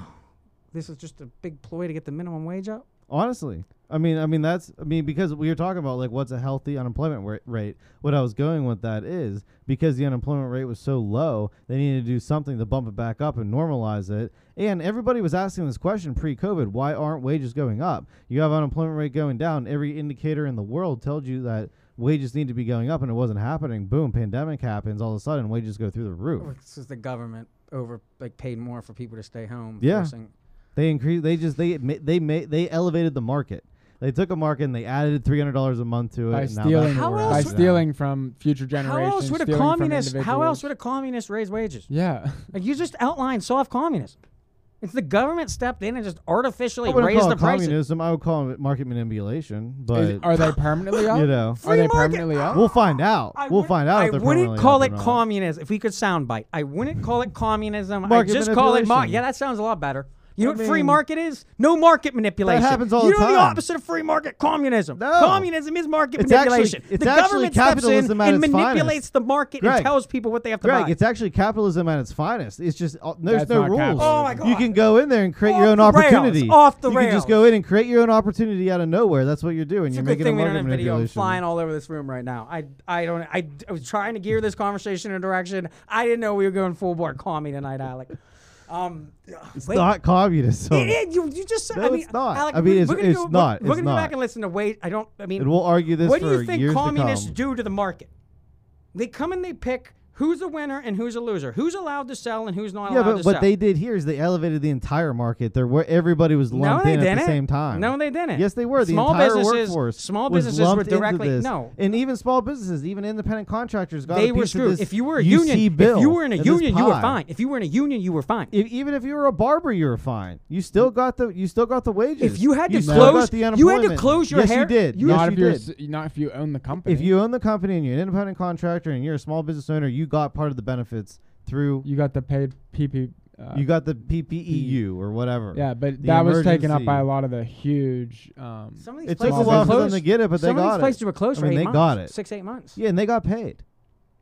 Speaker 1: this is just a big ploy to get the minimum wage up.
Speaker 2: Honestly, I mean, I mean that's I mean because we were talking about like what's a healthy unemployment wa- rate. What I was going with that is because the unemployment rate was so low, they needed to do something to bump it back up and normalize it. And everybody was asking this question pre-COVID: Why aren't wages going up? You have unemployment rate going down. Every indicator in the world tells you that wages need to be going up, and it wasn't happening. Boom, pandemic happens. All of a sudden, wages go through the roof.
Speaker 1: This is the government over like paid more for people to stay home.
Speaker 2: Yeah.
Speaker 1: forcing-
Speaker 2: They increased. They just they admi- they made they elevated the market. They took a market and they added three hundred dollars a month to it.
Speaker 3: by
Speaker 2: and now
Speaker 3: stealing,
Speaker 2: that's
Speaker 1: How
Speaker 2: where we're
Speaker 1: else
Speaker 3: by
Speaker 2: at
Speaker 1: would-
Speaker 2: now.
Speaker 3: stealing from future
Speaker 1: How
Speaker 3: generations.
Speaker 1: else would a
Speaker 3: stealing from
Speaker 1: communist? How else
Speaker 3: individuals.
Speaker 1: would a communist raise wages?
Speaker 3: *laughs* Yeah.
Speaker 1: Like you just outlined soft communism. It's the government stepped in and just artificially
Speaker 2: I wouldn't
Speaker 1: raised
Speaker 2: call
Speaker 1: the
Speaker 2: it
Speaker 1: prices.
Speaker 2: communism. I would call it market manipulation, but
Speaker 3: Is- are they permanently up?
Speaker 2: *laughs* you know,
Speaker 1: Free
Speaker 3: Are they
Speaker 1: market.
Speaker 3: permanently up?
Speaker 2: we'll find out.
Speaker 1: I
Speaker 2: we'll
Speaker 1: wouldn't-
Speaker 2: find out.
Speaker 1: I
Speaker 2: if they're
Speaker 1: wouldn't
Speaker 2: permanently
Speaker 1: call
Speaker 2: up or
Speaker 1: it
Speaker 2: not.
Speaker 1: communism. If we could soundbite, I wouldn't call it communism. I
Speaker 2: Market
Speaker 1: just call it market.
Speaker 2: manipulation.
Speaker 1: Yeah, that sounds a lot better. You know
Speaker 2: I
Speaker 1: what free
Speaker 2: mean,
Speaker 1: market is? No market manipulation.
Speaker 2: happens all
Speaker 1: you
Speaker 2: the
Speaker 1: know the
Speaker 2: time.
Speaker 1: opposite of free market communism.
Speaker 2: No.
Speaker 1: Communism is market
Speaker 2: It's actually-
Speaker 1: manipulation.
Speaker 2: it's
Speaker 1: the
Speaker 2: actually
Speaker 1: government steps in
Speaker 2: capitalism at
Speaker 1: and
Speaker 2: its finest.
Speaker 1: manipulates the market
Speaker 2: Greg,
Speaker 1: and tells people what they have to
Speaker 2: Greg,
Speaker 1: buy.
Speaker 2: it's actually capitalism at its finest. It's just uh, there's
Speaker 3: That's
Speaker 2: no
Speaker 3: not
Speaker 2: rules.
Speaker 3: capitalism. Oh my
Speaker 2: You
Speaker 1: God.
Speaker 2: can go in there and create
Speaker 1: Off
Speaker 2: your own
Speaker 1: the rails.
Speaker 2: opportunity.
Speaker 1: Off the
Speaker 2: you can
Speaker 1: rails.
Speaker 2: just go in and create your own opportunity out of nowhere. That's what you're doing.
Speaker 1: It's
Speaker 2: you're
Speaker 1: a good
Speaker 2: making
Speaker 1: thing
Speaker 2: a
Speaker 1: we don't
Speaker 2: market
Speaker 1: have video. I'm
Speaker 2: manipulation.
Speaker 1: flying all over this room right now. I I don't I, I was trying to gear this conversation in a direction. I didn't know we were going full bore commie tonight, Alec. Um, wait,
Speaker 2: Not communism.
Speaker 1: it is. You, you just said. I
Speaker 2: No,
Speaker 1: mean,
Speaker 2: it's not.
Speaker 1: Alec,
Speaker 2: I mean,
Speaker 1: we're,
Speaker 2: it's-
Speaker 1: we're gonna
Speaker 2: it's
Speaker 1: go,
Speaker 2: not.
Speaker 1: We're, we're
Speaker 2: It's
Speaker 1: gonna go back
Speaker 2: not.
Speaker 1: and listen to wait. I don't. I mean,
Speaker 2: And we'll argue this
Speaker 1: What do
Speaker 2: for
Speaker 1: you think
Speaker 2: years to
Speaker 1: communists
Speaker 2: come.
Speaker 1: do to the market? They come and they pick who's a winner and who's a loser. Who's allowed to sell and who's not
Speaker 2: Yeah,
Speaker 1: allowed
Speaker 2: but
Speaker 1: to
Speaker 2: what
Speaker 1: sell.
Speaker 2: they did here is they elevated the entire market. There where everybody was
Speaker 1: No,
Speaker 2: lumped
Speaker 1: they
Speaker 2: in at
Speaker 1: didn't.
Speaker 2: the same time.
Speaker 1: No, they didn't.
Speaker 2: Yes, they were. The
Speaker 1: Small
Speaker 2: entire
Speaker 1: businesses-
Speaker 2: workforce.
Speaker 1: small
Speaker 2: was
Speaker 1: businesses were
Speaker 2: lumped into
Speaker 1: directly-
Speaker 2: this.
Speaker 1: no.
Speaker 2: and even small businesses, even independent contractors got.
Speaker 1: They
Speaker 2: a
Speaker 1: were
Speaker 2: piece
Speaker 1: screwed.
Speaker 2: Of this
Speaker 1: if you were a
Speaker 2: UC
Speaker 1: union,
Speaker 2: bill
Speaker 1: if you were in a
Speaker 2: and this
Speaker 1: union, you were
Speaker 2: pie.
Speaker 1: fine. If you were in a union, you were fine.
Speaker 2: If, even if you were a barber, you were fine. You still got the you still got the wages.
Speaker 1: Mm. you had to
Speaker 2: still got
Speaker 1: close-
Speaker 2: the
Speaker 1: you had to
Speaker 2: unemployment.
Speaker 1: close your
Speaker 2: yes,
Speaker 1: hair-
Speaker 2: You did.
Speaker 1: you-
Speaker 2: yes,
Speaker 3: not if
Speaker 2: you
Speaker 3: you're
Speaker 2: did.
Speaker 3: s- not if you own the company.
Speaker 2: if you own the company and you're an independent contractor and you're a small business owner, you got part of the benefits through
Speaker 3: you got the paid PP. Uh, E
Speaker 2: you got the PPEU or whatever.
Speaker 3: yeah, but
Speaker 2: the
Speaker 3: that was taken up
Speaker 2: emergency.
Speaker 3: by a lot of the huge. Um,
Speaker 1: Some of these
Speaker 2: It took
Speaker 1: places
Speaker 2: a while
Speaker 1: were
Speaker 2: for them
Speaker 1: closed.
Speaker 2: to get it, but they
Speaker 1: Some of
Speaker 2: got
Speaker 1: these
Speaker 2: it.
Speaker 1: places were closed
Speaker 2: I
Speaker 1: for
Speaker 2: mean,
Speaker 1: eight
Speaker 2: they
Speaker 1: months.
Speaker 2: got it.
Speaker 1: Six, eight months.
Speaker 2: Yeah, and they got paid.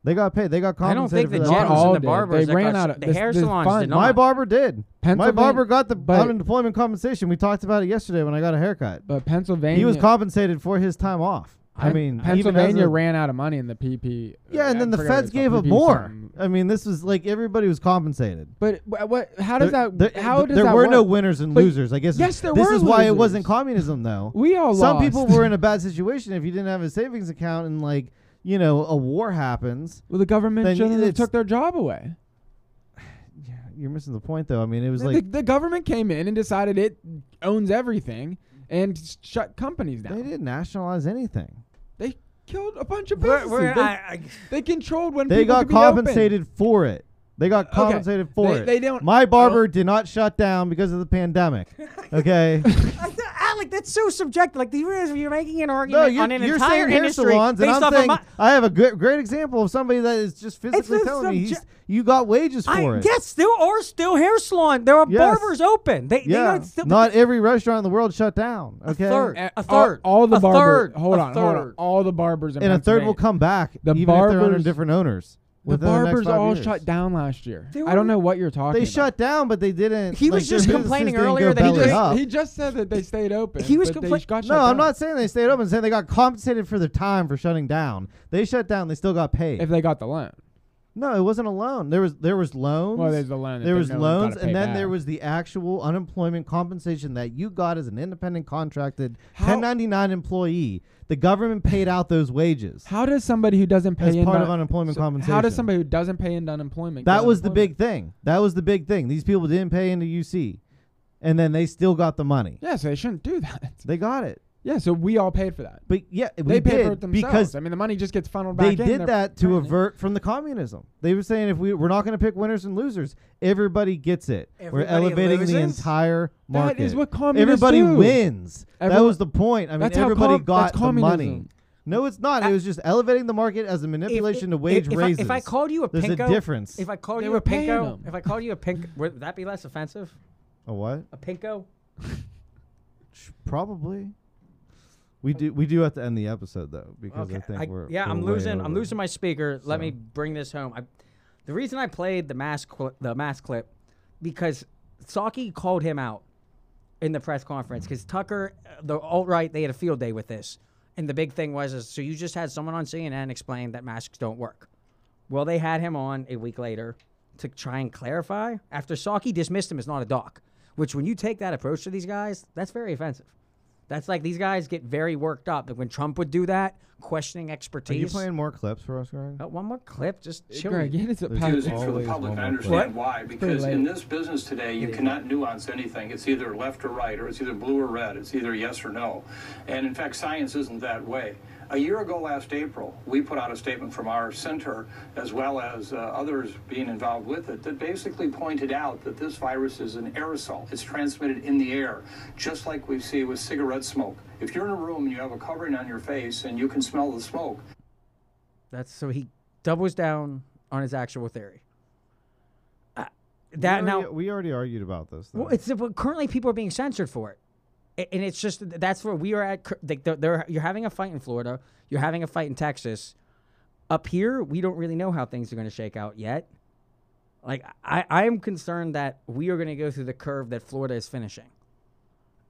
Speaker 2: They got paid. They got
Speaker 1: I
Speaker 2: compensated.
Speaker 1: don't think the
Speaker 2: for
Speaker 1: gyms
Speaker 2: that
Speaker 3: Not
Speaker 2: service.
Speaker 3: all
Speaker 1: and the
Speaker 3: did.
Speaker 1: barbers,
Speaker 3: They
Speaker 1: that
Speaker 3: ran
Speaker 1: got
Speaker 3: out
Speaker 1: s-
Speaker 3: of-
Speaker 1: the
Speaker 3: this-
Speaker 1: hair
Speaker 3: this
Speaker 1: salons
Speaker 3: fund-
Speaker 1: did not.
Speaker 2: My barber did. My
Speaker 3: Pennsylvania-
Speaker 2: barber got the
Speaker 3: but-
Speaker 2: unemployment compensation. We talked about it yesterday when I got a haircut.
Speaker 3: but Pennsylvania.
Speaker 2: He was compensated for his time off. I,
Speaker 3: Pen-
Speaker 2: mean, even as
Speaker 3: Pennsylvania
Speaker 2: a-
Speaker 3: ran out of money in the PP.
Speaker 2: Yeah, and
Speaker 3: I
Speaker 2: then the
Speaker 3: forgot what
Speaker 2: feds
Speaker 3: it's called,
Speaker 2: gave up
Speaker 3: PP
Speaker 2: more.
Speaker 3: something.
Speaker 2: I mean, this was like everybody was compensated.
Speaker 3: But wha- what? How does
Speaker 2: There-
Speaker 3: that?
Speaker 2: there,
Speaker 3: how does
Speaker 2: there
Speaker 3: that
Speaker 2: were no
Speaker 3: work?
Speaker 2: winners and
Speaker 3: But
Speaker 2: losers? I guess.
Speaker 3: yes, there
Speaker 2: This
Speaker 3: were
Speaker 2: is why it
Speaker 3: losers.
Speaker 2: wasn't communism, though.
Speaker 3: We all
Speaker 2: Some
Speaker 3: lost.
Speaker 2: people were in a bad situation if you didn't have a savings account and like you know, a war happens.
Speaker 3: *laughs* Well, the government
Speaker 2: then
Speaker 3: shouldn't have
Speaker 2: it's-
Speaker 3: took their job away.
Speaker 2: You're missing the point, though. I mean, it was
Speaker 3: The-
Speaker 2: like
Speaker 3: the, the government came in and decided it owns everything and s- shut companies down.
Speaker 2: they didn't nationalize anything.
Speaker 3: They killed a bunch of
Speaker 1: We're-
Speaker 3: businesses.
Speaker 1: we're-
Speaker 3: they,
Speaker 1: I- I-
Speaker 3: they controlled when
Speaker 2: They
Speaker 3: people
Speaker 2: got
Speaker 3: could be open.
Speaker 2: compensated for it. They got
Speaker 3: Okay.
Speaker 2: compensated for
Speaker 3: They-
Speaker 2: it.
Speaker 3: they don't-
Speaker 2: My barber
Speaker 3: I
Speaker 2: did not shut down because of the
Speaker 1: *laughs*
Speaker 2: pandemic. Okay.
Speaker 1: Alec, that's so subjective. Like, do you realize you're making an
Speaker 2: no,
Speaker 1: argument
Speaker 2: you're,
Speaker 1: on an
Speaker 2: you're
Speaker 1: entire
Speaker 2: saying hair
Speaker 1: industry
Speaker 2: salons, and
Speaker 1: based
Speaker 2: I'm
Speaker 1: off
Speaker 2: saying
Speaker 1: of my.
Speaker 2: I have a good, great example of somebody that is just physically
Speaker 1: just
Speaker 2: telling me
Speaker 1: subje-
Speaker 2: he's, you got wages
Speaker 1: I
Speaker 2: for it.
Speaker 1: yes, there are still hair salon. There are
Speaker 2: Yes.
Speaker 1: barbers open. They, they
Speaker 2: Yeah.
Speaker 1: don't still,
Speaker 2: not every restaurant in the world shut down. Okay.
Speaker 1: third.
Speaker 3: A-
Speaker 1: A
Speaker 3: all-
Speaker 1: third.
Speaker 3: All, the
Speaker 1: A
Speaker 3: barber.
Speaker 1: third.
Speaker 3: Hold
Speaker 1: A
Speaker 3: on, hold on.
Speaker 1: third.
Speaker 3: All the barbers in
Speaker 2: And a third will
Speaker 3: Pennsylvania-
Speaker 2: come back,
Speaker 3: The
Speaker 2: even if they're under
Speaker 3: barbers-
Speaker 2: different owners.
Speaker 3: The
Speaker 2: within next
Speaker 3: barbers
Speaker 2: five
Speaker 3: all
Speaker 2: years.
Speaker 3: shut down last year.
Speaker 1: They
Speaker 3: I don't
Speaker 1: were-
Speaker 3: know what you're talking
Speaker 2: They
Speaker 3: about.
Speaker 2: shut down, but they didn't.
Speaker 1: He
Speaker 2: like,
Speaker 1: was
Speaker 2: their
Speaker 1: just
Speaker 2: businesses
Speaker 1: complaining
Speaker 2: didn't go
Speaker 1: earlier that he
Speaker 2: belly
Speaker 1: just-
Speaker 2: up.
Speaker 3: He just said that they stayed open.
Speaker 1: He was
Speaker 3: but they
Speaker 1: compla-
Speaker 3: got shut
Speaker 2: No, I'm
Speaker 3: down.
Speaker 2: not saying they stayed open. I'm saying they got compensated for their time for shutting down. They shut down. They still got paid.
Speaker 3: If they got the loan,
Speaker 2: no, it wasn't a loan. There was there was loans.
Speaker 3: well, there's the loan. that
Speaker 2: there
Speaker 3: they
Speaker 2: was
Speaker 3: know they've
Speaker 2: loans,
Speaker 3: gotta
Speaker 2: and
Speaker 3: pay
Speaker 2: then
Speaker 3: back.
Speaker 2: there was the actual unemployment compensation that you got as an independent contracted
Speaker 3: How-
Speaker 2: 1099 employee. The government paid out those wages.
Speaker 3: How does somebody who doesn't pay
Speaker 2: As
Speaker 3: in
Speaker 2: part
Speaker 3: un-
Speaker 2: of unemployment
Speaker 3: How
Speaker 2: compensation.
Speaker 3: does somebody who doesn't pay into unemployment?
Speaker 2: That
Speaker 3: get
Speaker 2: was the big
Speaker 3: unemployment?
Speaker 2: thing. That was the big thing. These people didn't pay into UC, and then they still got the money.
Speaker 3: Yeah, so they shouldn't do that. *laughs*
Speaker 2: They got it.
Speaker 3: Yeah, so we all paid for that.
Speaker 2: But yeah, we
Speaker 3: they paid
Speaker 2: did
Speaker 3: for it themselves.
Speaker 2: because
Speaker 3: I mean, the money just gets funneled back.
Speaker 2: they
Speaker 3: in.
Speaker 2: did
Speaker 3: They're
Speaker 2: that to
Speaker 3: printing it.
Speaker 2: avert from the communism. They were saying if we we're not going to pick winners and losers, everybody gets it.
Speaker 1: Everybody
Speaker 2: we're elevating the
Speaker 1: loses?
Speaker 2: entire market.
Speaker 3: is what communists
Speaker 2: Everybody
Speaker 3: do.
Speaker 2: wins. that
Speaker 3: Everyone-
Speaker 2: was the point. I mean,
Speaker 3: That's how
Speaker 2: everybody
Speaker 3: com-
Speaker 2: got
Speaker 3: that's
Speaker 2: the money.
Speaker 3: communism.
Speaker 2: No, it's not. it was just elevating the market as a manipulation to wage
Speaker 1: if,
Speaker 2: raises.
Speaker 1: I, if I called you a
Speaker 2: There's
Speaker 1: pinko,
Speaker 2: a difference.
Speaker 1: If I called
Speaker 3: They
Speaker 1: you
Speaker 3: were
Speaker 1: a
Speaker 3: paying
Speaker 1: pinko,
Speaker 3: 'em.
Speaker 1: if I called you a pink, would that be less offensive?
Speaker 2: a what?
Speaker 1: A pinko?
Speaker 2: Sh- Probably. We do. We do have to end the episode though because I think we're
Speaker 1: yeah,
Speaker 2: we're
Speaker 1: I'm
Speaker 2: way
Speaker 1: losing. I'm
Speaker 2: over.
Speaker 1: losing my speaker. Let me bring this home. I, the reason I played the mask cl- the mask clip because Saki called him out in the press conference because Tucker, uh, the alt right, they had a field day with this, and the big thing was is so you just had someone on CNN explain that masks don't work. Well, they had him on a week later to try and clarify after Saki dismissed him as not a doc, which when you take that approach to these guys, that's very offensive. That's like these guys get very worked up. And when Trump would do that, questioning
Speaker 2: Are
Speaker 1: expertise.
Speaker 2: you playing more clips for us, Greg?
Speaker 1: Oh, one more clip, just chill.
Speaker 3: Greg,
Speaker 1: you.
Speaker 3: it is a
Speaker 2: There's
Speaker 3: pack-
Speaker 11: confusing for the
Speaker 2: always
Speaker 11: public.
Speaker 2: one
Speaker 11: I
Speaker 2: more
Speaker 11: understand
Speaker 1: place.
Speaker 11: why,
Speaker 3: pretty
Speaker 11: because in
Speaker 3: late.
Speaker 11: this business today, you cannot nuance anything. It's either left or right, or it's either blue or red. It's either yes or no. And in fact, science isn't that way. A year ago last April, we put out a statement from our center, as well as uh, others being involved with it, that basically pointed out that this virus is an aerosol. It's transmitted in the air, just like we see with cigarette smoke. If you're in a room and you have a covering on your face and you can smell the smoke,
Speaker 1: That's so he doubles down on his actual theory. Uh, that
Speaker 2: we
Speaker 1: now,
Speaker 2: already, we already argued about this. Though.
Speaker 1: well, it's well, currently people are being censored for it, A- and it's just that's where we are at. cur- Like they're, they're, you're having a fight in Florida, you're having a fight in Texas. Up here, we don't really know how things are going to shake out yet. Like I, I am concerned that we are going to go through the curve that Florida is finishing,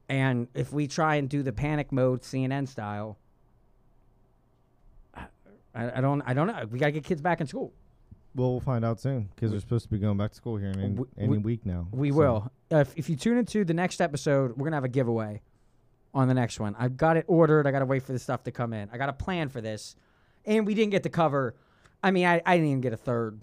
Speaker 1: and if we try and do the panic mode CNN style, I, I don't, I don't know. We got to get kids back in school.
Speaker 2: Well, we'll find out soon because they're supposed to be going back to school here in any,
Speaker 1: We-
Speaker 2: any
Speaker 1: we-
Speaker 2: week now.
Speaker 1: We
Speaker 2: so.
Speaker 1: will. If, if you tune into the next episode, we're going to have a giveaway on the next one. I've got it ordered. I got to wait for the stuff to come in. I got a plan for this. And we didn't get to cover. I mean, I, I didn't even get a third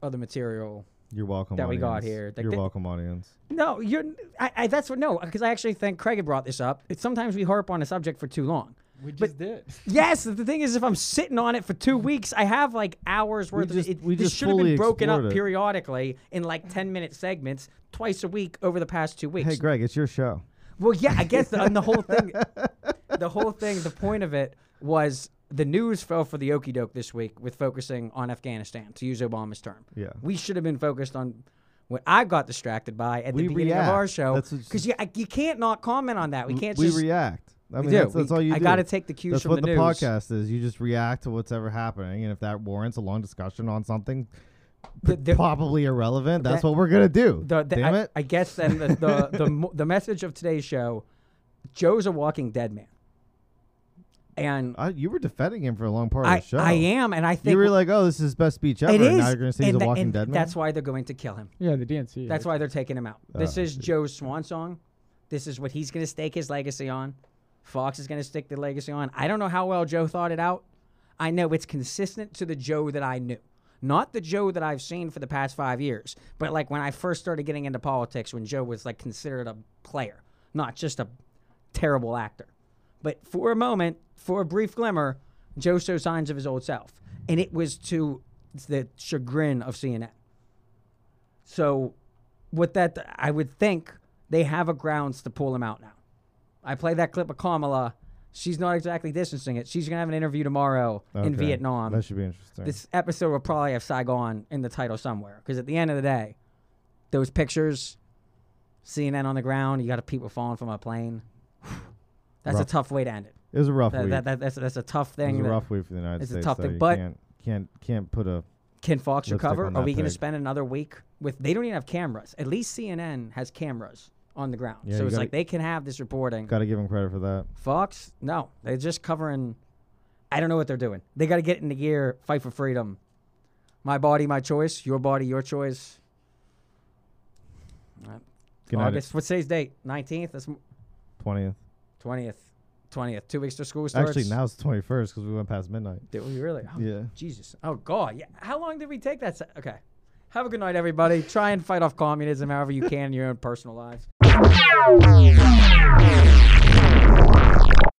Speaker 1: of the material.
Speaker 2: You're welcome.
Speaker 1: that we got
Speaker 2: audience.
Speaker 1: here. Like
Speaker 2: You're
Speaker 1: thi-
Speaker 2: welcome, audience.
Speaker 1: No, you're. I, I that's what. No, because I actually think Craig had brought this up. It's sometimes we harp on a subject for too long.
Speaker 3: We just did.
Speaker 1: Yes, the thing is, if I'm sitting on it for two weeks, I have like hours worth
Speaker 2: just-
Speaker 1: of it.
Speaker 2: we
Speaker 1: this
Speaker 2: just
Speaker 1: should have been
Speaker 2: fully
Speaker 1: broken up
Speaker 2: explored it.
Speaker 1: periodically in like 10 minute segments twice a week over the past two weeks.
Speaker 2: Hey, Greg, it's your show.
Speaker 1: Well, yeah, I guess the, and the
Speaker 2: *laughs*
Speaker 1: whole thing, the whole thing, the point of it was the news fell for the okey doke this week with focusing on Afghanistan, to use Obama's term.
Speaker 2: Yeah.
Speaker 1: we should have been focused on what I got distracted by at
Speaker 2: We
Speaker 1: the beginning
Speaker 2: react.
Speaker 1: of our show
Speaker 2: That's what's-
Speaker 1: because you, I- you can't not comment on that. We can't
Speaker 2: we
Speaker 1: just
Speaker 2: react. I mean,
Speaker 1: do.
Speaker 2: that's, that's
Speaker 1: We-
Speaker 2: all you
Speaker 1: I
Speaker 2: do.
Speaker 1: gotta take the cues
Speaker 2: That's
Speaker 1: from
Speaker 2: what the
Speaker 1: the news.
Speaker 2: podcast is. You just react to what's ever happening, and if that warrants a long discussion on something
Speaker 1: the, the-
Speaker 2: probably irrelevant, that's
Speaker 1: That-
Speaker 2: what we're gonna do.
Speaker 1: the- the-
Speaker 2: Damn
Speaker 1: I,
Speaker 2: it!
Speaker 1: I guess then the
Speaker 2: *laughs*
Speaker 1: the, the mo- the message of today's show, Joe's a walking dead man, and
Speaker 2: I- you were defending him for a long part
Speaker 1: I
Speaker 2: of the show.
Speaker 1: I am, and I think
Speaker 2: You were
Speaker 1: w-
Speaker 2: like, "Oh, this is his best speech ever."
Speaker 1: it
Speaker 2: and
Speaker 1: is.
Speaker 2: now you're gonna say he's
Speaker 1: and
Speaker 2: a
Speaker 1: tha-
Speaker 2: Walking
Speaker 1: and
Speaker 2: Dead man.
Speaker 1: That's why they're going to kill him.
Speaker 3: Yeah, the DNC.
Speaker 1: That's why they're taking him out. This
Speaker 2: Oh,
Speaker 1: is Joe's swan song. This is what he's going to stake his legacy on. Fox is going to stick the legacy on. I don't know how well Joe thought it out. I know it's consistent to the Joe that I knew. Not the Joe that I've seen for the past five years, but like when I first started getting into politics, when Joe was like considered a player, not just a terrible actor. But for a moment, for a brief glimmer, Joe showed signs of his old self. And it was to the chagrin of CNN. So, with that, I would think they have a grounds to pull him out now. I played that clip of Kamala. She's not exactly distancing it. She's going to have an interview tomorrow in
Speaker 2: Okay.
Speaker 1: Vietnam.
Speaker 2: That should be interesting.
Speaker 1: This episode will probably have Saigon in the title somewhere. Because at the end of the day, those pictures, CNN on the ground, you got people falling from a plane. *sighs* That's
Speaker 2: Rough.
Speaker 1: a tough way to end it.
Speaker 2: It was a rough
Speaker 1: That-
Speaker 2: week.
Speaker 1: that- that- that's, that's a tough
Speaker 2: It
Speaker 1: thing.
Speaker 2: was a
Speaker 1: that-
Speaker 2: rough week for the United
Speaker 1: it's
Speaker 2: States.
Speaker 1: a tough
Speaker 2: though.
Speaker 1: thing.
Speaker 2: You
Speaker 1: But
Speaker 2: can't, can't can't put a
Speaker 1: can Fox
Speaker 2: lipstick
Speaker 1: recover?
Speaker 2: on
Speaker 1: Are
Speaker 2: that
Speaker 1: we going to
Speaker 2: pig.
Speaker 1: spend another week with? They don't even have cameras. At least CNN has cameras on the ground,
Speaker 2: Yeah,
Speaker 1: so
Speaker 2: you
Speaker 1: it's
Speaker 2: gotta-
Speaker 1: like they can have this reporting.
Speaker 2: Got to give him credit for that.
Speaker 1: Fox, no, they're just covering. I don't know what they're doing. They got to get into gear. Fight for freedom. My body, my choice. Your body, your choice. Uh,
Speaker 2: Good night.
Speaker 1: August. What's today's date? Nineteenth. That's
Speaker 2: Twentieth.
Speaker 1: twentieth. Twentieth. Two weeks to school starts.
Speaker 2: Actually, now it's twenty first because we went past midnight.
Speaker 1: Did we really? Oh,
Speaker 2: Yeah.
Speaker 1: Jesus. Oh God. Yeah. How long did we take that? Se- okay. Have a good night, everybody. Try and fight off communism however you can in your own personal lives.